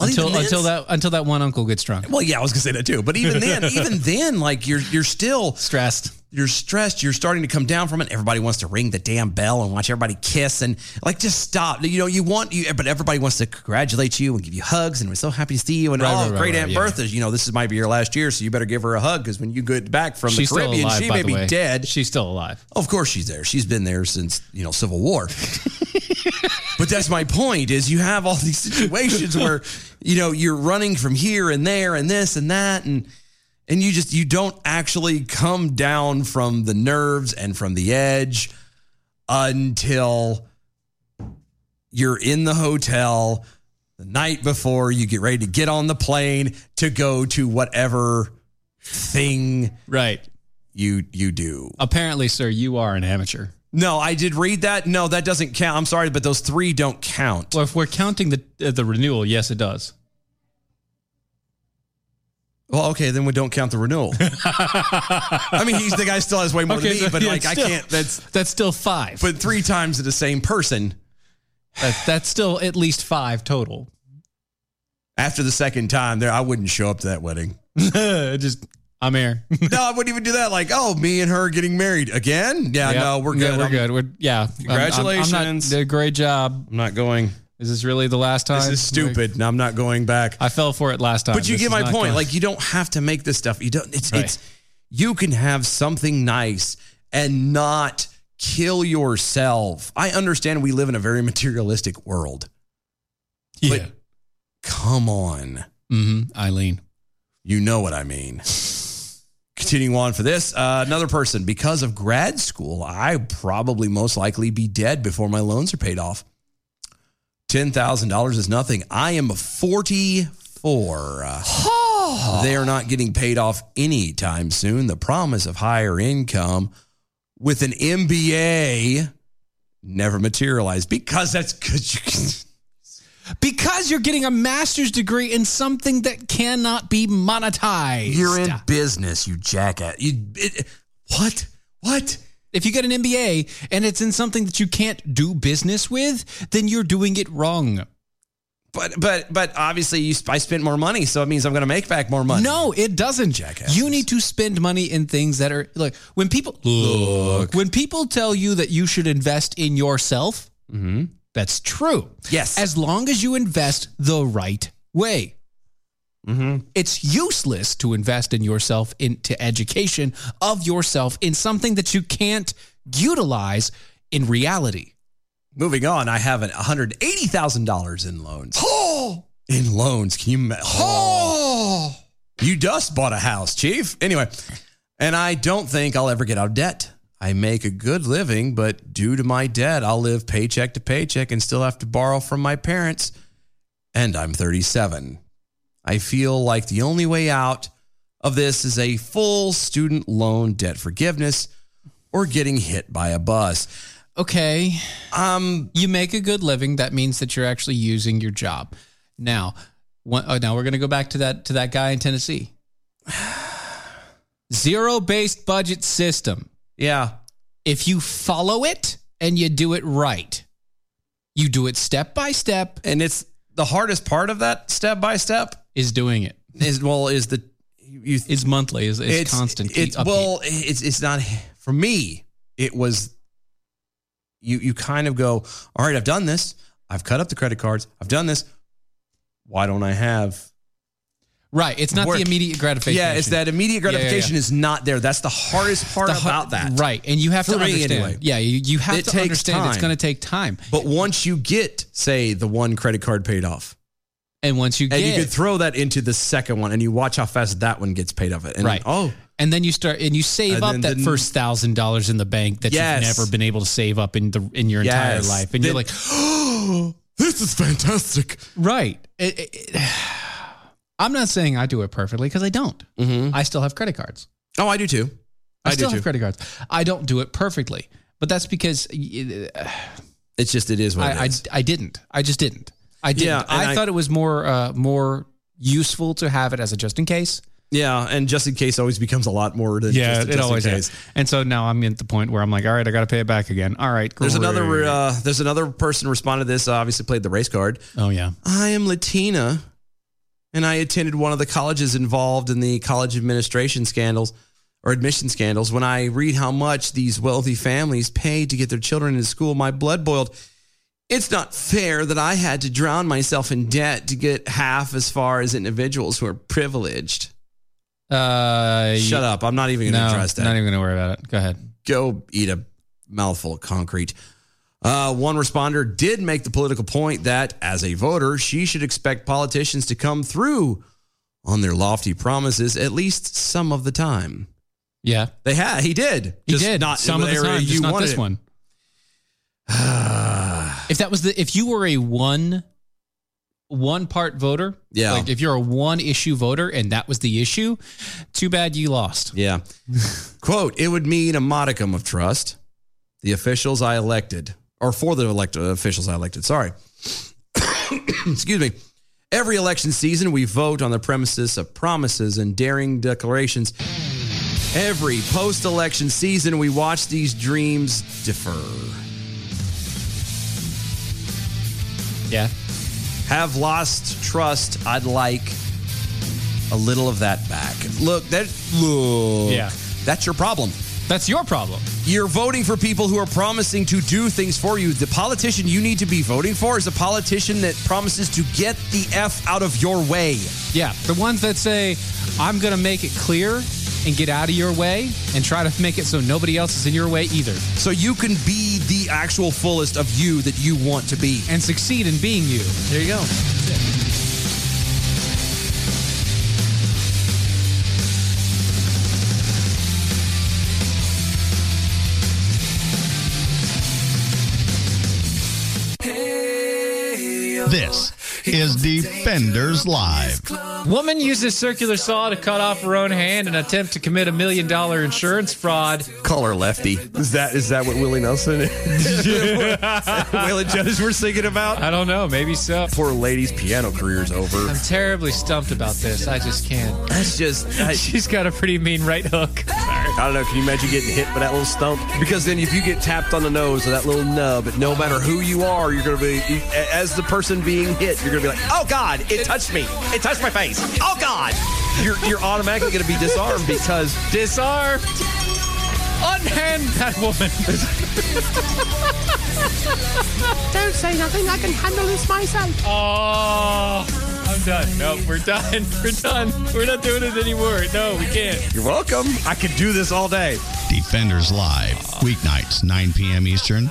Speaker 4: Well,
Speaker 5: until
Speaker 4: even then-
Speaker 5: until that until that one uncle gets drunk.
Speaker 4: Well, yeah, I was gonna say that too. But even then, even then, like you're you're still
Speaker 5: stressed.
Speaker 4: You're stressed. You're starting to come down from it. Everybody wants to ring the damn bell and watch everybody kiss and like just stop. You know, you want you, but everybody wants to congratulate you and give you hugs and we're so happy to see you and
Speaker 5: Right,
Speaker 4: oh,
Speaker 5: right, right,
Speaker 4: great
Speaker 5: right,
Speaker 4: Aunt
Speaker 5: yeah.
Speaker 4: Bertha. You know, this is might be your last year, so you better give her a hug because when you get back from
Speaker 5: She's
Speaker 4: the
Speaker 5: still
Speaker 4: Caribbean,
Speaker 5: alive,
Speaker 4: she
Speaker 5: by
Speaker 4: may
Speaker 5: the
Speaker 4: be
Speaker 5: way.
Speaker 4: dead.
Speaker 5: She's still alive.
Speaker 4: Of course, she's there. She's been there since you know Civil War. but that's my point: is you have all these situations where you know you're running from here and there and this and that and and you just you don't actually come down from the nerves and from the edge until you're in the hotel the night before you get ready to get on the plane to go to whatever thing
Speaker 5: right
Speaker 4: you you do
Speaker 5: Apparently, sir, you are an amateur.
Speaker 4: no i did read that no that doesn't count i'm sorry but those three don't count
Speaker 5: Well, if we're counting the uh, the renewal, yes, it does.
Speaker 4: well okay then we don't count the renewal i mean he's the guy still has way more
Speaker 5: Okay,
Speaker 4: than me
Speaker 5: so
Speaker 4: but
Speaker 5: yeah,
Speaker 4: like i
Speaker 5: still-
Speaker 4: can't that's
Speaker 5: that's still five
Speaker 4: but three times to the same person
Speaker 5: That, that's still at least five total.
Speaker 4: after the second time there i wouldn't show up to that wedding
Speaker 5: Just I'm here.
Speaker 4: no, I wouldn't even do that. Like, oh, me and her getting married again? Yeah,
Speaker 5: Yep.
Speaker 4: no, we're good.
Speaker 5: Yeah, we're
Speaker 4: I'm-
Speaker 5: good. We're yeah. I'm- I'm- I'm not-
Speaker 4: Congratulations.
Speaker 5: did a great job.
Speaker 4: I'm not going.
Speaker 5: Is this really the last time?
Speaker 4: This is stupid. and I'm not going back.
Speaker 5: I fell for it last time.
Speaker 4: But you
Speaker 5: This
Speaker 4: get
Speaker 5: is
Speaker 4: my
Speaker 5: not
Speaker 4: point.
Speaker 5: gonna-
Speaker 4: Like, you don't have to make this stuff. You don't. It's
Speaker 5: Right.
Speaker 4: it's. You can have something nice and not kill yourself. I understand we live in a very materialistic world. Yeah. But come on.
Speaker 5: Mm-hmm. Eileen.
Speaker 4: You know what I mean. Continuing on for this, uh, another person, because of grad school, I probably most likely be dead before my loans are paid off. $10,000 is nothing. I am 44. they are not getting paid off anytime soon. The promise of higher income with an MBA never materialized because that's because
Speaker 5: because you're getting a master's degree in something that cannot be monetized.
Speaker 4: you're in business, you jackass. You, it, what? What?
Speaker 5: If you get an MBA and it's in something that you can't do business with, then you're doing it wrong.
Speaker 4: But but but obviously, you, I spent more money, so it means I'm going to make back more money.
Speaker 5: No, it doesn't, Jackass. You need to spend money in things that are like when people look when people tell you that you should invest in yourself. That's true. Yes, as long as you invest the right way. It's useless to invest in yourself into education of yourself in something that you can't utilize in reality.
Speaker 4: Moving on, I have an $180,000 in loans. In loans, can you? ma- Oh. You just bought a house, Chief. Anyway, and I don't think I'll ever get out of debt. I make a good living, but due to my debt, I'll live paycheck to paycheck and still have to borrow from my parents. And I'm 37. I feel like the only way out of this is a full student loan debt forgiveness or getting hit by a bus.
Speaker 5: Okay.
Speaker 4: Um,
Speaker 5: you make a good living. That means that you're actually using your job. Now, one, oh, now we're going to go back to that to that guy in Tennessee. Zero based budget system.
Speaker 4: Yeah.
Speaker 5: If you follow it and you do it right, you do it step by step,
Speaker 4: and it's the hardest part of that step by step
Speaker 5: is doing it.
Speaker 4: Is well is the you
Speaker 5: is monthly is is constant. keep
Speaker 4: It's
Speaker 5: upkeep.
Speaker 4: well, it's it's not for me. It was you. You kind of go, all right. I've done this. I've cut up the credit cards. I've done this. Why don't I have?
Speaker 5: right. It's not
Speaker 4: work?
Speaker 5: the immediate gratification.
Speaker 4: Yeah, it's that immediate
Speaker 5: Yeah, yeah, yeah.
Speaker 4: gratification is not there. That's the hardest part
Speaker 5: The har-
Speaker 4: about that.
Speaker 5: right? And you have
Speaker 4: For
Speaker 5: to
Speaker 4: me,
Speaker 5: understand.
Speaker 4: anyway.
Speaker 5: Yeah, you, you have
Speaker 4: It
Speaker 5: to
Speaker 4: takes
Speaker 5: understand it's
Speaker 4: time.
Speaker 5: going to take time.
Speaker 4: But once you get, say, the one credit card paid off,
Speaker 5: and once you
Speaker 4: and you
Speaker 5: get-
Speaker 4: could throw that into the second one, and you watch how fast that one gets paid off it. And
Speaker 5: right.
Speaker 4: Oh,
Speaker 5: and then you start and you save
Speaker 4: And
Speaker 5: up
Speaker 4: then
Speaker 5: that
Speaker 4: the-
Speaker 5: first thousand dollars in the bank that
Speaker 4: Yes.
Speaker 5: you've never been able to save up in the in your entire
Speaker 4: Yes.
Speaker 5: life, and you're
Speaker 4: Then-
Speaker 5: like,
Speaker 4: oh, this is fantastic.
Speaker 5: right. It- it- it- I'm not saying I do it perfectly because I don't. I still have credit cards.
Speaker 4: Oh, I do too.
Speaker 5: I,
Speaker 4: Mm-hmm. I do
Speaker 5: still have
Speaker 4: too.
Speaker 5: credit cards. I don't do it perfectly, but that's because uh,
Speaker 4: It's just it is what
Speaker 5: I,
Speaker 4: it is.
Speaker 5: I I didn't. I just didn't. I didn't.
Speaker 4: Yeah, and
Speaker 5: I,
Speaker 4: I-
Speaker 5: thought it was more uh, more useful to have it as a just in case.
Speaker 4: yeah, and just in case always becomes a lot more than just, just in case.
Speaker 5: And so now I'm at the point where I'm like, all right, I got to pay it back again. All right,
Speaker 4: There's
Speaker 5: great.
Speaker 4: another uh, there's another person responded to this. uh, Obviously played the race card.
Speaker 5: Oh yeah.
Speaker 4: I am Latina, and I attended one of the colleges involved in the college administration scandals or admission scandals. When I read how much these wealthy families pay to get their children into school, my blood boiled. It's not fair that I had to drown myself in debt to get half as far as individuals who are privileged.
Speaker 5: Uh,
Speaker 4: Shut up. I'm not even going to
Speaker 5: no,
Speaker 4: address that.
Speaker 5: Not even going to worry about it. Go ahead.
Speaker 4: Go eat a mouthful of concrete. Uh, one responder did make the political point that as a voter, she should expect politicians to come through on their lofty promises at least some of the time.
Speaker 5: Yeah.
Speaker 4: They had. He did.
Speaker 5: He
Speaker 4: Just
Speaker 5: did
Speaker 4: not
Speaker 5: some
Speaker 4: in
Speaker 5: of the
Speaker 4: area
Speaker 5: time, just
Speaker 4: you
Speaker 5: not
Speaker 4: wanted
Speaker 5: this
Speaker 4: it.
Speaker 5: one. if that was the if you were a one one part voter,
Speaker 4: Yeah.
Speaker 5: like if you're a one issue voter and that was the issue, too bad you lost.
Speaker 4: Yeah. Quote, it would mean a modicum of trust. The officials I elected, or for the elected officials I elected, sorry. Excuse me. Every election season, we vote on the premises of promises and daring declarations. Every post election season, we watch these dreams defer.
Speaker 5: Yeah.
Speaker 4: Have lost trust. I'd like a little of that back. Look, that look.
Speaker 5: Yeah.
Speaker 4: That's your problem.
Speaker 5: That's your problem.
Speaker 4: You're voting for people who are promising to do things for you. The politician you need to be voting for is a politician that promises to get the F out of your way.
Speaker 5: Yeah. The ones that say, I'm gonna make it clear and get out of your way and try to make it so nobody else is in your way either.
Speaker 4: So you can be the actual fullest of you that you want to be.
Speaker 5: And succeed in being you. There you go.
Speaker 2: This is Defenders Live.
Speaker 5: Woman uses circular saw to cut off her own hand and attempt to commit a million dollar insurance fraud.
Speaker 4: Call her lefty. Is that is that what Willie Nelson Will and Joe's were singing about?
Speaker 5: I don't know. Maybe so.
Speaker 4: Poor lady's piano career's over.
Speaker 5: I'm terribly stumped about this. I just can't.
Speaker 4: That's just.
Speaker 5: She's got a pretty mean right hook.
Speaker 6: I don't know. Can you imagine getting hit by that little stump? Because then, if you get tapped on the nose with that little nub, no matter who you are, you're going to be, as the person being hit, you're going to be like, oh God, it touched me. It touched my face. Oh God. You're, you're automatically going to be disarmed because.
Speaker 5: Disarmed. Unhand that woman.
Speaker 8: Don't say nothing. I can handle this myself.
Speaker 5: Oh, I'm done. Nope, we're done. We're done. We're not doing it anymore. No, we can't.
Speaker 2: You're welcome. I could do this all day. Defenders Live, weeknights, 9 p.m. Eastern,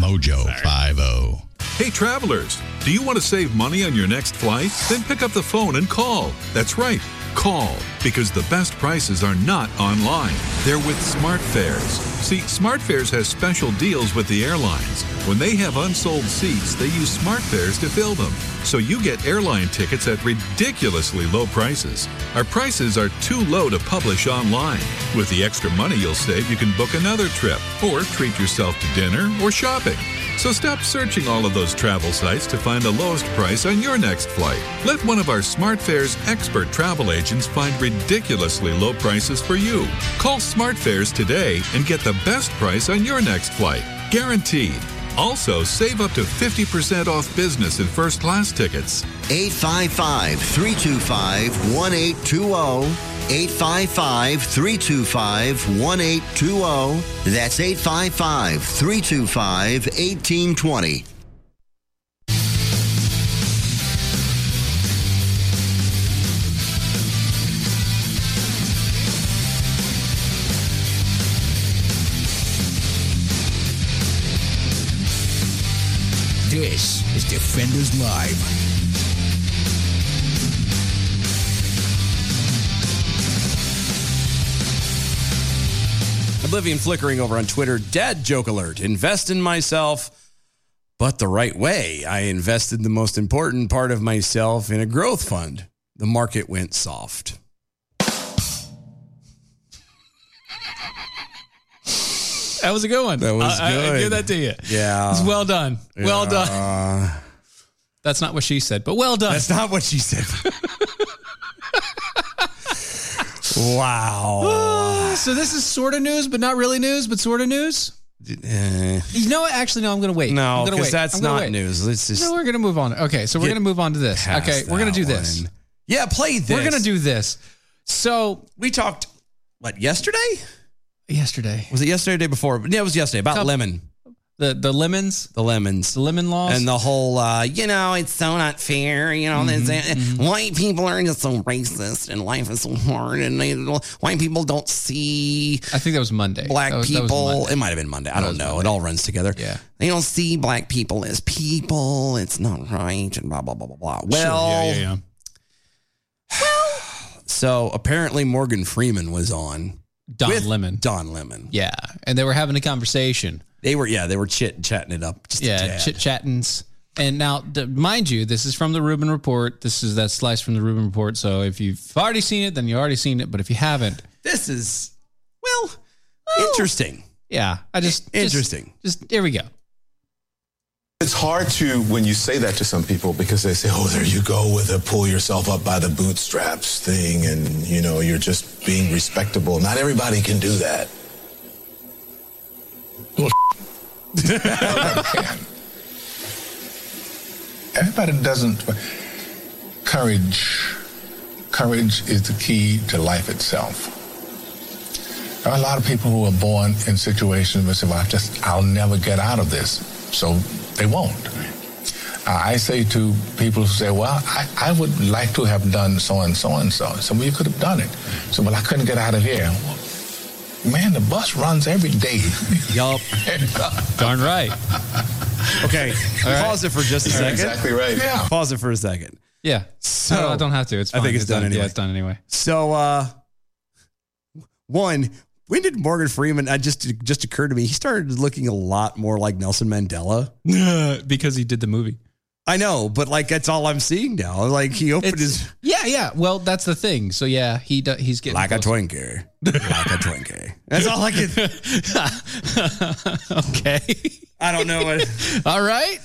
Speaker 2: Mojo oh. 50.
Speaker 7: Hey travelers, do you want to save money on your next flight? Then pick up the phone and call. That's right, call, because the best prices are not online. They're with SmartFares. See, SmartFares has special deals with the airlines. When they have unsold seats, they use SmartFares to fill them. So you get airline tickets at ridiculously low prices. Our prices are too low to publish online. With the extra money you'll save, you can book another trip or treat yourself to dinner or shopping. So stop searching all of those travel sites to find the lowest price on your next flight. Let one of our SmartFares expert travel agents find ridiculously low prices for you. Call SmartFares today and get the best price on your next flight, guaranteed. Also, save up to 50% off business and first class tickets.
Speaker 19: 855 325 1820.
Speaker 6: oh.
Speaker 19: 855 325
Speaker 6: oh.
Speaker 19: 1820. That's 855 325 1820.
Speaker 3: This is Defenders Live.
Speaker 4: Oblivion flickering over on Twitter. Dad joke alert. Invest in myself, but the right way. I invested the most important part of myself in a growth fund. The market went soft.
Speaker 5: That was a good one.
Speaker 4: That was
Speaker 5: I- I- I,
Speaker 4: good.
Speaker 5: give that to you.
Speaker 4: Yeah.
Speaker 5: It's well done. Well
Speaker 4: Yeah.
Speaker 5: done. That's not what she said, but well done.
Speaker 4: That's not what she said. wow.
Speaker 5: so this is sort of news, but not really news, but sort of news.
Speaker 4: Eh.
Speaker 5: You know what? Actually, no. I'm going to wait.
Speaker 4: No,
Speaker 5: I'm gonna
Speaker 4: because
Speaker 5: wait.
Speaker 4: that's
Speaker 5: I'm gonna
Speaker 4: not
Speaker 5: wait.
Speaker 4: news. Let's just
Speaker 5: no, we're going to move on. Okay, so we're
Speaker 4: Get
Speaker 5: going to move on to this.
Speaker 4: past
Speaker 5: Okay, we're going to do
Speaker 4: that
Speaker 5: this.
Speaker 4: one. Yeah, play this.
Speaker 5: We're going to do this. So
Speaker 4: we talked what yesterday?
Speaker 5: Yesterday
Speaker 4: was it yesterday? or the Day before? Yeah, it was yesterday about
Speaker 5: Couple-
Speaker 4: lemon.
Speaker 5: The the lemons,
Speaker 4: the lemons, the
Speaker 5: lemon laws,
Speaker 4: and the whole uh, you know it's so not fair. You know, there's-
Speaker 5: Mm-hmm,
Speaker 4: uh, white people are just so racist, and life is so hard, and they, white people don't see.
Speaker 5: I think that was Monday.
Speaker 4: Black
Speaker 5: That was- that was
Speaker 4: people.
Speaker 5: Monday.
Speaker 4: It might have been Monday. I
Speaker 5: That
Speaker 4: don't
Speaker 5: was
Speaker 4: know. It all runs together. Yeah, they don't see black people as people. It's not right, and blah blah blah blah blah.
Speaker 5: Sure.
Speaker 4: Well,
Speaker 5: Yeah, yeah, yeah.
Speaker 4: So apparently Morgan Freeman was on
Speaker 5: Don
Speaker 4: with
Speaker 5: Lemon.
Speaker 4: Don Lemon.
Speaker 5: Yeah, and they were having a conversation.
Speaker 4: They were yeah, they were chit chatting it up. just a
Speaker 5: yeah,
Speaker 4: tad.
Speaker 5: chit chattings. And now, d- mind you, this is from the Rubin Report. This is that slice from the Rubin Report. So if you've already seen it, then you already seen it. But if you haven't,
Speaker 4: this is well interesting.
Speaker 5: Yeah, I just
Speaker 4: interesting.
Speaker 5: Just, here we go.
Speaker 9: It's hard to when you say that to some people because they say, "Oh, there you go with a pull yourself up by the bootstraps thing and, you know, you're just being respectable." Not everybody can do that. Well, everybody can. Everybody doesn't courage courage is the key to life itself. There are a lot of people who are born in situations where they say, well, I just, I'll never get out of this. So they won't. Uh, I say to people who say, well, I, I would like to have done so and so and so. So, well, you could have done it. So, well, I couldn't get out of here. Well, man, the bus runs every day.
Speaker 5: Yup. Darn right.
Speaker 4: Okay. Pause it for just a
Speaker 9: You're
Speaker 4: second.
Speaker 9: exactly right. Yeah.
Speaker 4: Pause it for a second.
Speaker 5: Yeah.
Speaker 4: So
Speaker 5: No, I don't have to. It's
Speaker 4: I
Speaker 5: fine.
Speaker 4: think it's,
Speaker 5: It's
Speaker 4: done,
Speaker 5: done. Yeah,
Speaker 4: anyway.
Speaker 5: it's done anyway.
Speaker 4: So uh one, when did Morgan Freeman I just it just occurred to me, he started looking a lot more like Nelson Mandela.
Speaker 5: because he did the movie.
Speaker 4: I know, but like that's all I'm seeing now. Like he opened his
Speaker 5: Yeah, yeah. Well, that's the thing. So yeah, he do, he's getting
Speaker 4: like a
Speaker 5: close.
Speaker 4: twinkie. Like a twinkie. That's all I can
Speaker 5: okay.
Speaker 4: I don't know what
Speaker 5: All right.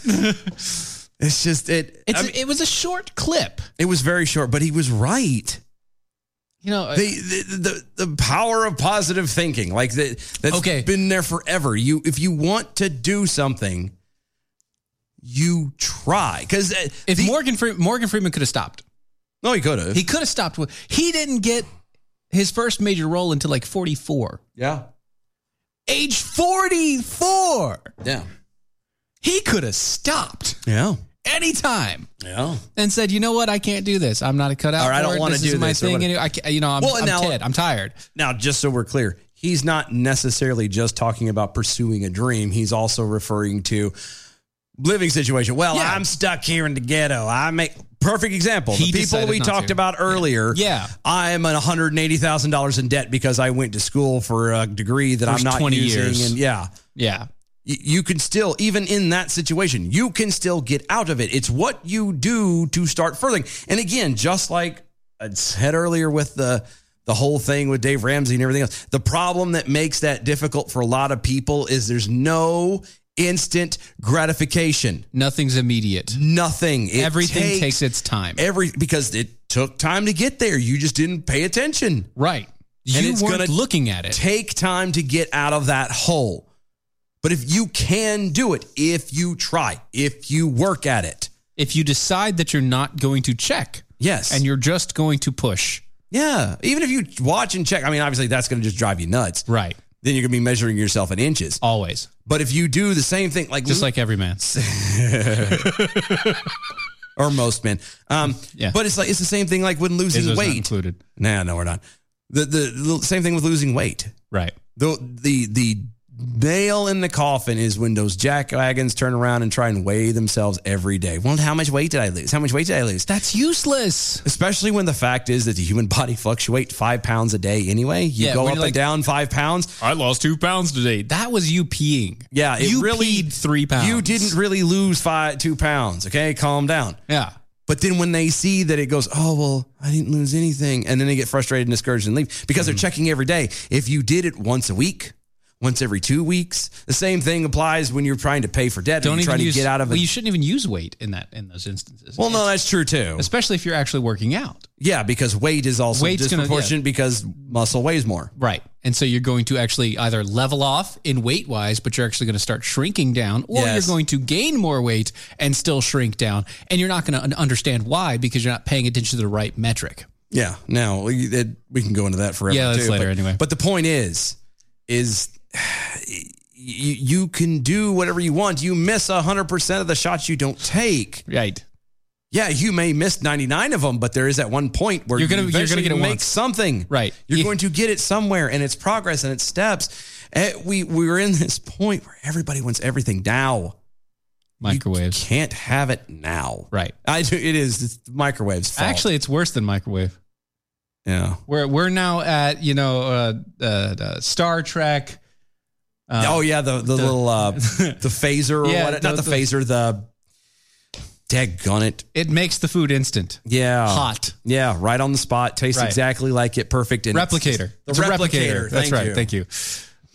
Speaker 4: It's just it.
Speaker 5: It's, it was a short clip.
Speaker 4: It was very short, but he was right.
Speaker 5: You know,
Speaker 4: The, the the the power of positive thinking, like that, that's been there forever. You, if you want to do something, you try. uh, Because
Speaker 5: if Morgan Fre- Morgan Freeman could have stopped,
Speaker 4: no, Oh, he could have.
Speaker 5: He could have stopped. with- He didn't get his first major role until like forty four.
Speaker 4: Yeah,
Speaker 5: age forty four.
Speaker 4: Yeah,
Speaker 5: he could have stopped.
Speaker 4: Yeah,
Speaker 5: anytime.
Speaker 4: Yeah.
Speaker 5: and said, "You know what? I can't do this. I'm not a cut out.
Speaker 4: Or I
Speaker 5: for
Speaker 4: don't
Speaker 5: it.
Speaker 4: wanna
Speaker 5: This
Speaker 4: do
Speaker 5: is my
Speaker 4: this or
Speaker 5: thing.
Speaker 4: whatever."
Speaker 5: anyway. I, ca- you know, I'm, I'm
Speaker 4: now-
Speaker 5: Ted. I'm tired.
Speaker 4: Now, just so we're clear, he's not necessarily just talking about pursuing a dream. He's also referring to living situation. Well, I'm stuck here in the ghetto. I make perfect example.
Speaker 5: He
Speaker 4: the people
Speaker 5: decided
Speaker 4: we
Speaker 5: not
Speaker 4: talked
Speaker 5: to.
Speaker 4: about earlier.
Speaker 5: Yeah.
Speaker 4: I'm an $180,000 in debt because I went to school for a degree that
Speaker 5: First
Speaker 4: I'm not
Speaker 5: 20
Speaker 4: using.
Speaker 5: years.
Speaker 4: And yeah.
Speaker 5: Yeah.
Speaker 4: Y- You can still, even in that situation, you can still get out of it. It's what you do to start furthering. And again, just like I said earlier with the the whole thing with Dave Ramsey and everything else, the problem that makes that difficult for a lot of people is there's no instant gratification.
Speaker 5: Nothing's immediate.
Speaker 4: Nothing. It
Speaker 5: Everything takes its time.
Speaker 4: Every because it took time to get there. You just didn't pay attention.
Speaker 5: Right. You weren't looking at it.
Speaker 4: Take time to get out of that hole. But if you can do it, if you try, if you work at it.
Speaker 5: If you decide that you're not going to check,
Speaker 4: yes,
Speaker 5: and you're just going to push,
Speaker 4: Yeah. Even if you watch and check, I mean, obviously that's going to just drive you nuts.
Speaker 5: Right.
Speaker 4: Then you're going to be measuring yourself in inches.
Speaker 5: Always.
Speaker 4: But if you do the same thing, like
Speaker 5: just like every man.
Speaker 4: or most men. Um,
Speaker 5: Yeah.
Speaker 4: But it's like it's the same thing like when losing
Speaker 5: Izzo's not
Speaker 4: weight.
Speaker 5: included.
Speaker 4: Nah, no, we're not. The, the the same thing with losing weight.
Speaker 5: Right.
Speaker 4: The the the nail in the coffin is when those jackwagons turn around and try and weigh themselves every day. Well, how much weight did I lose? How much weight did I lose?
Speaker 5: That's useless.
Speaker 4: Especially when the fact is that the human body fluctuates five pounds a day anyway. You
Speaker 5: Yeah,
Speaker 4: go
Speaker 5: when
Speaker 4: up
Speaker 5: you're like-
Speaker 4: and down five pounds.
Speaker 5: I lost two pounds today. That was you peeing.
Speaker 4: Yeah, it
Speaker 5: you
Speaker 4: really
Speaker 5: peed three pounds.
Speaker 4: You didn't really lose five two pounds. Okay, calm down.
Speaker 5: Yeah.
Speaker 4: But then when they see that it goes, oh well, I didn't lose anything, and then they get frustrated and discouraged and leave because
Speaker 5: Mm-hmm.
Speaker 4: they're checking every day. If you did it once a week, once every two weeks, the same thing applies when you're trying to pay for debt.
Speaker 5: Don't
Speaker 4: and
Speaker 5: even
Speaker 4: you're trying
Speaker 5: use,
Speaker 4: to get out of
Speaker 5: well,
Speaker 4: it.
Speaker 5: you shouldn't even use weight in that in those instances.
Speaker 4: well, no, that's true too.
Speaker 5: Especially if you're actually working out.
Speaker 4: Yeah, because weight is also
Speaker 5: Weight's gonna-
Speaker 4: disproportionate because muscle weighs more.
Speaker 5: Right. And so you're going to actually either level off in weight wise, but you're actually going to start shrinking down, or
Speaker 4: Yes.
Speaker 5: you're going to gain more weight and still shrink down. And you're not going to un- understand why because you're not paying attention to the right metric.
Speaker 4: Yeah. Now we, it, we can go into that forever.
Speaker 5: Yeah, that's
Speaker 4: too,
Speaker 5: later
Speaker 4: but,
Speaker 5: anyway.
Speaker 4: But the point is, is you, you can do whatever you want. You miss hundred percent of the shots you don't take.
Speaker 5: Right.
Speaker 4: Yeah, you may miss ninety nine of them, but there is that one point where
Speaker 5: You're gonna-
Speaker 4: you
Speaker 5: you're gonna
Speaker 4: eventually
Speaker 5: get it
Speaker 4: make
Speaker 5: once.
Speaker 4: something. Right. You're going to get it somewhere, and it's progress and it's steps. Eh, we we're in this point where everybody wants everything now.
Speaker 5: Microwaves.
Speaker 4: You can't have it now.
Speaker 5: Right.
Speaker 4: I do. It is it's the microwaves. Fault.
Speaker 5: Actually, it's worse than microwave.
Speaker 4: Yeah.
Speaker 5: We're we're now at you know uh, uh, the Star Trek. uh,
Speaker 4: oh yeah, the the, little uh, the phaser or
Speaker 5: Yeah,
Speaker 4: what? Not
Speaker 5: the-
Speaker 4: the,
Speaker 5: the-
Speaker 4: phaser. The daggunnit.
Speaker 5: It makes the food instant.
Speaker 4: Yeah.
Speaker 5: Hot.
Speaker 4: Yeah, right on the spot. Tastes
Speaker 5: Right.
Speaker 4: exactly like it. Perfect. and it's-
Speaker 5: replicator.
Speaker 4: The
Speaker 5: It's a
Speaker 4: replicator.
Speaker 5: That's right. Thank you.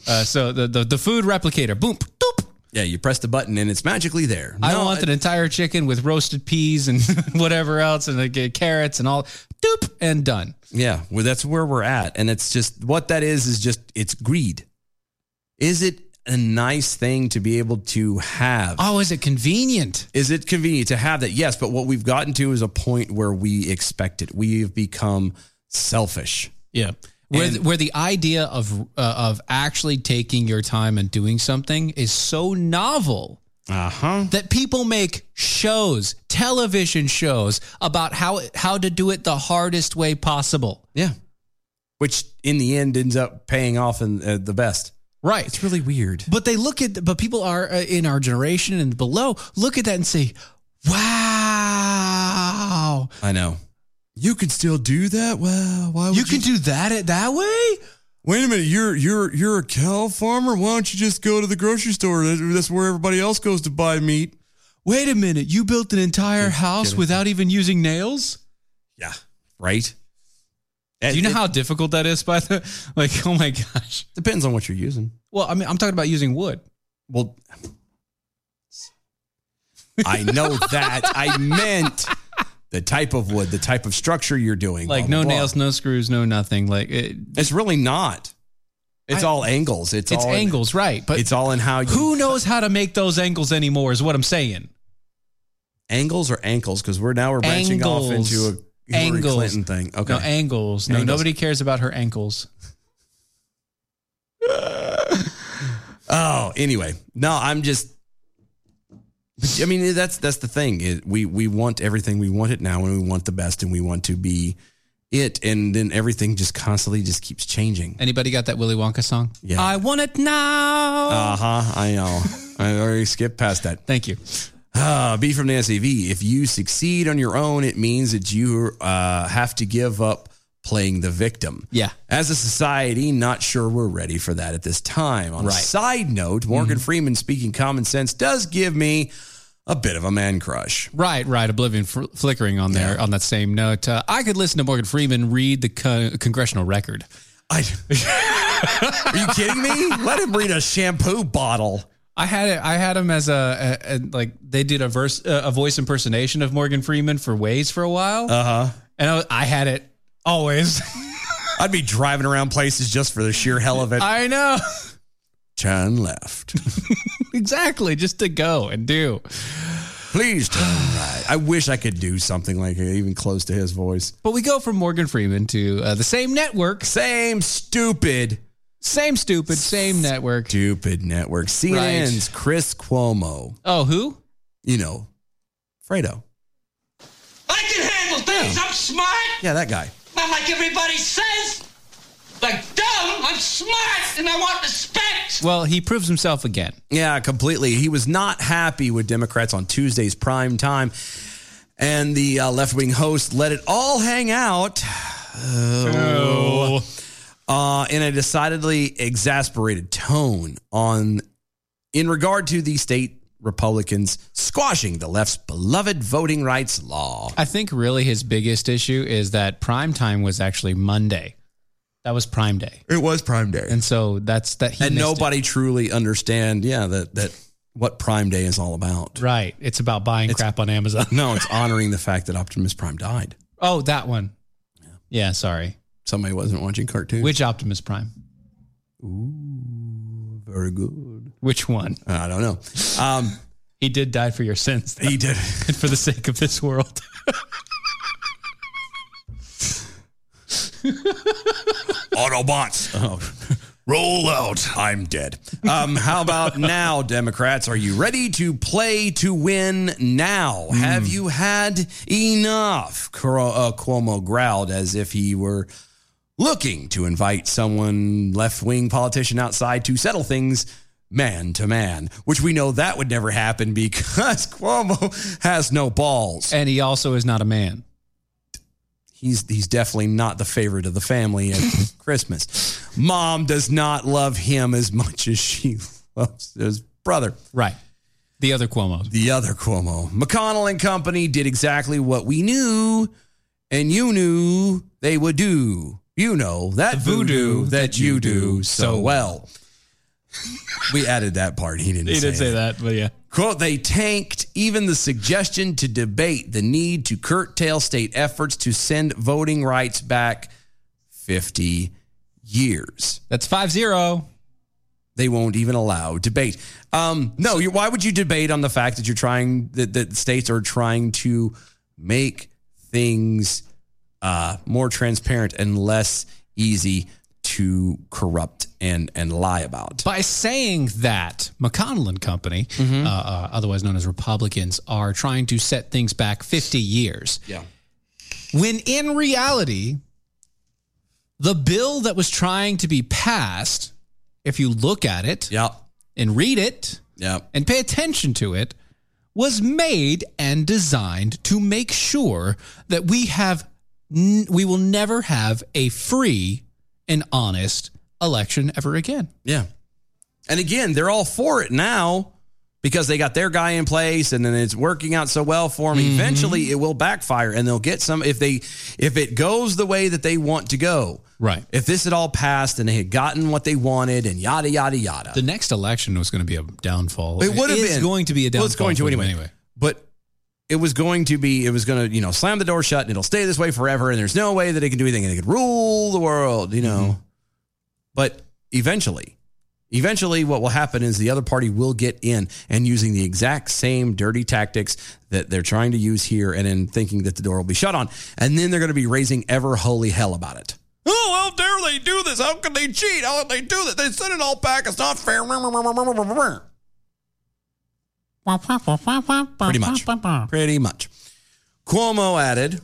Speaker 5: Uh, so the, the the food replicator. Boom. Doop.
Speaker 4: Yeah, you press the button and it's magically there.
Speaker 5: I
Speaker 4: No,
Speaker 5: want
Speaker 4: it-
Speaker 5: an entire chicken with roasted peas and whatever else and like, uh, carrots and all. Doop and done.
Speaker 4: Yeah, well, that's where we're at, and it's just what that is is just it's greed. Is it a nice thing to be able to have?
Speaker 5: Oh, is it convenient?
Speaker 4: Is it convenient to have that? Yes, but what we've gotten to is a point where we expect it. We've become selfish.
Speaker 5: Yeah. Where,
Speaker 4: And-
Speaker 5: th- where the idea of uh, of actually taking your time and doing something is so novel
Speaker 4: uh-huh.
Speaker 5: that people make shows, television shows about how how to do it the hardest way possible.
Speaker 4: Yeah, which in the end ends up paying off in uh, the best.
Speaker 5: Right.
Speaker 4: It's really weird.
Speaker 5: But they look at but people are uh, in our generation and below look at that and say, "Wow,
Speaker 4: I know. You can still do that. Wow. Why would you
Speaker 5: can do that at that way?
Speaker 20: Wait a minute. You're you're you're a cow farmer. Why don't you just go to the grocery store? That- That's where everybody else goes to buy meat.
Speaker 5: Wait a minute. You built an entire house
Speaker 20: kidding.
Speaker 5: without even using nails?"
Speaker 4: Yeah. Right.
Speaker 5: Do you know how difficult that is? By the like, oh my gosh,
Speaker 4: depends on what you're using.
Speaker 5: Well, I mean, I'm talking about using wood.
Speaker 4: Well, I know that. I meant the type of wood, the type of structure you're doing.
Speaker 5: like
Speaker 4: blah,
Speaker 5: no
Speaker 4: blah, blah.
Speaker 5: nails, no screws, no nothing. Like it,
Speaker 4: It's really not. It's
Speaker 5: I-
Speaker 4: all angles. It's,
Speaker 5: it's
Speaker 4: all in-
Speaker 5: angles, right? But
Speaker 4: it's all in how you
Speaker 5: who knows how to make those angles anymore? Is what I'm saying.
Speaker 4: angles or ankles because we're now we're branching off
Speaker 5: Angles.
Speaker 4: into a Hillary
Speaker 5: angles
Speaker 4: Clinton thing. Okay,
Speaker 5: No angles. No,
Speaker 4: Angles.
Speaker 5: nobody cares about her ankles.
Speaker 4: Oh, anyway, no, I'm just. I mean, that's that's the thing. It, we we want everything. We want it now, and we want the best, and we want to be it. And then everything just constantly just keeps changing.
Speaker 5: Anybody got that Willy Wonka song?
Speaker 4: Yeah.
Speaker 5: I want it now.
Speaker 4: Uh huh. I know. I already skipped past that.
Speaker 5: Thank you.
Speaker 4: Uh, B from Nancy V. If you succeed on your own, it means that you uh, have to give up playing the victim.
Speaker 5: Yeah.
Speaker 4: As a society, not sure we're ready for that at this time. On a
Speaker 5: Right. Mm-hmm.
Speaker 4: side note, Morgan Freeman speaking common sense does give me a bit of a man crush.
Speaker 5: Right, right. Oblivion fl- flickering on there on that same note. Uh, I could listen to Morgan Freeman read the co- congressional record.
Speaker 4: I, Are you kidding me? Let him read a shampoo bottle.
Speaker 5: I had it. I had him as a, a, a like they did a verse uh, a voice impersonation of Morgan Freeman for Waze for a while.
Speaker 4: Uh huh.
Speaker 5: And I, I had it always.
Speaker 4: I'd be driving around places just for the sheer hell of it.
Speaker 5: I know.
Speaker 4: Turn left.
Speaker 5: exactly, just to go and do.
Speaker 4: Please turn right. I wish I could do something like it, even close to his voice.
Speaker 5: But we go from Morgan Freeman to uh, the same network,
Speaker 4: same stupid,
Speaker 5: same stupid, same network.
Speaker 4: Stupid network. CNN's Chris Cuomo.
Speaker 5: Oh, who?
Speaker 4: You know, Fredo.
Speaker 8: I can handle things. I'm smart.
Speaker 4: Yeah, that guy.
Speaker 8: Not like everybody says. Like dumb. I'm smart and I want respect.
Speaker 5: Well, he proves himself again.
Speaker 4: Yeah, completely. He was not happy with Democrats on Tuesday's prime time. And the uh, left wing host let it all hang out oh, Uh, in a decidedly exasperated tone on in regard to the state Republicans squashing the left's beloved voting rights law.
Speaker 5: I think really his biggest issue is that prime time was actually Monday. That was prime day.
Speaker 4: It was prime day.
Speaker 5: And so that's that he
Speaker 4: and
Speaker 5: missed it.
Speaker 4: nobody truly understand, yeah, that that what Prime Day is all about.
Speaker 5: Right. It's about buying crap on Amazon.
Speaker 4: No, it's honoring the fact that Optimus Prime died.
Speaker 5: Oh, that one. Yeah, sorry.
Speaker 4: Somebody wasn't watching cartoons.
Speaker 5: Which Optimus Prime?
Speaker 4: Very good.
Speaker 5: Which one?
Speaker 4: I don't know. Um,
Speaker 5: he did die for your sins.
Speaker 4: He did.
Speaker 5: and for the sake of this world.
Speaker 4: Autobots, roll out. I'm dead. Um, how about now, Democrats? Are you ready to play to win now? Have you had enough? Cro- uh, Cuomo growled as if he were looking to invite someone left wing politician outside to settle things man to man, which we know that would never happen because Cuomo has no balls.
Speaker 5: And he also is not a man.
Speaker 4: he's he's definitely not the favorite of the family at Christmas. Mom does not love him as much as she loves his brother.
Speaker 5: Right. The other Cuomo.
Speaker 4: The other Cuomo. McConnell and company did exactly what we knew and you knew they would do. You know that voodoo, that you do so well. we added that part. He didn't.
Speaker 5: He didn't say
Speaker 4: it.
Speaker 5: that, but yeah.
Speaker 4: Quote, they tanked even the suggestion to debate the need to curtail state efforts to send voting rights back 50 years.
Speaker 5: That's 5 0.
Speaker 4: They won't even allow debate. Um, no, you, why would you debate on the fact that you're trying, that, that states are trying to make things uh, more transparent and less easy to corrupt and, and lie about?
Speaker 5: By saying that, McConnell and Company, uh, uh, otherwise known as Republicans, are trying to set things back 50 years.
Speaker 4: Yeah.
Speaker 5: When in reality, the bill that was trying to be passed, if you look at it and read it and pay attention to it, was made and designed to make sure that we have n- we will never have a free and honest election ever again.
Speaker 4: Yeah. And again, they're all for it now because they got their guy in place and then it's working out so well for them. Eventually it will backfire and they'll get some if they if it goes the way that they want to go.
Speaker 5: Right.
Speaker 4: If this had all passed and they had gotten what they wanted and yada yada yada.
Speaker 5: The next election was going to be a downfall.
Speaker 4: It would have
Speaker 5: is
Speaker 4: been
Speaker 5: going to be a downfall.
Speaker 4: Well, it's going to
Speaker 5: for them
Speaker 4: anyway. But it was going to be. It was going to you know slam the door shut and it'll stay this way forever. And there's no way that it can do anything. And it could rule the world. You know.
Speaker 20: Mm-hmm.
Speaker 4: But eventually, eventually, what will happen is the other party will get in and using the exact same dirty tactics that they're trying to use here, and then thinking that the door will be shut on, and then they're going to be raising ever holy hell about it.
Speaker 20: Oh, how dare they do this? How can they cheat? How can they do that? They sent it all back. It's not fair.
Speaker 4: Pretty much. Pretty much. Cuomo added,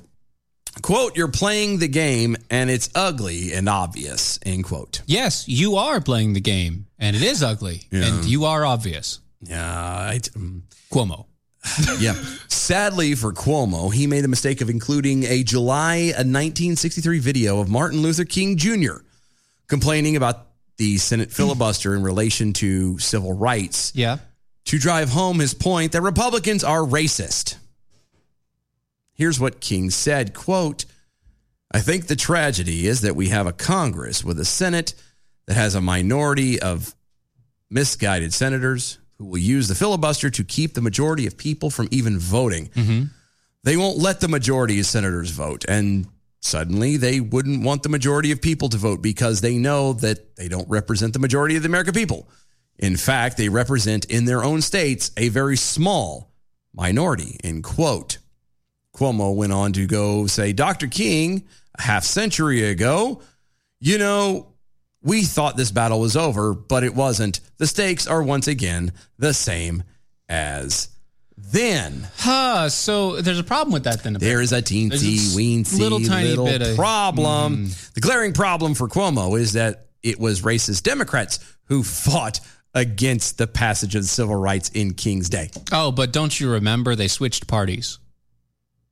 Speaker 4: quote, you're playing the game and it's ugly and obvious, end quote.
Speaker 5: Yes, you are playing the game, and it is ugly, and you are obvious.
Speaker 4: Yeah, I,
Speaker 5: Cuomo.
Speaker 4: yeah. Sadly for Cuomo, he made the mistake of including a July 1963 video of Martin Luther King Jr. complaining about the Senate filibuster in relation to civil rights.
Speaker 5: Yeah.
Speaker 4: To drive home his point that Republicans are racist. Here's what King said, quote, I think the tragedy is that we have a Congress with a Senate that has a minority of misguided senators who will use the filibuster to keep the majority of people from even voting. They won't let the majority of senators vote. And suddenly they wouldn't want the majority of people to vote because they know that they don't represent the majority of the American people. In fact, they represent in their own states a very small minority, end quote. Cuomo went on to go say, Dr. King, a half century ago, you know, we thought this battle was over, but it wasn't. The stakes are once again the same as then.
Speaker 5: Huh, so there's a problem with that then.
Speaker 4: There is a
Speaker 5: There's a
Speaker 4: teensy
Speaker 5: s-
Speaker 4: weensy little,
Speaker 5: little tiny bit of- mm.
Speaker 4: problem. The glaring problem for Cuomo is that it was racist Democrats who fought against the passage of civil rights in King's Day.
Speaker 5: Oh, but don't you remember they switched parties?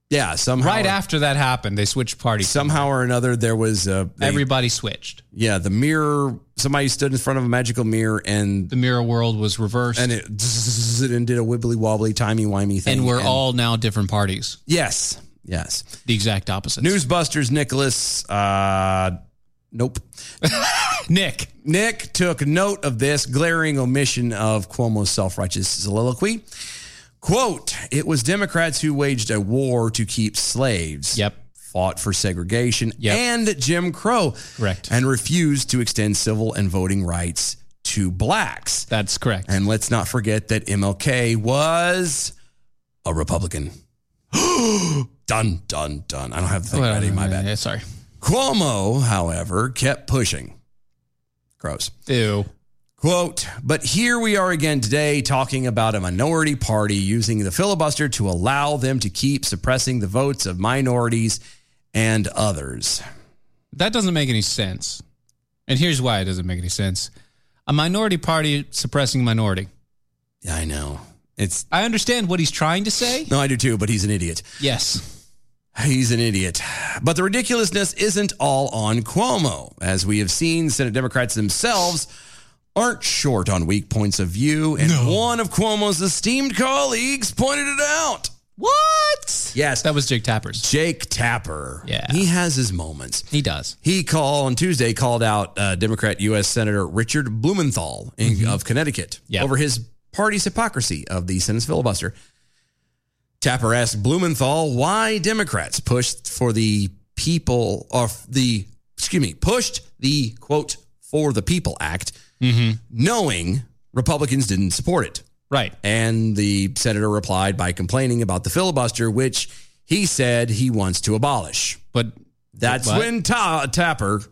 Speaker 4: Yeah, somehow
Speaker 5: Right after that happened, they switched parties.
Speaker 4: somehow or another there was a they-
Speaker 5: Everybody switched.
Speaker 4: yeah, the mirror somebody stood in front of a magical mirror and
Speaker 5: the mirror world was reversed
Speaker 4: and it zzz, and did a wibbly wobbly timey wimey thing.
Speaker 5: And we're all now different parties.
Speaker 4: Yes. Yes.
Speaker 5: The exact opposite.
Speaker 4: Newsbusters Nicholas uh nope.
Speaker 5: Nick.
Speaker 4: Nick took note of this glaring omission of Cuomo's self-righteous soliloquy. Quote, it was Democrats who waged a war to keep slaves. Yep. Fought for segregation and Jim Crow. Correct. And refused to extend civil and voting rights to blacks.
Speaker 5: That's correct.
Speaker 4: And let's not forget that MLK was a Republican. dun, dun, dun. I don't have the thing
Speaker 5: Well,
Speaker 4: ready. My bad.
Speaker 5: sorry.
Speaker 4: Cuomo, however, kept pushing. Gross.
Speaker 5: Ew.
Speaker 4: Quote, but here we are again today talking about a minority party using the filibuster to allow them to keep suppressing the votes of minorities and others.
Speaker 5: That doesn't make any sense. And here's why it doesn't make any sense. A minority party suppressing minority.
Speaker 4: Yeah, I know. It's
Speaker 5: I understand what he's trying to say.
Speaker 4: No, I do too, but he's an idiot.
Speaker 5: Yes.
Speaker 4: He's an idiot. But the ridiculousness isn't all on Cuomo. As we have seen, Senate Democrats themselves aren't short on weak points of view, and one of Cuomo's esteemed colleagues pointed it out. What? Yes, that was Jake Tapper's. Jake Tapper. Yeah, he has his moments. He does. He call on Tuesday called out uh, Democrat U.S. Senator Richard Blumenthal in, of Connecticut over his party's hypocrisy of the Senate's filibuster. Tapper asked Blumenthal why Democrats pushed for the people or the excuse me pushed the quote for the people act, knowing Republicans didn't support it. Right. And the senator replied by complaining about the filibuster, which he said he wants to abolish. But that's
Speaker 5: What?
Speaker 4: when Ta- Tapper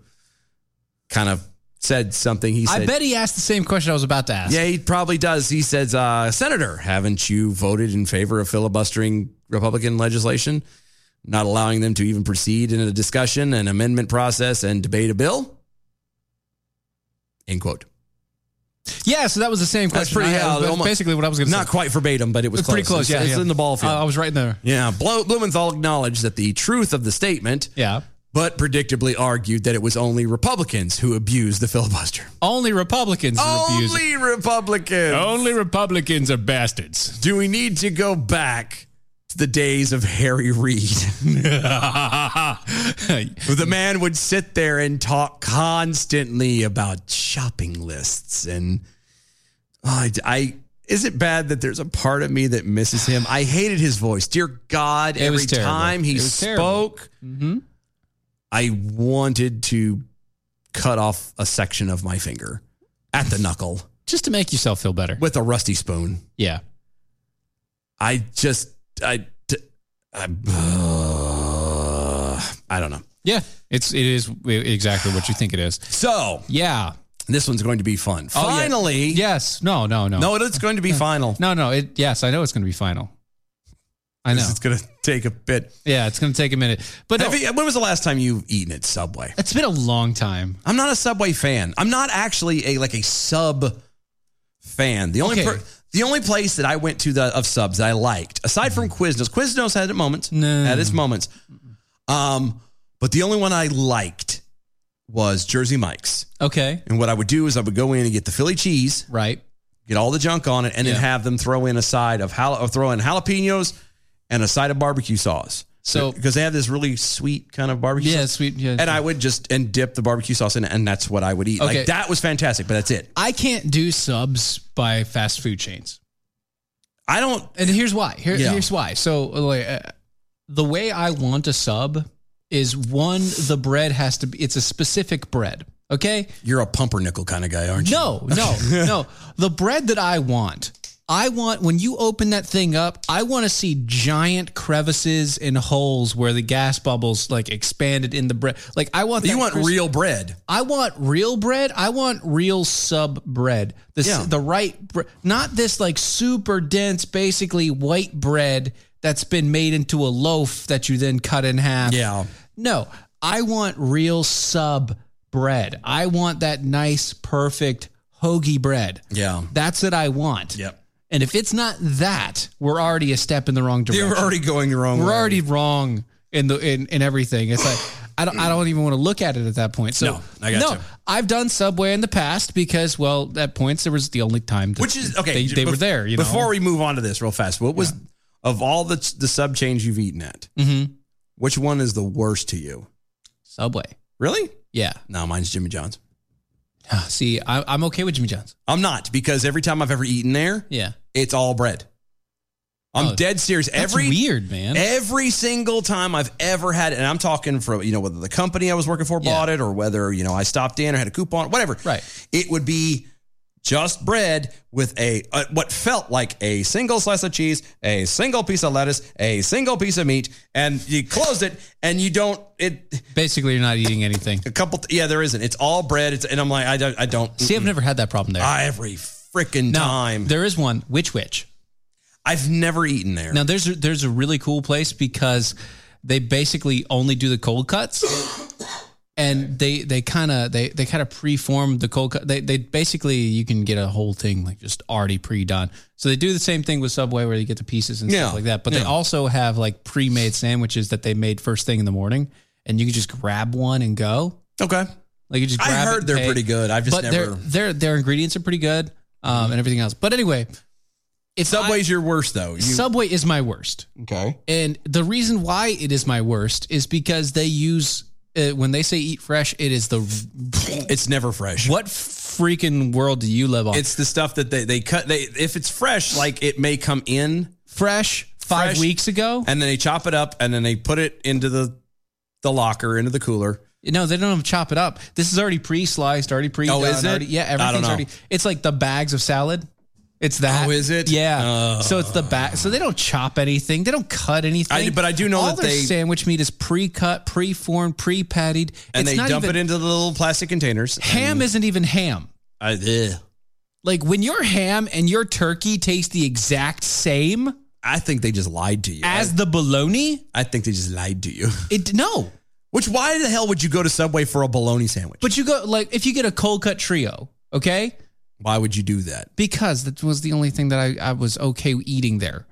Speaker 4: kind of said something. He said,
Speaker 5: I bet he asked the same question I was about to ask.
Speaker 4: yeah, he probably does. He says, uh, Senator, haven't you voted in favor of filibustering Republican legislation, not allowing them to even proceed in a discussion, an amendment process, and debate a bill? End quote.
Speaker 5: Yeah, so that was the same
Speaker 4: That's
Speaker 5: question.
Speaker 4: pretty-
Speaker 5: I had.
Speaker 4: yeah,
Speaker 5: That's
Speaker 4: almost-
Speaker 5: basically what I was going to say.
Speaker 4: Not quite verbatim, but it was
Speaker 5: It's pretty
Speaker 4: close.
Speaker 5: close, yeah,
Speaker 4: It's, it's
Speaker 5: yeah.
Speaker 4: in the ball field.
Speaker 5: I- I was right in there.
Speaker 4: Yeah, Blo- Blumenthal acknowledged that the truth of the statement. Yeah. But predictably argued that it was only Republicans who abused the filibuster.
Speaker 5: Only Republicans
Speaker 4: Only
Speaker 5: refuse. it.
Speaker 4: Republicans. Only Republicans are bastards. Do we need to go back to the days of Harry Reid? the man would sit there and talk constantly about shopping lists and oh, I, I- is it bad that there's a part of me that misses him? I hated his voice. Dear God,
Speaker 5: It was
Speaker 4: every
Speaker 5: terrible.
Speaker 4: time he
Speaker 5: It was terrible. Mm-hmm.
Speaker 4: spoke, I wanted to cut off a section of my finger at the knuckle. Just to make yourself feel better. With a rusty spoon.
Speaker 5: Yeah.
Speaker 4: I just, I, d- I, uh, I don't know.
Speaker 5: Yeah, it's it is exactly what you think it is.
Speaker 4: So
Speaker 5: yeah,
Speaker 4: this one's going to be fun.
Speaker 5: Oh,
Speaker 4: Finally,
Speaker 5: yes, no, no, no,
Speaker 4: No, it's going to be final.
Speaker 5: No, no, it yes, I know it's going to be final. I know
Speaker 4: It's going to take a bit.
Speaker 5: Yeah, it's going to take a minute. But no,
Speaker 4: Have you- when was the last time you've eaten at Subway?
Speaker 5: It's been a long time.
Speaker 4: I'm not a Subway fan. I'm not actually a like a sub fan. The only
Speaker 5: Okay.
Speaker 4: per- the only place that I went to the of subs that I liked, aside from
Speaker 5: Mm-hmm.
Speaker 4: Quiznos, Quiznos had its moments, had its moments. Um, but the only one I liked was Jersey Mike's.
Speaker 5: okay,
Speaker 4: And what I would do is I would go in and get the Philly cheese,
Speaker 5: right?
Speaker 4: Get all the junk on it, and
Speaker 5: Yeah.
Speaker 4: then have them throw in a side of jala- or throw in jalapenos and a side of barbecue sauce.
Speaker 5: So-
Speaker 4: because they have this really sweet kind of barbecue,
Speaker 5: Yeah,
Speaker 4: sauce.
Speaker 5: sweet, yeah.
Speaker 4: and I would just and dip the barbecue sauce in, it, and that's what I would eat.
Speaker 5: Okay.
Speaker 4: Like that was fantastic, but that's it.
Speaker 5: I can't do subs by fast food chains.
Speaker 4: I don't.
Speaker 5: And here's why. Here,
Speaker 4: Yeah.
Speaker 5: Here's why. So like, uh, the way I want a sub is one the bread has to be. It's a specific bread. Okay.
Speaker 4: You're a pumpernickel kind of guy, aren't you?
Speaker 5: No, no, no. The bread that I want, I want when you open that thing up, I want to see giant crevices and holes where the gas bubbles like expanded in the bread. Like I want.
Speaker 4: You
Speaker 5: that
Speaker 4: want real bread.
Speaker 5: I want real bread. I want real sub bread. The s-
Speaker 4: Yeah.
Speaker 5: the right, bre- not this like super dense, basically white bread that's been made into a loaf that you then cut in half.
Speaker 4: Yeah.
Speaker 5: No, I want real sub bread. I want that nice, perfect hoagie bread.
Speaker 4: Yeah.
Speaker 5: That's what I want.
Speaker 4: Yep.
Speaker 5: And if it's not that, we're already a step in the wrong direction.
Speaker 4: You're already going the wrong
Speaker 5: We're
Speaker 4: way.
Speaker 5: already wrong in the in, in everything. It's like I don't I don't even want to look at it at that point. So
Speaker 4: No, I got you.
Speaker 5: I've done Subway in the past because well, at points there was the only time that
Speaker 4: Which is okay.
Speaker 5: They, they were
Speaker 4: bef-
Speaker 5: there. You
Speaker 4: before
Speaker 5: know?
Speaker 4: we move on to this real fast, what was of all the the sub chains you've eaten at?
Speaker 5: Mhm.
Speaker 4: Which one is the worst to you?
Speaker 5: Subway.
Speaker 4: Really?
Speaker 5: Yeah.
Speaker 4: No, mine's Jimmy John's.
Speaker 5: See, I, I'm okay with Jimmy John's.
Speaker 4: I'm not because every time I've ever eaten there,
Speaker 5: Yeah.
Speaker 4: it's all bread. I'm
Speaker 5: Oh,
Speaker 4: dead serious.
Speaker 5: that's
Speaker 4: every e-
Speaker 5: weird, man.
Speaker 4: Every single time I've ever had it, and I'm talking from you know whether the company I was working for bought it or whether you know I stopped in or had a coupon, whatever. Right. It would be just bread with a uh, what felt like a single slice of cheese, a single piece of lettuce, a single piece of meat, and you close it, and you don't. It
Speaker 5: basically you're not eating anything.
Speaker 4: A couple, yeah, there isn't. It's all bread. It's and I'm like I don't. I don't
Speaker 5: See, I've never had that problem there.
Speaker 4: every freaking time.
Speaker 5: There is one. Which which?
Speaker 4: I've never eaten there.
Speaker 5: Now there's a, there's a really cool place because they basically only do the cold cuts. and they they kind of they they kind of pre-formed the cold cut. They they basically you can get a whole thing like just already pre-done. So they do the same thing with Subway where you get the pieces and
Speaker 4: Yeah,
Speaker 5: stuff like that. But they
Speaker 4: yeah.
Speaker 5: also have like pre-made sandwiches that they made first thing in the morning, and you can just grab one and go.
Speaker 4: Okay,
Speaker 5: like you just.
Speaker 4: I
Speaker 5: Grab it
Speaker 4: heard
Speaker 5: and
Speaker 4: they're
Speaker 5: pay.
Speaker 4: pretty good. I've just
Speaker 5: but
Speaker 4: never- Mm-hmm.
Speaker 5: their their their ingredients are pretty good um, and everything else. But anyway, it's
Speaker 4: Subway's your worst though. You-
Speaker 5: Subway is my worst.
Speaker 4: Okay.
Speaker 5: And the reason why it is my worst is because they use uh, when they say eat fresh, it is the
Speaker 4: it's never fresh.
Speaker 5: What freaking world do you live on?
Speaker 4: It's the stuff that they, they cut. They if it's fresh, like it may come in
Speaker 5: fresh five weeks ago,
Speaker 4: and then they chop it up and then they put it into the the locker into the cooler.
Speaker 5: No, they don't have to chop it up. This is already pre-sliced, already pre. uh,
Speaker 4: Oh, is it?
Speaker 5: Already, yeah,
Speaker 4: I don't
Speaker 5: everything's
Speaker 4: know.
Speaker 5: already. It's like the bags of salad. It's that.
Speaker 4: Oh, is it?
Speaker 5: Yeah.
Speaker 4: Uh.
Speaker 5: so it's the bag. So they don't chop anything. They don't cut anything.
Speaker 4: I- but I do know
Speaker 5: All
Speaker 4: that
Speaker 5: their
Speaker 4: they-
Speaker 5: sandwich meat is pre-cut, pre-formed, pre-pattied,
Speaker 4: And
Speaker 5: It's
Speaker 4: they
Speaker 5: not
Speaker 4: dump
Speaker 5: even-
Speaker 4: it into the little plastic containers.
Speaker 5: Ham isn't even ham.
Speaker 4: I, ugh.
Speaker 5: Like when your ham and your turkey taste the exact same.
Speaker 4: I think they just lied to you.
Speaker 5: As the bologna?
Speaker 4: I think they just lied to you.
Speaker 5: It no.
Speaker 4: Which why the hell would you go to Subway for a bologna sandwich?
Speaker 5: But you go like if you get a cold cut trio, okay?
Speaker 4: Why would you do that?
Speaker 5: Because that was the only thing that I, I was okay eating there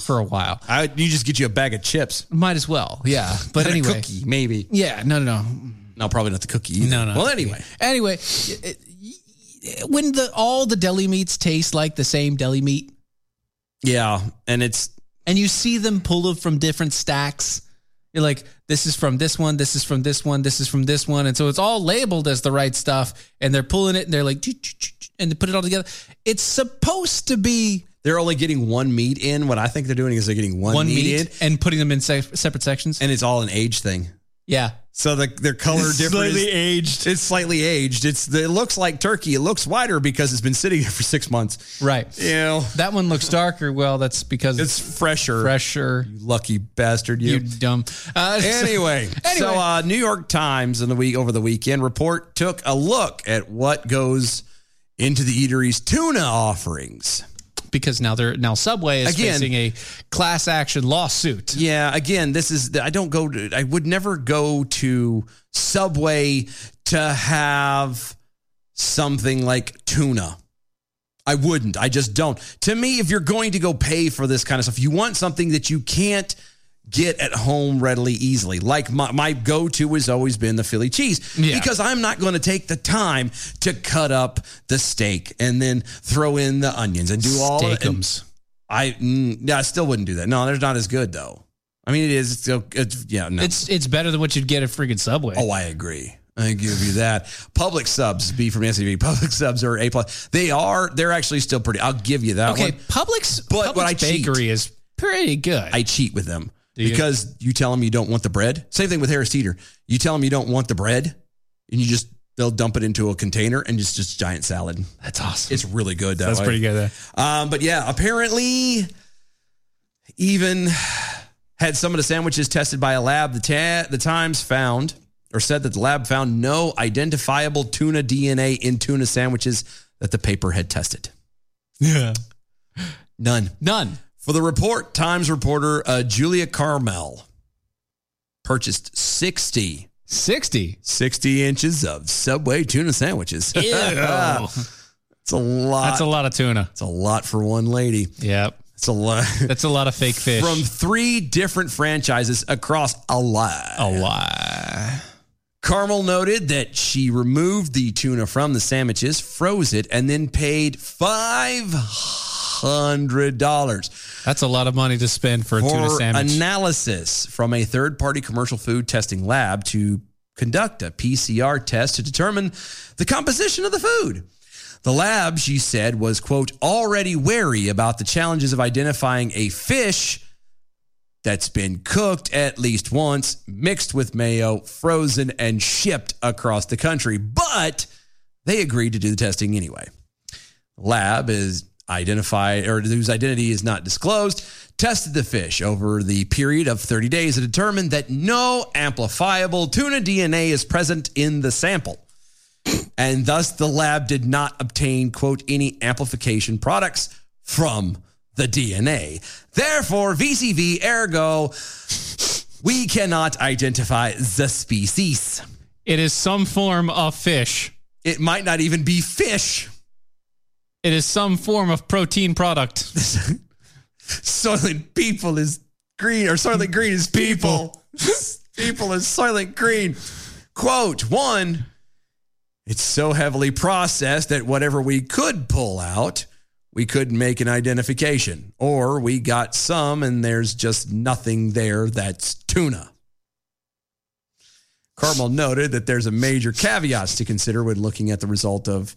Speaker 5: for a while.
Speaker 4: I, you just get you a bag of chips.
Speaker 5: Might as well, yeah. But
Speaker 4: And a
Speaker 5: anyway,
Speaker 4: cookie, maybe.
Speaker 5: Yeah, no, no, no.
Speaker 4: No, probably not the cookie. Either.
Speaker 5: No, no.
Speaker 4: Well, anyway,
Speaker 5: Anyway, it- it- when the all the deli meats taste like the same deli meat,
Speaker 4: yeah, and it's
Speaker 5: and you see them pulled from different stacks. You're like, this is from this one, this is from this one, this is from this one, and so it's all labeled as the right stuff, and they're pulling it, and they're like, and they put it all together. It's supposed to be
Speaker 4: they're only getting one meat in. What I think they're doing is they're getting one,
Speaker 5: one
Speaker 4: meat, in,
Speaker 5: meat and putting them in se- separate sections,
Speaker 4: and it's all an age thing.
Speaker 5: yeah.
Speaker 4: So the their color
Speaker 5: It's
Speaker 4: different.
Speaker 5: slightly
Speaker 4: aged. It's slightly aged. It's it looks like turkey. It looks whiter because it's been sitting there for six months.
Speaker 5: Right.
Speaker 4: You know
Speaker 5: that one looks darker. Well, that's because
Speaker 4: it's fresher.
Speaker 5: Fresher.
Speaker 4: You lucky bastard.
Speaker 5: You
Speaker 4: You,
Speaker 5: dumb. Uh, so-
Speaker 4: anyway,
Speaker 5: Anyway.
Speaker 4: so uh, New York Times in the week over the weekend report took a look at what goes into the eatery's tuna offerings.
Speaker 5: because now they're now Subway is
Speaker 4: Again.
Speaker 5: facing a class action lawsuit.
Speaker 4: Yeah, again, this is I don't go to I would never go to Subway to have something like tuna. I wouldn't. I just don't. To me, if you're going to go pay for this kind of stuff, you want something that you can't get at home readily easily. Like my, my go-to has always been the Philly cheese
Speaker 6: Yeah.
Speaker 4: because I'm not going to take the time to cut up the steak and then throw in the onions and do all the- and-
Speaker 5: Steakums.
Speaker 4: I mm, no, I still wouldn't do that. No, they're not as good though. I mean, it is. It's, still- it's yeah. No.
Speaker 5: It's it's better than what you'd get at freaking Subway.
Speaker 4: oh, I agree. I give you that. Public subs, B from SCV. Public subs are A plus. They are. They're actually still pretty. I'll give you that.
Speaker 5: okay,
Speaker 4: one.
Speaker 5: Publix,
Speaker 4: But what
Speaker 5: Publix
Speaker 4: I cheat-
Speaker 5: bakery is pretty good.
Speaker 4: I cheat with them
Speaker 5: you?
Speaker 4: because you tell them you don't want the bread. Same thing with Harris Teeter. You tell them you don't want the bread, and you just they'll dump it into a container and just just giant salad.
Speaker 5: That's awesome.
Speaker 4: It's really good. That
Speaker 5: That's
Speaker 4: way.
Speaker 5: pretty good. Though.
Speaker 4: Um, but yeah, apparently, even had some of the sandwiches tested by a lab. The, ta- the Times found or said that the lab found no identifiable tuna DNA in tuna sandwiches that the paper had tested.
Speaker 5: Yeah.
Speaker 4: None.
Speaker 5: None.
Speaker 4: For the report, Times reporter uh, Julia Carmel purchased 60.
Speaker 5: 60?
Speaker 4: 60 inches of Subway tuna sandwiches. Uh, It's a lot.
Speaker 5: That's a lot of tuna.
Speaker 4: It's a lot for one lady.
Speaker 5: Yep.
Speaker 4: It's a lot.
Speaker 5: That's a lot of fake fish.
Speaker 4: From three different franchises across a lot. A
Speaker 5: lot.
Speaker 4: Carmel noted that she removed the tuna from the sandwiches, froze it, and then paid five hundred dollars
Speaker 5: That's a lot of money to spend for a tuna sandwich.
Speaker 4: analysis from a third party commercial food testing lab to conduct a PCR test to determine the composition of the food. The lab, she said, was, quote, already wary about the challenges of identifying a fish that's been cooked at least once, mixed with mayo, frozen, and shipped across the country. But they agreed to do the testing anyway lab is identified or whose identity is not disclosed tested the fish over the period of 30 days and determined that no amplifiable tuna DNA is present in the sample. And thus the lab did not obtain quote any amplification products from the DNA. Therefore VCV ergo we cannot identify the species.
Speaker 5: It is some form of fish.
Speaker 4: It might not even be fish.
Speaker 5: It is some form of protein product.
Speaker 4: Soylent people is green, or Soylent green is people. people is Soylent green. Quote one It's so heavily processed that whatever we could pull out, we couldn't make an identification. Or we got some and there's just nothing there that's tuna. Carmel noted that there's a major caveats to consider when looking at the result of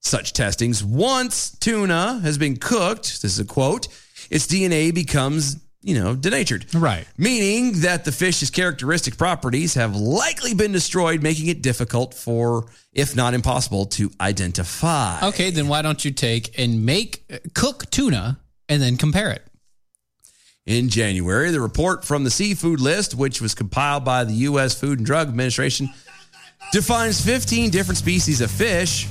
Speaker 4: such testings. Once tuna has been cooked, this is a quote, its DNA becomes, you know, denatured.
Speaker 5: Right.
Speaker 4: Meaning that the fish's characteristic properties have likely been destroyed, making it difficult for, if not impossible, to identify.
Speaker 5: Okay, then why don't you take and make cook tuna and then compare it?
Speaker 4: In January, the report from the seafood list, which was compiled by the U.S. Food and Drug Administration, defines 15 different species of fish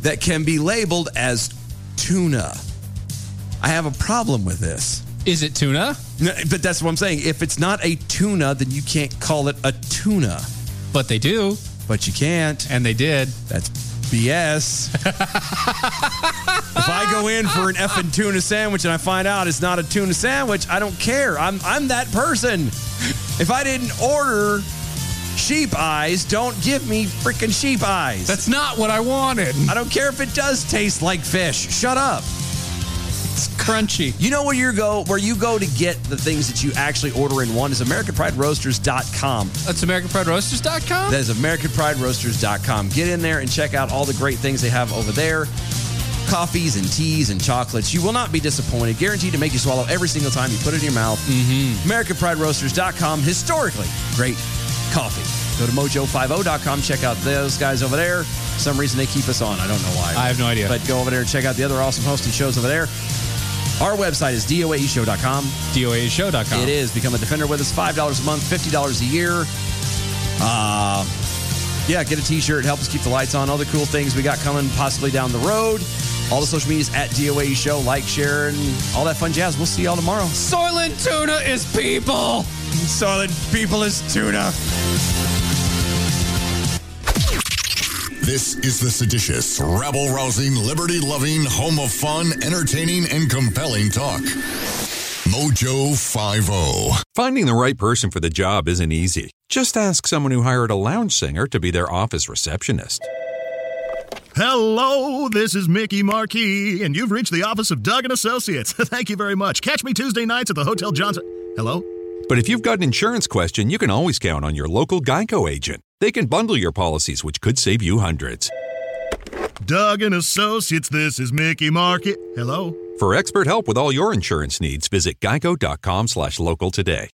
Speaker 4: that can be labeled as tuna. I have a problem with this.
Speaker 5: Is it tuna?
Speaker 4: but that's what I'm saying. If it's not a tuna, then you can't call it a tuna.
Speaker 5: But they do.
Speaker 4: But you can't.
Speaker 5: And they did.
Speaker 4: That's BS. if I go in for an effing tuna sandwich and I find out it's not a tuna sandwich, I don't care. I'm I'm that person. If I didn't order sheep eyes, don't give me freaking sheep eyes.
Speaker 5: That's not what I wanted.
Speaker 4: I don't care if it does taste like fish. Shut up.
Speaker 5: It's crunchy.
Speaker 4: You know where you go where you go to get the things that you actually order in one is AmericanPrideRoasters.com.
Speaker 5: That's AmericanPrideRoasters.com?
Speaker 4: That is AmericanPrideRoasters.com. Get in there and check out all the great things they have over there. Coffees and teas and chocolates. You will not be disappointed. Guaranteed to make you swallow every single time you put it in your mouth. Mm-hmm. AmericanPrideRoasters.com. Historically great coffee. Go to mojo50.com. Check out those guys over there. For some reason they keep us on. I don't know why.
Speaker 5: I have no idea.
Speaker 4: But go over there and check out the other awesome hosting shows over there. Our website is doaeshow.com.
Speaker 5: E doaeshow.com.
Speaker 4: It is. Become a defender with us. $5 a month, $50 a year. Uh, yeah, get a t-shirt. Help us keep the lights on. All the cool things we got coming possibly down the road. All the social medias at DOAE Show. Like, share, and all that fun jazz. We'll see y'all tomorrow.
Speaker 5: Soylent Tuna is people.
Speaker 4: Soylent people is tuna.
Speaker 10: This is the seditious, rabble rousing, liberty loving, home of fun, entertaining, and compelling talk. Mojo oh. 50.
Speaker 11: Finding the right person for the job isn't easy. Just ask someone who hired a lounge singer to be their office receptionist.
Speaker 21: Hello, this is Mickey Marquis, and you've reached the office of Doug and Associates. Thank you very much. Catch me Tuesday nights at the Hotel Johnson. Hello?
Speaker 11: But if you've got an insurance question, you can always count on your local Geico agent. They can bundle your policies, which could save you hundreds.
Speaker 21: Doug and Associates, this is Mickey Marquis. Hello?
Speaker 11: For expert help with all your insurance needs, visit geico.com/local today.